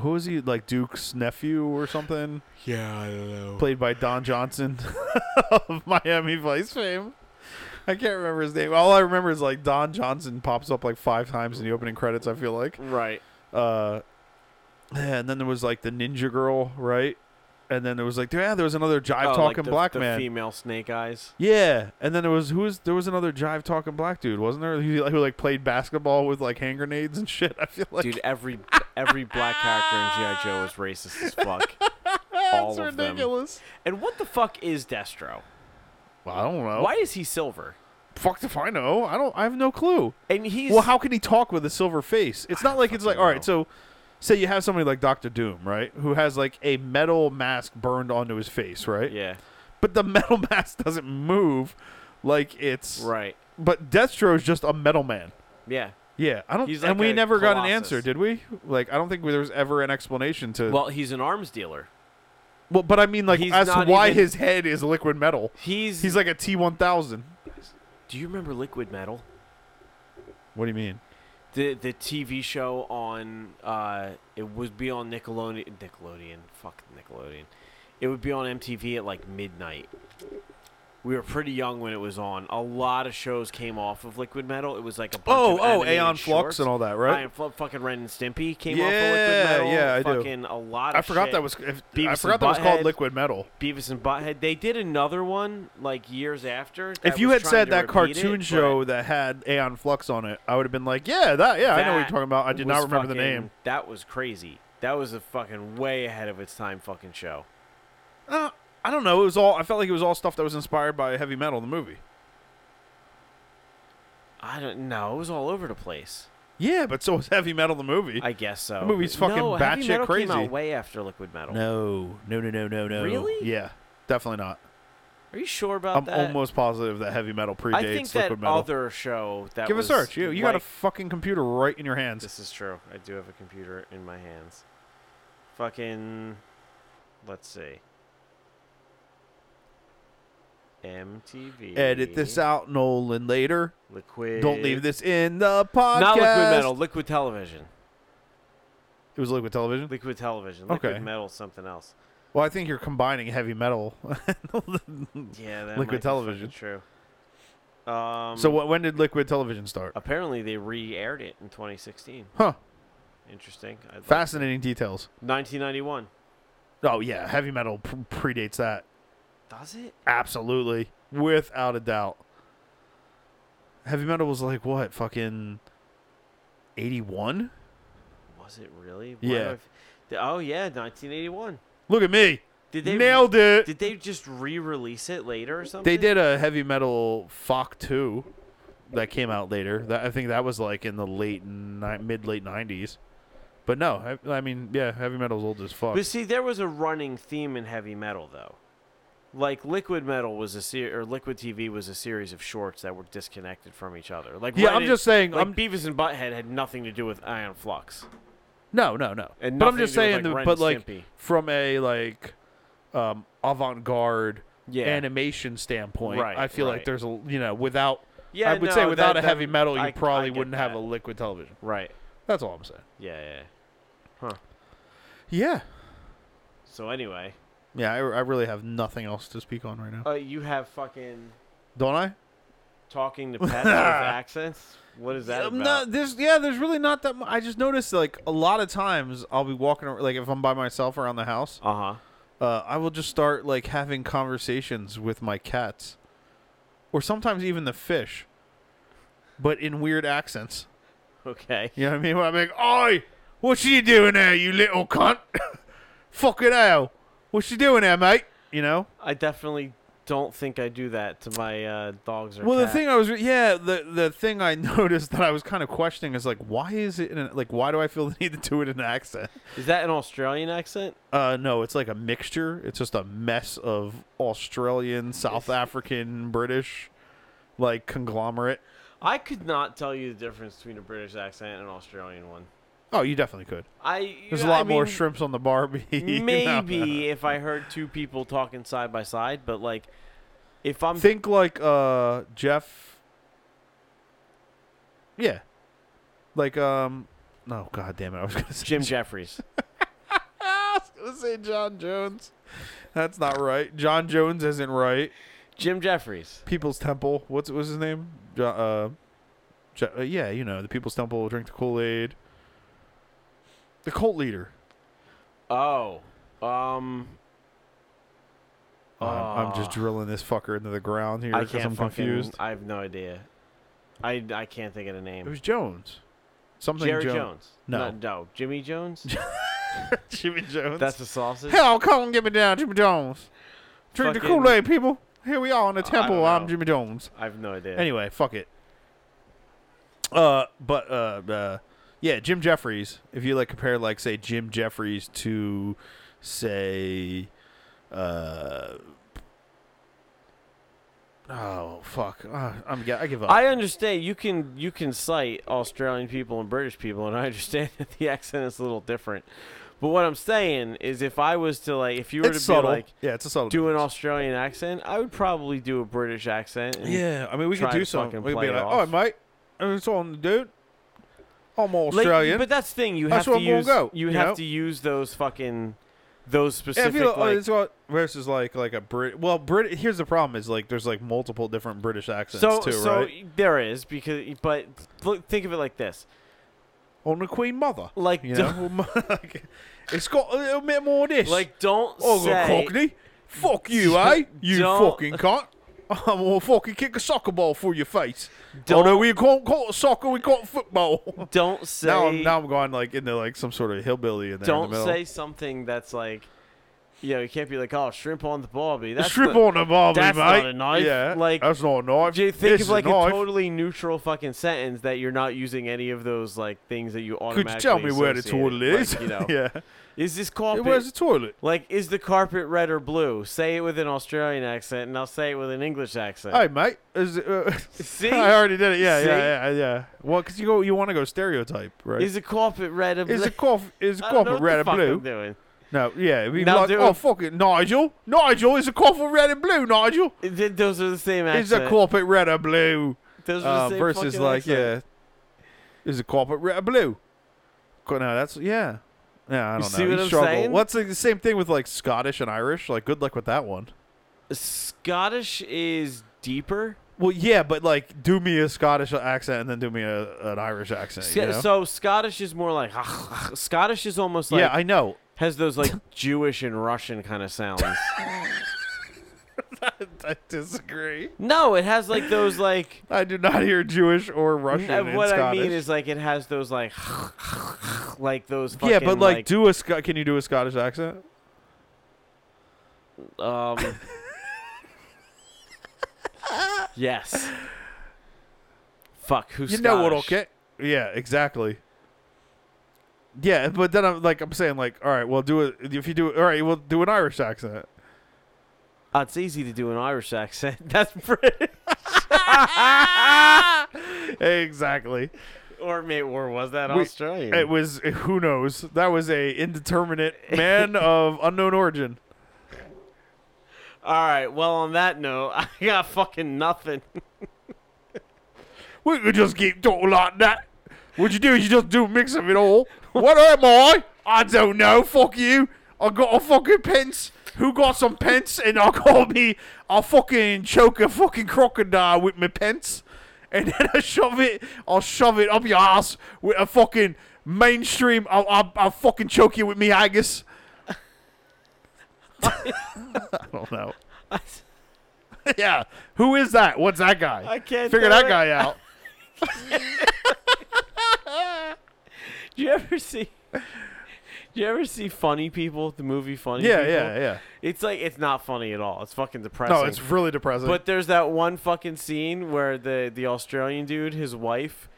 [SPEAKER 2] who was he? Like Duke's nephew or something,
[SPEAKER 3] yeah, I don't know.
[SPEAKER 2] played by Don Johnson of Miami Vice fame. I can't remember his name. All I remember is like Don Johnson pops up like five times in the opening credits. I feel like,
[SPEAKER 3] Right.
[SPEAKER 2] uh, and then there was like the ninja girl, right? And then there was like, yeah, there was another jive
[SPEAKER 3] Oh, like
[SPEAKER 2] talking
[SPEAKER 3] the-
[SPEAKER 2] black
[SPEAKER 3] the
[SPEAKER 2] man.
[SPEAKER 3] Female snake eyes.
[SPEAKER 2] Yeah, and then there was who was there was another jive talking black dude, wasn't there? Who, who like played basketball with like hand grenades and shit. I feel like
[SPEAKER 3] Dude, every every black character in GI Joe was racist as fuck. all
[SPEAKER 2] that's
[SPEAKER 3] of them.
[SPEAKER 2] ridiculous.
[SPEAKER 3] And what the fuck is Destro?
[SPEAKER 2] Well, I don't know.
[SPEAKER 3] Why is he silver?
[SPEAKER 2] fucked if I know. I don't. I have no clue.
[SPEAKER 3] And he's
[SPEAKER 2] Well, how can he talk with a silver face? It's not like it's like
[SPEAKER 3] fucking
[SPEAKER 2] all
[SPEAKER 3] know.
[SPEAKER 2] right. So, say you have somebody like Doctor Doom, right, who has like a metal mask burned onto his face, right?
[SPEAKER 3] yeah
[SPEAKER 2] But the metal mask doesn't move, like it's.
[SPEAKER 3] right
[SPEAKER 2] But Deathstroke is just a metal man.
[SPEAKER 3] yeah.
[SPEAKER 2] Yeah, I don't.
[SPEAKER 3] He's
[SPEAKER 2] and
[SPEAKER 3] like
[SPEAKER 2] we
[SPEAKER 3] a
[SPEAKER 2] never got an
[SPEAKER 3] colossus.
[SPEAKER 2] answer, did we? Like, I don't think there was ever an explanation to.
[SPEAKER 3] Well, he's an arms dealer.
[SPEAKER 2] Well, but I mean, like,
[SPEAKER 3] He's
[SPEAKER 2] as to
[SPEAKER 3] not
[SPEAKER 2] why
[SPEAKER 3] even-
[SPEAKER 2] his head is liquid metal.
[SPEAKER 3] He's
[SPEAKER 2] He's like a T one thousand.
[SPEAKER 3] Do you remember Liquid Metal?
[SPEAKER 2] What do you mean?
[SPEAKER 3] The the TV show on uh it would be on Nickelodeon Nickelodeon fuck Nickelodeon. It would be on MTV at like midnight. We were pretty young when it was on. A lot of shows came off of Liquid Metal. It was like a bunch
[SPEAKER 2] Oh,
[SPEAKER 3] of
[SPEAKER 2] oh,
[SPEAKER 3] animated
[SPEAKER 2] Aeon Flux
[SPEAKER 3] shorts.
[SPEAKER 2] and all that, right?
[SPEAKER 3] Iron Fl- fucking Ren and Stimpy came off of
[SPEAKER 2] Yeah,
[SPEAKER 3] Liquid Metal.
[SPEAKER 2] yeah, I do.
[SPEAKER 3] fucking a lot. Of
[SPEAKER 2] I forgot
[SPEAKER 3] shit.
[SPEAKER 2] that was. If,
[SPEAKER 3] Beavis
[SPEAKER 2] I
[SPEAKER 3] and
[SPEAKER 2] forgot that was called
[SPEAKER 3] Butthead.
[SPEAKER 2] liquid metal.
[SPEAKER 3] Beavis and Butthead. They did another one like years after. that
[SPEAKER 2] If you
[SPEAKER 3] was
[SPEAKER 2] had
[SPEAKER 3] trying
[SPEAKER 2] said
[SPEAKER 3] to
[SPEAKER 2] that
[SPEAKER 3] repeat it,
[SPEAKER 2] cartoon
[SPEAKER 3] but-
[SPEAKER 2] show that had Aeon Flux on it, I would have been like, yeah, that, yeah, I know what you're
[SPEAKER 3] That
[SPEAKER 2] talking about. I did
[SPEAKER 3] was
[SPEAKER 2] not remember the
[SPEAKER 3] fucking-
[SPEAKER 2] name.
[SPEAKER 3] That was crazy. That was a fucking way ahead of its time fucking show.
[SPEAKER 2] Uh, I don't know. It was all. I felt like it was all stuff that was inspired by heavy metal, the movie.
[SPEAKER 3] I don't know. It was all over the place.
[SPEAKER 2] Yeah, but so was heavy metal, the movie.
[SPEAKER 3] I guess so.
[SPEAKER 2] The movie's fucking
[SPEAKER 3] no, heavy
[SPEAKER 2] batshit
[SPEAKER 3] metal Came
[SPEAKER 2] crazy.
[SPEAKER 3] out way after Liquid Metal.
[SPEAKER 2] no, no, no, no, no, no.
[SPEAKER 3] Really?
[SPEAKER 2] Yeah, definitely not.
[SPEAKER 3] Are you sure about
[SPEAKER 2] I'm
[SPEAKER 3] that?
[SPEAKER 2] almost positive that heavy metal predates
[SPEAKER 3] I think that
[SPEAKER 2] liquid metal.
[SPEAKER 3] other show that
[SPEAKER 2] Give a
[SPEAKER 3] was
[SPEAKER 2] search. You, you got a
[SPEAKER 3] like-
[SPEAKER 2] fucking computer right in your hands.
[SPEAKER 3] This is true. I do have a computer in my hands. Fucking. Let's see. MTV.
[SPEAKER 2] Edit this out, Nolan. Later.
[SPEAKER 3] Liquid.
[SPEAKER 2] Don't leave this in the podcast.
[SPEAKER 3] Not liquid metal. Liquid television.
[SPEAKER 2] It was liquid television.
[SPEAKER 3] Liquid television. Liquid
[SPEAKER 2] Okay.
[SPEAKER 3] metal, something else.
[SPEAKER 2] Well, I think you're combining heavy metal.
[SPEAKER 3] Yeah, that
[SPEAKER 2] Liquid
[SPEAKER 3] might be fucking
[SPEAKER 2] television.
[SPEAKER 3] True. Um,
[SPEAKER 2] so wh- when did liquid television start?
[SPEAKER 3] Apparently, they re-aired it in 2016.
[SPEAKER 2] Huh.
[SPEAKER 3] Interesting. I'd like-
[SPEAKER 2] Fascinating details.
[SPEAKER 3] 1991.
[SPEAKER 2] Oh yeah, heavy metal pr- predates that
[SPEAKER 3] Does it?
[SPEAKER 2] absolutely, without a doubt. Heavy metal was like what fucking eighty one.
[SPEAKER 3] Was it really? Why
[SPEAKER 2] Yeah.
[SPEAKER 3] do I f- Th- Oh yeah, 1981.
[SPEAKER 2] Look at me,
[SPEAKER 3] Did they
[SPEAKER 2] nailed it.
[SPEAKER 3] Did they just re-release it later or something?
[SPEAKER 2] they did a heavy metal Fock two that came out later. That I think that was like in the late ni- mid late nineties. But no, I, I mean yeah, heavy metal's old as fuck.
[SPEAKER 3] But see, there was a running theme in heavy metal though. Like liquid metal was a ser- or liquid TV was a series of shorts that were disconnected from each other. Like
[SPEAKER 2] Yeah, I'm
[SPEAKER 3] Reddit-
[SPEAKER 2] just saying,
[SPEAKER 3] Like
[SPEAKER 2] I'm-
[SPEAKER 3] Beavis and Butthead had nothing to do with Ion Flux.
[SPEAKER 2] No, no, no.
[SPEAKER 3] And
[SPEAKER 2] but I'm
[SPEAKER 3] nothing
[SPEAKER 2] just
[SPEAKER 3] to do with,
[SPEAKER 2] saying,
[SPEAKER 3] like,
[SPEAKER 2] that-
[SPEAKER 3] Ren
[SPEAKER 2] but
[SPEAKER 3] and
[SPEAKER 2] like
[SPEAKER 3] Stimpy.
[SPEAKER 2] from a like um, avant-garde
[SPEAKER 3] Yeah.
[SPEAKER 2] animation standpoint,
[SPEAKER 3] Right,
[SPEAKER 2] I feel like
[SPEAKER 3] right.
[SPEAKER 2] there's a you know without
[SPEAKER 3] Yeah,
[SPEAKER 2] I would
[SPEAKER 3] no,
[SPEAKER 2] say
[SPEAKER 3] that-
[SPEAKER 2] without a
[SPEAKER 3] that-
[SPEAKER 2] heavy metal, you
[SPEAKER 3] I- I
[SPEAKER 2] probably
[SPEAKER 3] get
[SPEAKER 2] wouldn't have
[SPEAKER 3] that.
[SPEAKER 2] a liquid television.
[SPEAKER 3] Right.
[SPEAKER 2] That's all I'm saying.
[SPEAKER 3] Yeah, yeah. yeah.
[SPEAKER 2] Yeah,
[SPEAKER 3] So anyway,
[SPEAKER 2] yeah. I, I really have nothing else to speak on right now,
[SPEAKER 3] uh, you have fucking
[SPEAKER 2] don't I?
[SPEAKER 3] talking to pets with accents. What is that
[SPEAKER 2] I'm
[SPEAKER 3] about?
[SPEAKER 2] not. There's yeah. There's really not that. Much. I just noticed like a lot of times I'll be walking ar- like if I'm by myself around the house,
[SPEAKER 3] Uh huh.
[SPEAKER 2] uh, I will just start like having conversations with my cats, or sometimes even the fish, but in weird accents.
[SPEAKER 3] Okay.
[SPEAKER 2] You know what I mean? Where I'm like, "Oi, what you doing there, you little cunt? Fucking hell, what you doing there, mate?" You know.
[SPEAKER 3] I definitely don't think I do that to my uh, dogs or
[SPEAKER 2] Well, the
[SPEAKER 3] cat.
[SPEAKER 2] thing I was, re- yeah, the the thing I noticed that I was kind of questioning is like, why is it in an, like, why do I feel the need to do it in an accent?
[SPEAKER 3] is that an Australian accent?
[SPEAKER 2] Uh, no, it's like a mixture. It's just a mess of Australian, South African, British, like conglomerate.
[SPEAKER 3] I could not tell you the difference between a British accent and an Australian one.
[SPEAKER 2] Oh, you definitely could.
[SPEAKER 3] I
[SPEAKER 2] There's
[SPEAKER 3] I
[SPEAKER 2] a lot more
[SPEAKER 3] mean,
[SPEAKER 2] shrimps on the barbie. you know?
[SPEAKER 3] Maybe if I heard two people talking side by side, but like if I'm
[SPEAKER 2] Think like uh Jeff. Yeah. Like um. No, god damn it! I was gonna say
[SPEAKER 3] Jim Jeffries,
[SPEAKER 2] I was gonna say John Jones. That's not right. John Jones isn't right.
[SPEAKER 3] Jim Jeffries,
[SPEAKER 2] People's Temple. What's what's his name? Jo- uh, Je- uh, yeah, you know the People's Temple. Drink the Kool Aid. The cult leader.
[SPEAKER 3] oh, um,
[SPEAKER 2] Oh, I'm I'm just
[SPEAKER 3] Ah.
[SPEAKER 2] drilling this fucker into the ground here
[SPEAKER 3] I
[SPEAKER 2] because
[SPEAKER 3] can't
[SPEAKER 2] I'm
[SPEAKER 3] fucking,
[SPEAKER 2] confused.
[SPEAKER 3] I have no idea. I I can't think of the
[SPEAKER 2] It
[SPEAKER 3] name.
[SPEAKER 2] was Jones. Something
[SPEAKER 3] Jerry
[SPEAKER 2] Jones.
[SPEAKER 3] Jones.
[SPEAKER 2] No.
[SPEAKER 3] Not- no, Jimmy Jones.
[SPEAKER 2] Jimmy Jones.
[SPEAKER 3] That's a sausage.
[SPEAKER 2] Hell, come get me down, Jimmy Jones. Drink the
[SPEAKER 3] Fucking-
[SPEAKER 2] Kool Aid, people. Here we are in a
[SPEAKER 3] don't
[SPEAKER 2] temple. I'm
[SPEAKER 3] know.
[SPEAKER 2] Jimmy Jones.
[SPEAKER 3] I have no idea.
[SPEAKER 2] Anyway, fuck it. Uh, but uh, uh, yeah, Jim Jeffries. If you like compare, like, say, Jim Jeffries to, say, uh, oh fuck, Ah, I'm g- I give up.
[SPEAKER 3] I understand you can you can cite Australian people and British people, and I understand that the accent is a little different. But what I'm saying is, if I was to like, if you were
[SPEAKER 2] it's
[SPEAKER 3] to
[SPEAKER 2] subtle.
[SPEAKER 3] be like,
[SPEAKER 2] yeah, it's a subtle.
[SPEAKER 3] do an
[SPEAKER 2] difference.
[SPEAKER 3] Australian accent, I would probably do a British accent. and-
[SPEAKER 2] Yeah, I mean, we could
[SPEAKER 3] try
[SPEAKER 2] do
[SPEAKER 3] to
[SPEAKER 2] something.
[SPEAKER 3] fucking
[SPEAKER 2] We could be
[SPEAKER 3] play
[SPEAKER 2] like,
[SPEAKER 3] it off.
[SPEAKER 2] "Oh, mate, it's on, dude. I'm
[SPEAKER 3] Like,
[SPEAKER 2] Australian."
[SPEAKER 3] but that's the thing. You
[SPEAKER 2] That's
[SPEAKER 3] have
[SPEAKER 2] where
[SPEAKER 3] to
[SPEAKER 2] I'm gonna
[SPEAKER 3] use
[SPEAKER 2] go,
[SPEAKER 3] you
[SPEAKER 2] you
[SPEAKER 3] have
[SPEAKER 2] know?
[SPEAKER 3] to use those fucking
[SPEAKER 2] Yeah,
[SPEAKER 3] those
[SPEAKER 2] I
[SPEAKER 3] specific
[SPEAKER 2] feel like,
[SPEAKER 3] like.
[SPEAKER 2] oh, it's what versus like like a Brit. Well, Brit. Here's the problem: is like there's like multiple different British accents
[SPEAKER 3] so
[SPEAKER 2] too,
[SPEAKER 3] so
[SPEAKER 2] right?
[SPEAKER 3] there is because but look, think of it like this.
[SPEAKER 2] On the Queen Mother,
[SPEAKER 3] Like
[SPEAKER 2] you
[SPEAKER 3] don't,
[SPEAKER 2] know, Like, it's got a little bit more of this.
[SPEAKER 3] like don't
[SPEAKER 2] oh,
[SPEAKER 3] say
[SPEAKER 2] Cockney, fuck you, eh? You
[SPEAKER 3] Don't-
[SPEAKER 2] fucking cunt. I'm gonna fucking kick a soccer ball through your face.
[SPEAKER 3] Don't-
[SPEAKER 2] Although we can't call it soccer, we call it football.
[SPEAKER 3] don't say
[SPEAKER 2] now, I'm, now I'm going like into like some sort of hillbilly in there. in
[SPEAKER 3] don't
[SPEAKER 2] the middle.
[SPEAKER 3] say something that's like you know, you can't be like, oh, shrimp on the barbie. That's
[SPEAKER 2] strip
[SPEAKER 3] the-
[SPEAKER 2] on the barbie,
[SPEAKER 3] that's
[SPEAKER 2] mate.
[SPEAKER 3] not a knife.
[SPEAKER 2] Yeah,
[SPEAKER 3] Like,
[SPEAKER 2] that's not a knife.
[SPEAKER 3] Do you think
[SPEAKER 2] This
[SPEAKER 3] of
[SPEAKER 2] is
[SPEAKER 3] like a
[SPEAKER 2] knife.
[SPEAKER 3] totally neutral fucking sentence that you're not using any of those like things that you
[SPEAKER 2] Could
[SPEAKER 3] automatically
[SPEAKER 2] you tell me where the
[SPEAKER 3] associate,
[SPEAKER 2] toilet is?
[SPEAKER 3] Like, you know,
[SPEAKER 2] yeah.
[SPEAKER 3] is this
[SPEAKER 2] Hey,
[SPEAKER 3] carpet?
[SPEAKER 2] Where's the toilet?
[SPEAKER 3] Like, is the carpet red or blue? Say it with an Australian accent, and I'll say it with an English accent.
[SPEAKER 2] Hey, mate. Is it, uh,
[SPEAKER 3] See,
[SPEAKER 2] I already did it. Yeah,
[SPEAKER 3] See?
[SPEAKER 2] yeah, yeah, yeah. Well, because you go, you want to go stereotype, right?
[SPEAKER 3] is the carpet red or blue?
[SPEAKER 2] is the cough is the
[SPEAKER 3] I don't
[SPEAKER 2] cough
[SPEAKER 3] know what
[SPEAKER 2] red
[SPEAKER 3] the
[SPEAKER 2] and
[SPEAKER 3] fuck
[SPEAKER 2] blue?
[SPEAKER 3] I'm doing.
[SPEAKER 2] No, yeah. It'd be
[SPEAKER 3] Now
[SPEAKER 2] like,
[SPEAKER 3] do
[SPEAKER 2] oh
[SPEAKER 3] it.
[SPEAKER 2] fuck it, Nigel, Nigel is the cough red and blue, Nigel.
[SPEAKER 3] Th- Those are the same accent.
[SPEAKER 2] Is the carpet red and blue?
[SPEAKER 3] Those are the
[SPEAKER 2] Uh,
[SPEAKER 3] same
[SPEAKER 2] versus
[SPEAKER 3] fucking
[SPEAKER 2] like
[SPEAKER 3] accent.
[SPEAKER 2] yeah, is the carpet red or blue? Co- No, that's yeah. Yeah, I don't
[SPEAKER 3] You
[SPEAKER 2] know.
[SPEAKER 3] see
[SPEAKER 2] You
[SPEAKER 3] what I'm
[SPEAKER 2] struggle.
[SPEAKER 3] saying?
[SPEAKER 2] What's like, the same thing with like Scottish and Irish? Like, good luck with that one.
[SPEAKER 3] Scottish is deeper.
[SPEAKER 2] Well, yeah, but like, do me a Scottish accent and then do me a, an Irish accent.
[SPEAKER 3] Sc-
[SPEAKER 2] you know?
[SPEAKER 3] So Scottish is more like Scottish is almost like
[SPEAKER 2] yeah, I know.
[SPEAKER 3] has those like Jewish and Russian kind of sounds.
[SPEAKER 2] I disagree.
[SPEAKER 3] no, it has like those like
[SPEAKER 2] I do not hear Jewish or Russian.
[SPEAKER 3] Uh,
[SPEAKER 2] in
[SPEAKER 3] what I
[SPEAKER 2] Scottish.
[SPEAKER 3] mean is like it has those like like those fucking,
[SPEAKER 2] yeah, but like, do a Sc- can you do a Scottish accent?
[SPEAKER 3] um yes fuck who's
[SPEAKER 2] You know what'll
[SPEAKER 3] Scottish?
[SPEAKER 2] get? Yeah, exactly. Yeah, but then I'm like, I'm saying like, all right, well, do it if you do. All right, well, do an Irish accent.
[SPEAKER 3] Uh, it's easy to do an Irish accent that's British
[SPEAKER 2] exactly.
[SPEAKER 3] or maybe or was that
[SPEAKER 2] We-
[SPEAKER 3] Australian
[SPEAKER 2] It was who knows. That was a indeterminate man of unknown origin.
[SPEAKER 3] all right well on that note I got fucking nothing
[SPEAKER 2] We could just keep talking like that. What you do is you just do a mix of it all. What am I? I don't know. Fuck you. I got a fucking pence. Who got some pence? And I call me. I fucking choke a fucking crocodile with my pence, and then I shove it. I'll shove it up your ass with a fucking mainstream. I'll, I'll, I'll fucking choke you with me haggis. I don't know. yeah. Who is that? What's that guy?
[SPEAKER 3] I can't
[SPEAKER 2] figure
[SPEAKER 3] do
[SPEAKER 2] that
[SPEAKER 3] it.
[SPEAKER 2] guy out.
[SPEAKER 3] Do you ever see? Do you ever see Funny People? The movie Funny
[SPEAKER 2] Yeah,
[SPEAKER 3] People.
[SPEAKER 2] yeah, yeah.
[SPEAKER 3] It's like it's not funny at all. It's fucking depressing.
[SPEAKER 2] No, it's really depressing.
[SPEAKER 3] but there's that one fucking scene where the the Australian dude, his wife,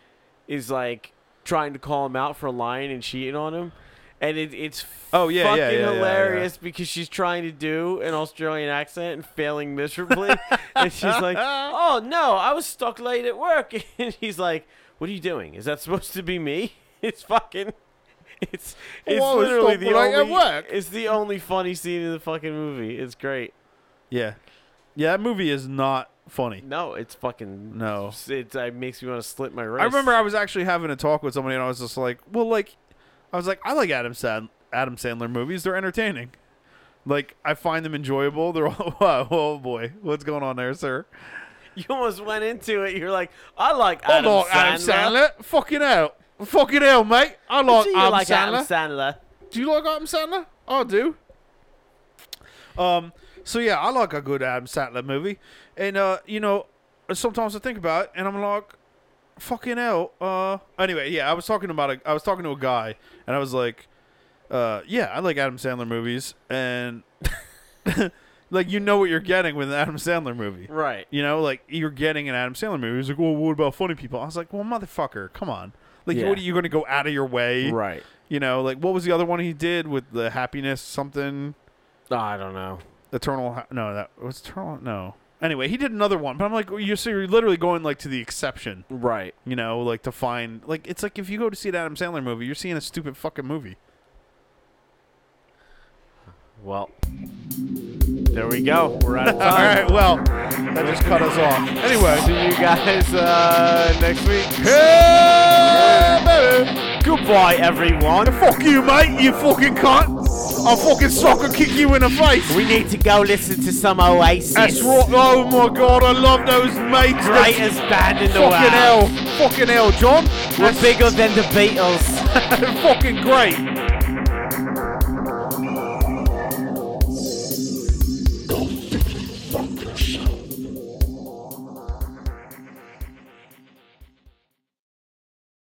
[SPEAKER 3] is like trying to call him out for lying and cheating on him. And it, it's
[SPEAKER 2] Oh, yeah, yeah,
[SPEAKER 3] fucking
[SPEAKER 2] yeah, yeah, yeah.
[SPEAKER 3] hilarious because she's trying to do an Australian accent and failing miserably. and she's like, "Oh no, I was stuck late at work." And he's like, "What are you doing? Is that supposed to be me?" It's fucking, it's it's
[SPEAKER 2] Well, I was
[SPEAKER 3] literally
[SPEAKER 2] stuck
[SPEAKER 3] the
[SPEAKER 2] late
[SPEAKER 3] only
[SPEAKER 2] at work.
[SPEAKER 3] it's the only funny scene in the fucking movie. It's great.
[SPEAKER 2] yeah, yeah, that movie is not funny.
[SPEAKER 3] No, it's fucking
[SPEAKER 2] No.
[SPEAKER 3] It's, it's- it makes me want to slit my wrist.
[SPEAKER 2] I remember I was actually having a talk with somebody, and I was just like, "Well, like, I was like, I like Adam Sand- Adam Sandler movies. They're entertaining. Like, I find them enjoyable. They're all, wow, oh boy, what's going on there, sir?
[SPEAKER 3] you almost went into it. You're like, I like
[SPEAKER 2] I
[SPEAKER 3] Adam
[SPEAKER 2] like
[SPEAKER 3] Sandler.
[SPEAKER 2] Adam Sandler. Fucking hell, fucking hell, mate. I
[SPEAKER 3] You
[SPEAKER 2] like,
[SPEAKER 3] do you
[SPEAKER 2] Adam,
[SPEAKER 3] like
[SPEAKER 2] Sandler.
[SPEAKER 3] Adam Sandler.
[SPEAKER 2] Do you like Adam Sandler? I do. Um. So yeah, I like a good Adam Sandler movie, and uh, you know, sometimes I think about it, and I'm like, fucking hell. Uh. Anyway, yeah, I was talking about a, I was talking to a guy, and I was like, uh, yeah, I like Adam Sandler movies, and Like you know what you're getting with an Adam Sandler movie.
[SPEAKER 3] Right.
[SPEAKER 2] You know, like you're getting an Adam Sandler movie. He's like, well, what about funny people? I was like, well, motherfucker, come on. Like,
[SPEAKER 3] Yeah.
[SPEAKER 2] what are you going to go out of your way?
[SPEAKER 3] Right.
[SPEAKER 2] You know, like what was the other one he did with the happiness something
[SPEAKER 3] I don't know.
[SPEAKER 2] eternal? Ha- no, that was eternal. No. Anyway, he did another one, but I'm like, well, you're, so you're literally going like to the exception.
[SPEAKER 3] Right.
[SPEAKER 2] You know, like to find like it's like if you go to see an Adam Sandler movie, you're seeing a stupid fucking movie.
[SPEAKER 3] Well, there we go. We're out of
[SPEAKER 2] All
[SPEAKER 3] time.
[SPEAKER 2] right, well, that just cut us off. Anyway,
[SPEAKER 3] See you guys uh, next week.
[SPEAKER 2] yeah, baby.
[SPEAKER 3] Goodbye, everyone.
[SPEAKER 2] Fuck you, mate, you fucking cunt. I'll fucking soccer kick you in the face.
[SPEAKER 3] We need to go listen to some Oasis.
[SPEAKER 2] That's right. Oh my god, I love those mates. That's
[SPEAKER 3] Greatest band in the
[SPEAKER 2] fucking
[SPEAKER 3] world.
[SPEAKER 2] hell. Fucking hell, John.
[SPEAKER 3] We're
[SPEAKER 2] That's
[SPEAKER 3] bigger than the Beatles.
[SPEAKER 2] fucking great.